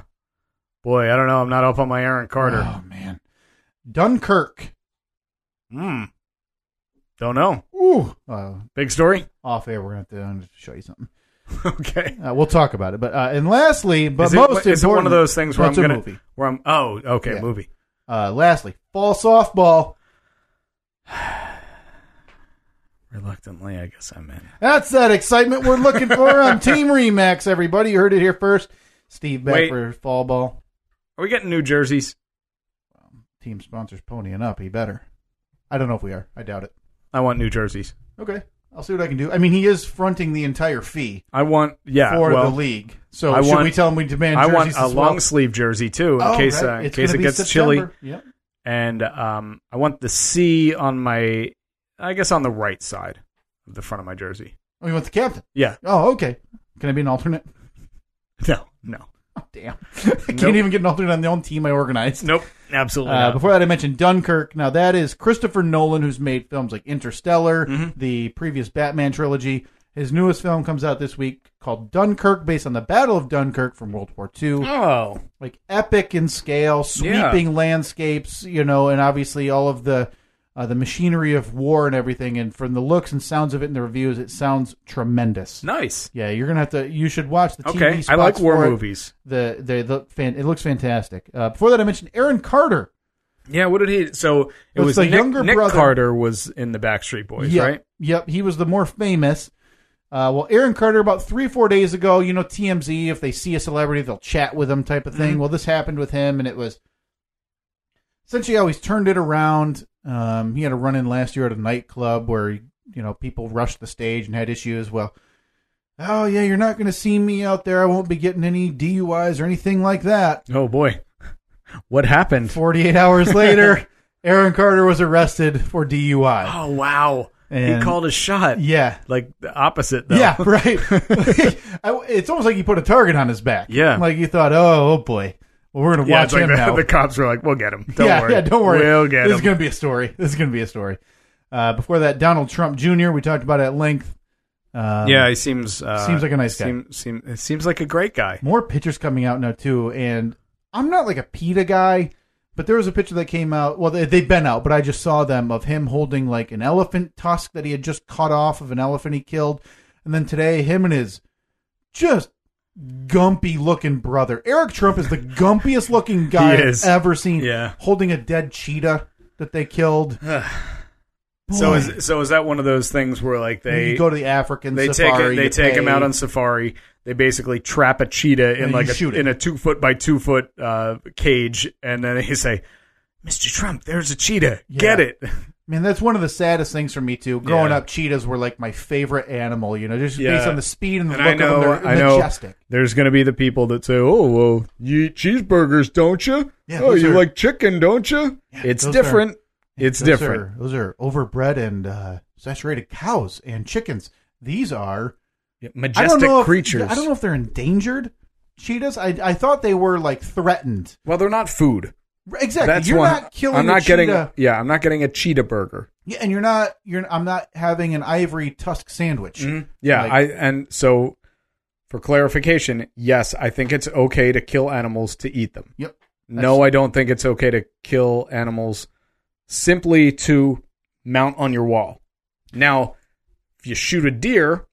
[SPEAKER 3] boy, I don't know. I'm not up on my Aaron Carter.
[SPEAKER 1] Oh man. Dunkirk.
[SPEAKER 3] Hmm. Don't know.
[SPEAKER 1] Ooh. Uh,
[SPEAKER 3] Big story.
[SPEAKER 1] off air, we're going to have to show you something.
[SPEAKER 3] okay.
[SPEAKER 1] Uh, we'll talk about it. But uh, and lastly, but
[SPEAKER 3] is it,
[SPEAKER 1] most
[SPEAKER 3] is it one
[SPEAKER 1] important,
[SPEAKER 3] of those things where
[SPEAKER 1] That's
[SPEAKER 3] I'm
[SPEAKER 1] a
[SPEAKER 3] gonna
[SPEAKER 1] movie.
[SPEAKER 3] where I'm oh okay
[SPEAKER 1] Yeah.
[SPEAKER 3] movie.
[SPEAKER 1] Uh, lastly, fall softball.
[SPEAKER 3] Reluctantly, I guess I'm in.
[SPEAKER 1] That's that excitement we're looking for on Team Remax. Everybody, you heard it here first. Steve back
[SPEAKER 3] Wait.
[SPEAKER 1] for fall ball.
[SPEAKER 3] Are we getting New Jerseys?
[SPEAKER 1] Team sponsors ponying up. He better. I don't know if we are. I doubt it.
[SPEAKER 3] I want New Jerseys.
[SPEAKER 1] Okay, I'll see what I can do. I mean, he is fronting the entire fee
[SPEAKER 3] I want yeah.
[SPEAKER 1] for
[SPEAKER 3] well,
[SPEAKER 1] the league. So
[SPEAKER 3] I
[SPEAKER 1] should
[SPEAKER 3] want-
[SPEAKER 1] we tell him we demand?
[SPEAKER 3] I want
[SPEAKER 1] jerseys
[SPEAKER 3] a
[SPEAKER 1] as well?
[SPEAKER 3] long sleeve jersey too, in
[SPEAKER 1] Oh,
[SPEAKER 3] case
[SPEAKER 1] right.
[SPEAKER 3] uh, in
[SPEAKER 1] It's
[SPEAKER 3] case
[SPEAKER 1] gonna
[SPEAKER 3] it
[SPEAKER 1] be
[SPEAKER 3] gets chilly.
[SPEAKER 1] September. Yep.
[SPEAKER 3] and um, I want the C on my, I guess on the right side of the front of my jersey.
[SPEAKER 1] Oh, you want the captain?
[SPEAKER 3] Yeah.
[SPEAKER 1] Oh, okay. Can I be an alternate?
[SPEAKER 3] No, no.
[SPEAKER 1] Damn. I can't even get an alternate on the own team I organized.
[SPEAKER 3] Nope, absolutely
[SPEAKER 1] Uh,
[SPEAKER 3] not.
[SPEAKER 1] before that, I mentioned Dunkirk. Now, that is Christopher Nolan, who's made films like Interstellar,
[SPEAKER 3] Mm-hmm.
[SPEAKER 1] the previous Batman trilogy. His newest film comes out this week called Dunkirk, based on the Battle of Dunkirk from World War II.
[SPEAKER 3] oh,
[SPEAKER 1] Like epic in scale,
[SPEAKER 3] Yeah.
[SPEAKER 1] sweeping landscapes, you know, and obviously all of the uh, the machinery of war and everything. And from the looks and sounds of it in the reviews, it sounds tremendous.
[SPEAKER 3] nice.
[SPEAKER 1] Yeah, you're gonna have to. You should watch the TV
[SPEAKER 3] Okay,
[SPEAKER 1] spots
[SPEAKER 3] I like war
[SPEAKER 1] for it.
[SPEAKER 3] movies.
[SPEAKER 1] The they look fan. It looks fantastic. Uh, before that, I mentioned Aaron Carter.
[SPEAKER 3] Yeah, what did he? So it
[SPEAKER 1] It's
[SPEAKER 3] was
[SPEAKER 1] the
[SPEAKER 3] Nick,
[SPEAKER 1] younger
[SPEAKER 3] Nick
[SPEAKER 1] brother-
[SPEAKER 3] Carter was in the Backstreet Boys,
[SPEAKER 1] yep,
[SPEAKER 3] right?
[SPEAKER 1] Yep, he was the more famous. Uh, well, Aaron Carter about three four days ago. You know TMZ. If they see a celebrity, they'll chat with them, type of thing.
[SPEAKER 3] Mm-hmm.
[SPEAKER 1] Well, this happened with him, and it was essentially how he's turned it around. Um, he had a run in last year at a nightclub where you know people rushed the stage and had issues. Well, oh yeah, you're not going to see me out there. I won't be getting any DUIs or anything like that.
[SPEAKER 3] Oh boy, what happened?
[SPEAKER 1] 48 hours later, Aaron Carter was arrested for DUI.
[SPEAKER 3] Oh wow,
[SPEAKER 1] And-
[SPEAKER 3] he called a shot.
[SPEAKER 1] Yeah.
[SPEAKER 3] Like the opposite though.
[SPEAKER 1] Yeah, right. I- it's almost like he put a target on his back.
[SPEAKER 3] Yeah.
[SPEAKER 1] Like you thought, oh, oh boy. Well, we're going to
[SPEAKER 3] Yeah,
[SPEAKER 1] watch
[SPEAKER 3] it's like
[SPEAKER 1] him
[SPEAKER 3] the,
[SPEAKER 1] now.
[SPEAKER 3] the cops were like, "We'll get him. Don't
[SPEAKER 1] yeah,
[SPEAKER 3] worry.
[SPEAKER 1] yeah, don't worry.
[SPEAKER 3] We'll get
[SPEAKER 1] this
[SPEAKER 3] him."
[SPEAKER 1] is going to be a story. This is going to be a story. Uh, before that, Donald Trump Jr., we talked about at length. Um,
[SPEAKER 3] yeah, he seems uh,
[SPEAKER 1] Seems like a nice guy.
[SPEAKER 3] Seem, seem, it seems like a great guy.
[SPEAKER 1] more pictures coming out now too and i'm not like a peta guy but there was a picture that came out well they, they've been out but i just saw them of him holding like an elephant tusk that he had just cut off of an elephant he killed and then today him and his just gumpy looking brother eric trump is the gumpiest looking guy
[SPEAKER 3] He
[SPEAKER 1] i've
[SPEAKER 3] is.
[SPEAKER 1] ever seen
[SPEAKER 3] Yeah.
[SPEAKER 1] holding a dead cheetah that they killed
[SPEAKER 3] So
[SPEAKER 1] Boy.
[SPEAKER 3] is so is that one of those things where like
[SPEAKER 1] you
[SPEAKER 3] they
[SPEAKER 1] go to the african
[SPEAKER 3] they
[SPEAKER 1] safari,
[SPEAKER 3] take they
[SPEAKER 1] you
[SPEAKER 3] take him
[SPEAKER 1] pay-
[SPEAKER 3] out on safari. They basically trap a cheetah in
[SPEAKER 1] And
[SPEAKER 3] like
[SPEAKER 1] you
[SPEAKER 3] a,
[SPEAKER 1] shoot it.
[SPEAKER 3] in a two foot by two foot uh, cage, and then they say, "Mr. Trump, there's a cheetah. Get
[SPEAKER 1] Yeah.
[SPEAKER 3] it."
[SPEAKER 1] Man, that's one of the saddest things for me too. Growing
[SPEAKER 3] Yeah.
[SPEAKER 1] up, cheetahs were like my favorite animal. You know, just
[SPEAKER 3] Yeah.
[SPEAKER 1] based on the speed and the
[SPEAKER 3] And I
[SPEAKER 1] look of
[SPEAKER 3] know,
[SPEAKER 1] them, they're
[SPEAKER 3] I know.
[SPEAKER 1] majestic.
[SPEAKER 3] There's going to be the people that say, "Oh, well, you eat cheeseburgers, don't you?
[SPEAKER 1] Yeah,
[SPEAKER 3] oh,
[SPEAKER 1] those
[SPEAKER 3] you
[SPEAKER 1] are-
[SPEAKER 3] like chicken, don't you? it's
[SPEAKER 1] those
[SPEAKER 3] different. it's
[SPEAKER 1] Those
[SPEAKER 3] different.
[SPEAKER 1] Are, those are overbred and uh, saturated cows and chickens. These are I don't
[SPEAKER 3] Majestic
[SPEAKER 1] know if,
[SPEAKER 3] creatures.
[SPEAKER 1] I don't know if they're endangered cheetahs. I I thought they were like threatened.
[SPEAKER 3] Well, they're not food.
[SPEAKER 1] Exactly.
[SPEAKER 3] That's
[SPEAKER 1] you're
[SPEAKER 3] one.
[SPEAKER 1] not killing.
[SPEAKER 3] I'm
[SPEAKER 1] a
[SPEAKER 3] not getting.
[SPEAKER 1] cheetah.
[SPEAKER 3] Yeah, I'm not getting a cheetah burger.
[SPEAKER 1] Yeah, and you're not. You're. I'm not having an ivory tusk sandwich.
[SPEAKER 3] Yeah,
[SPEAKER 1] Hmm? Like-
[SPEAKER 3] I and so for clarification, yes, I think it's okay to kill animals to eat them.
[SPEAKER 1] Yep.
[SPEAKER 3] No, I don't think it's okay to kill animals simply to mount on your wall. Now, if you shoot a deer,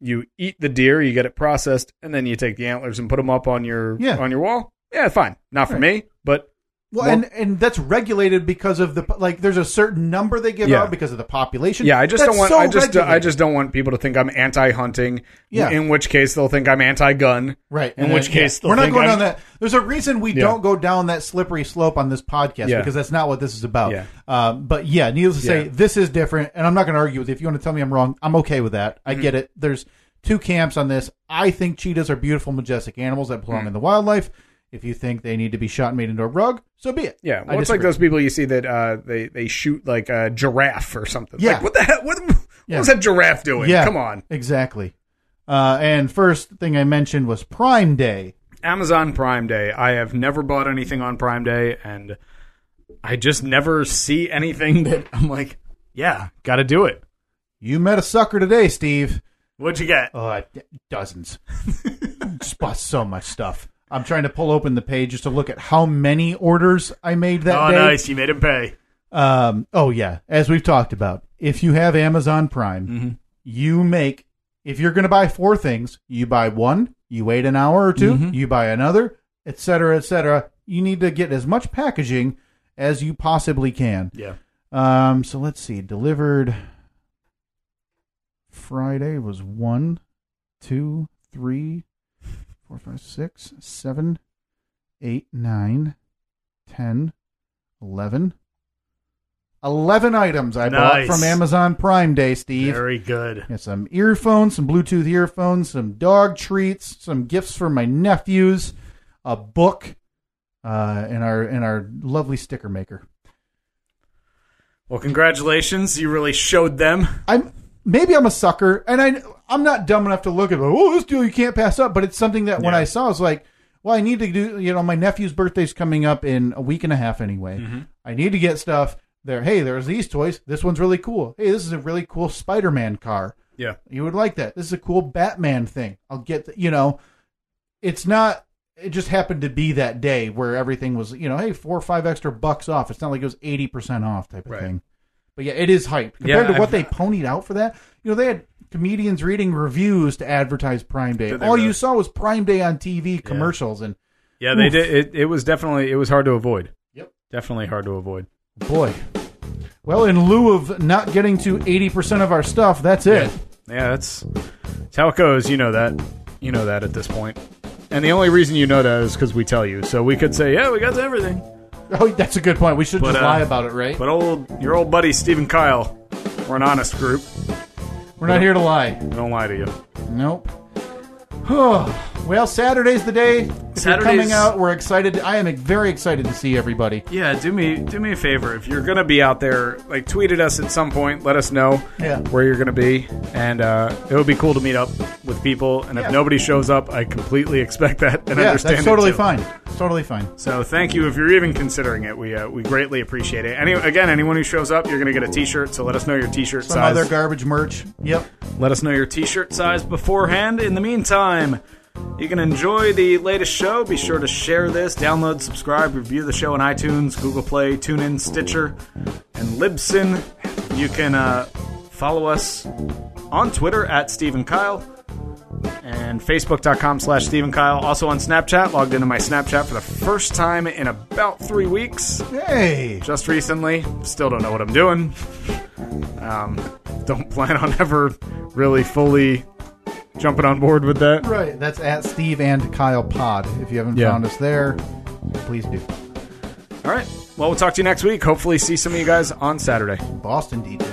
[SPEAKER 3] you eat the deer, you get it processed, and then you take the antlers and put them up on your
[SPEAKER 1] Yeah.
[SPEAKER 3] on your wall. Yeah, fine. Not for me, but
[SPEAKER 1] Well,
[SPEAKER 3] Well-
[SPEAKER 1] and and that's regulated because of the like. There's a certain number they give
[SPEAKER 3] Yeah.
[SPEAKER 1] out because of the population.
[SPEAKER 3] yeah, I just
[SPEAKER 1] That's
[SPEAKER 3] don't want
[SPEAKER 1] so
[SPEAKER 3] I just uh, I
[SPEAKER 1] regulated.
[SPEAKER 3] just don't want people to think I'm anti-hunting.
[SPEAKER 1] Yeah.
[SPEAKER 3] In which case they'll think I'm anti-gun.
[SPEAKER 1] Right.
[SPEAKER 3] In
[SPEAKER 1] and
[SPEAKER 3] which
[SPEAKER 1] then-
[SPEAKER 3] case,
[SPEAKER 1] yeah.
[SPEAKER 3] they'll
[SPEAKER 1] we're not
[SPEAKER 3] think
[SPEAKER 1] going
[SPEAKER 3] I'm-
[SPEAKER 1] down that. There's a reason we
[SPEAKER 3] Yeah.
[SPEAKER 1] don't go down that slippery slope on this podcast
[SPEAKER 3] Yeah.
[SPEAKER 1] because that's not what this is about.
[SPEAKER 3] Yeah.
[SPEAKER 1] Um, but yeah, needless to say,
[SPEAKER 3] Yeah.
[SPEAKER 1] this is different, and I'm not going to argue with you. If you want to tell me I'm wrong, I'm okay with that.
[SPEAKER 3] Mm-hmm.
[SPEAKER 1] I get it. There's two camps on this. I think cheetahs are beautiful, majestic animals that
[SPEAKER 3] Mm.
[SPEAKER 1] belong in the wildlife. If you think they need to be shot and made into a rug, so be it.
[SPEAKER 3] Yeah,
[SPEAKER 1] I
[SPEAKER 3] well, it's like
[SPEAKER 1] disagree.
[SPEAKER 3] those people you see that uh, they they shoot like a giraffe or something.
[SPEAKER 1] Yeah.
[SPEAKER 3] like, what the hell? What, what
[SPEAKER 1] Yeah.
[SPEAKER 3] was that giraffe doing?
[SPEAKER 1] Yeah,
[SPEAKER 3] come on.
[SPEAKER 1] exactly. Uh, and first thing I mentioned was Prime Day.
[SPEAKER 3] Amazon Prime Day. I have never bought anything on Prime Day, and I just never see anything that I'm like, yeah, got to do it.
[SPEAKER 1] You met a sucker today, Steve.
[SPEAKER 3] What'd you get?
[SPEAKER 1] Uh, d- dozens. just bought so much stuff. I'm trying to pull open the page just to look at how many orders I made that day.
[SPEAKER 3] Oh, You made him pay.
[SPEAKER 1] Um, oh yeah, as we've talked about, if you have Amazon Prime,
[SPEAKER 3] Mm-hmm.
[SPEAKER 1] you make if you're going to buy four things, you buy one, you wait an hour or 2 you buy another, etc., cetera, etc. Cetera. You need to get as much packaging as you possibly can.
[SPEAKER 3] Yeah.
[SPEAKER 1] Um, so let's see. Delivered Friday was one, two, three, four, five, six, seven, eight, nine, ten, eleven. Eleven items I
[SPEAKER 3] Nice.
[SPEAKER 1] bought from Amazon Prime Day, Steve.
[SPEAKER 3] good.
[SPEAKER 1] Yeah, some earphones, some Bluetooth earphones, some dog treats, some gifts for my nephews, a book, uh, and our and our lovely sticker maker.
[SPEAKER 3] Well, congratulations. You really showed them.
[SPEAKER 1] I'm maybe I'm a sucker, and I I'm not dumb enough to look at oh this deal you can't pass up. But it's something that when
[SPEAKER 3] Yeah.
[SPEAKER 1] I saw, I was like, well, I need to do, you know, my nephew's birthday's coming up in a week and a half anyway. I need to get stuff there. Hey, there's these toys. This one's really cool. Hey, this is a really cool Spider Man car.
[SPEAKER 3] Yeah.
[SPEAKER 1] You would like that. This is a cool Batman thing. I'll get, the, you know, it's not, it just happened to be that day where everything was, you know, hey, four or five extra bucks off. It's not like it was 80% off type of
[SPEAKER 3] Right.
[SPEAKER 1] thing. But yeah, it is hype
[SPEAKER 3] Yeah,
[SPEAKER 1] compared to what they
[SPEAKER 3] I've-
[SPEAKER 1] ponied out for that. You know, they had comedians reading reviews to advertise Prime Day. All
[SPEAKER 3] Did they
[SPEAKER 1] you
[SPEAKER 3] really?
[SPEAKER 1] saw was Prime Day on TV commercials, and
[SPEAKER 3] Yeah, they
[SPEAKER 1] Oof.
[SPEAKER 3] did. It, it was definitely it was hard to avoid.
[SPEAKER 1] Yep.
[SPEAKER 3] Definitely hard to avoid.
[SPEAKER 1] boy. Well, in lieu of not getting to 80% of our stuff, that's it.
[SPEAKER 3] Yeah, that's, that's how it goes. You know that. You know that at this point. And the only reason you know that is because we tell you. So we could say, yeah, we got to everything.
[SPEAKER 1] Oh, that's a good point. We should
[SPEAKER 3] But,
[SPEAKER 1] just
[SPEAKER 3] uh,
[SPEAKER 1] lie about it, right?
[SPEAKER 3] But old your old buddy Stephen Kyle, we're an honest group.
[SPEAKER 1] We're not here to lie.
[SPEAKER 3] We don't lie to you.
[SPEAKER 1] Nope. well, Saturday's the day. If you're
[SPEAKER 3] Saturday's-
[SPEAKER 1] coming out. We're excited. I am very excited to see everybody.
[SPEAKER 3] Yeah, do me do me a favor. If you're gonna be out there, like tweet at us at some point. Let us know
[SPEAKER 1] Yeah.
[SPEAKER 3] where you're gonna be, and uh, it would be cool to meet up with people. And
[SPEAKER 1] Yeah.
[SPEAKER 3] if nobody shows up, I completely expect that and
[SPEAKER 1] yeah,
[SPEAKER 3] understand.
[SPEAKER 1] that's
[SPEAKER 3] it,
[SPEAKER 1] totally
[SPEAKER 3] too.
[SPEAKER 1] fine. It's totally fine.
[SPEAKER 3] So thank you if you're even considering it. We uh, we greatly appreciate it. Any again, anyone who shows up, you're gonna get a T-shirt. So let us know your T-shirt
[SPEAKER 1] Some
[SPEAKER 3] size.
[SPEAKER 1] other garbage merch. Yep.
[SPEAKER 3] let us know your T-shirt size beforehand. In the meantime. You can enjoy the latest show. Be sure to share this, download, subscribe, review the show on iTunes, Google Play, TuneIn, Stitcher, and Libsyn. You can uh, follow us on Twitter at Stephen Kyle and Facebook.com slash Stephen Kyle. Also on Snapchat, logged into my Snapchat for the first time in about three weeks
[SPEAKER 1] Hey.
[SPEAKER 3] just recently. Still don't know what I'm doing. Um, don't plan on ever really fully jumping on board with that.
[SPEAKER 1] Right. That's at Steve and Kyle Pod. If you haven't
[SPEAKER 3] Yeah.
[SPEAKER 1] found us there, please do.
[SPEAKER 3] All right. Well, we'll talk to you next week. Hopefully, see some of you guys on Saturday.
[SPEAKER 1] Boston DJ.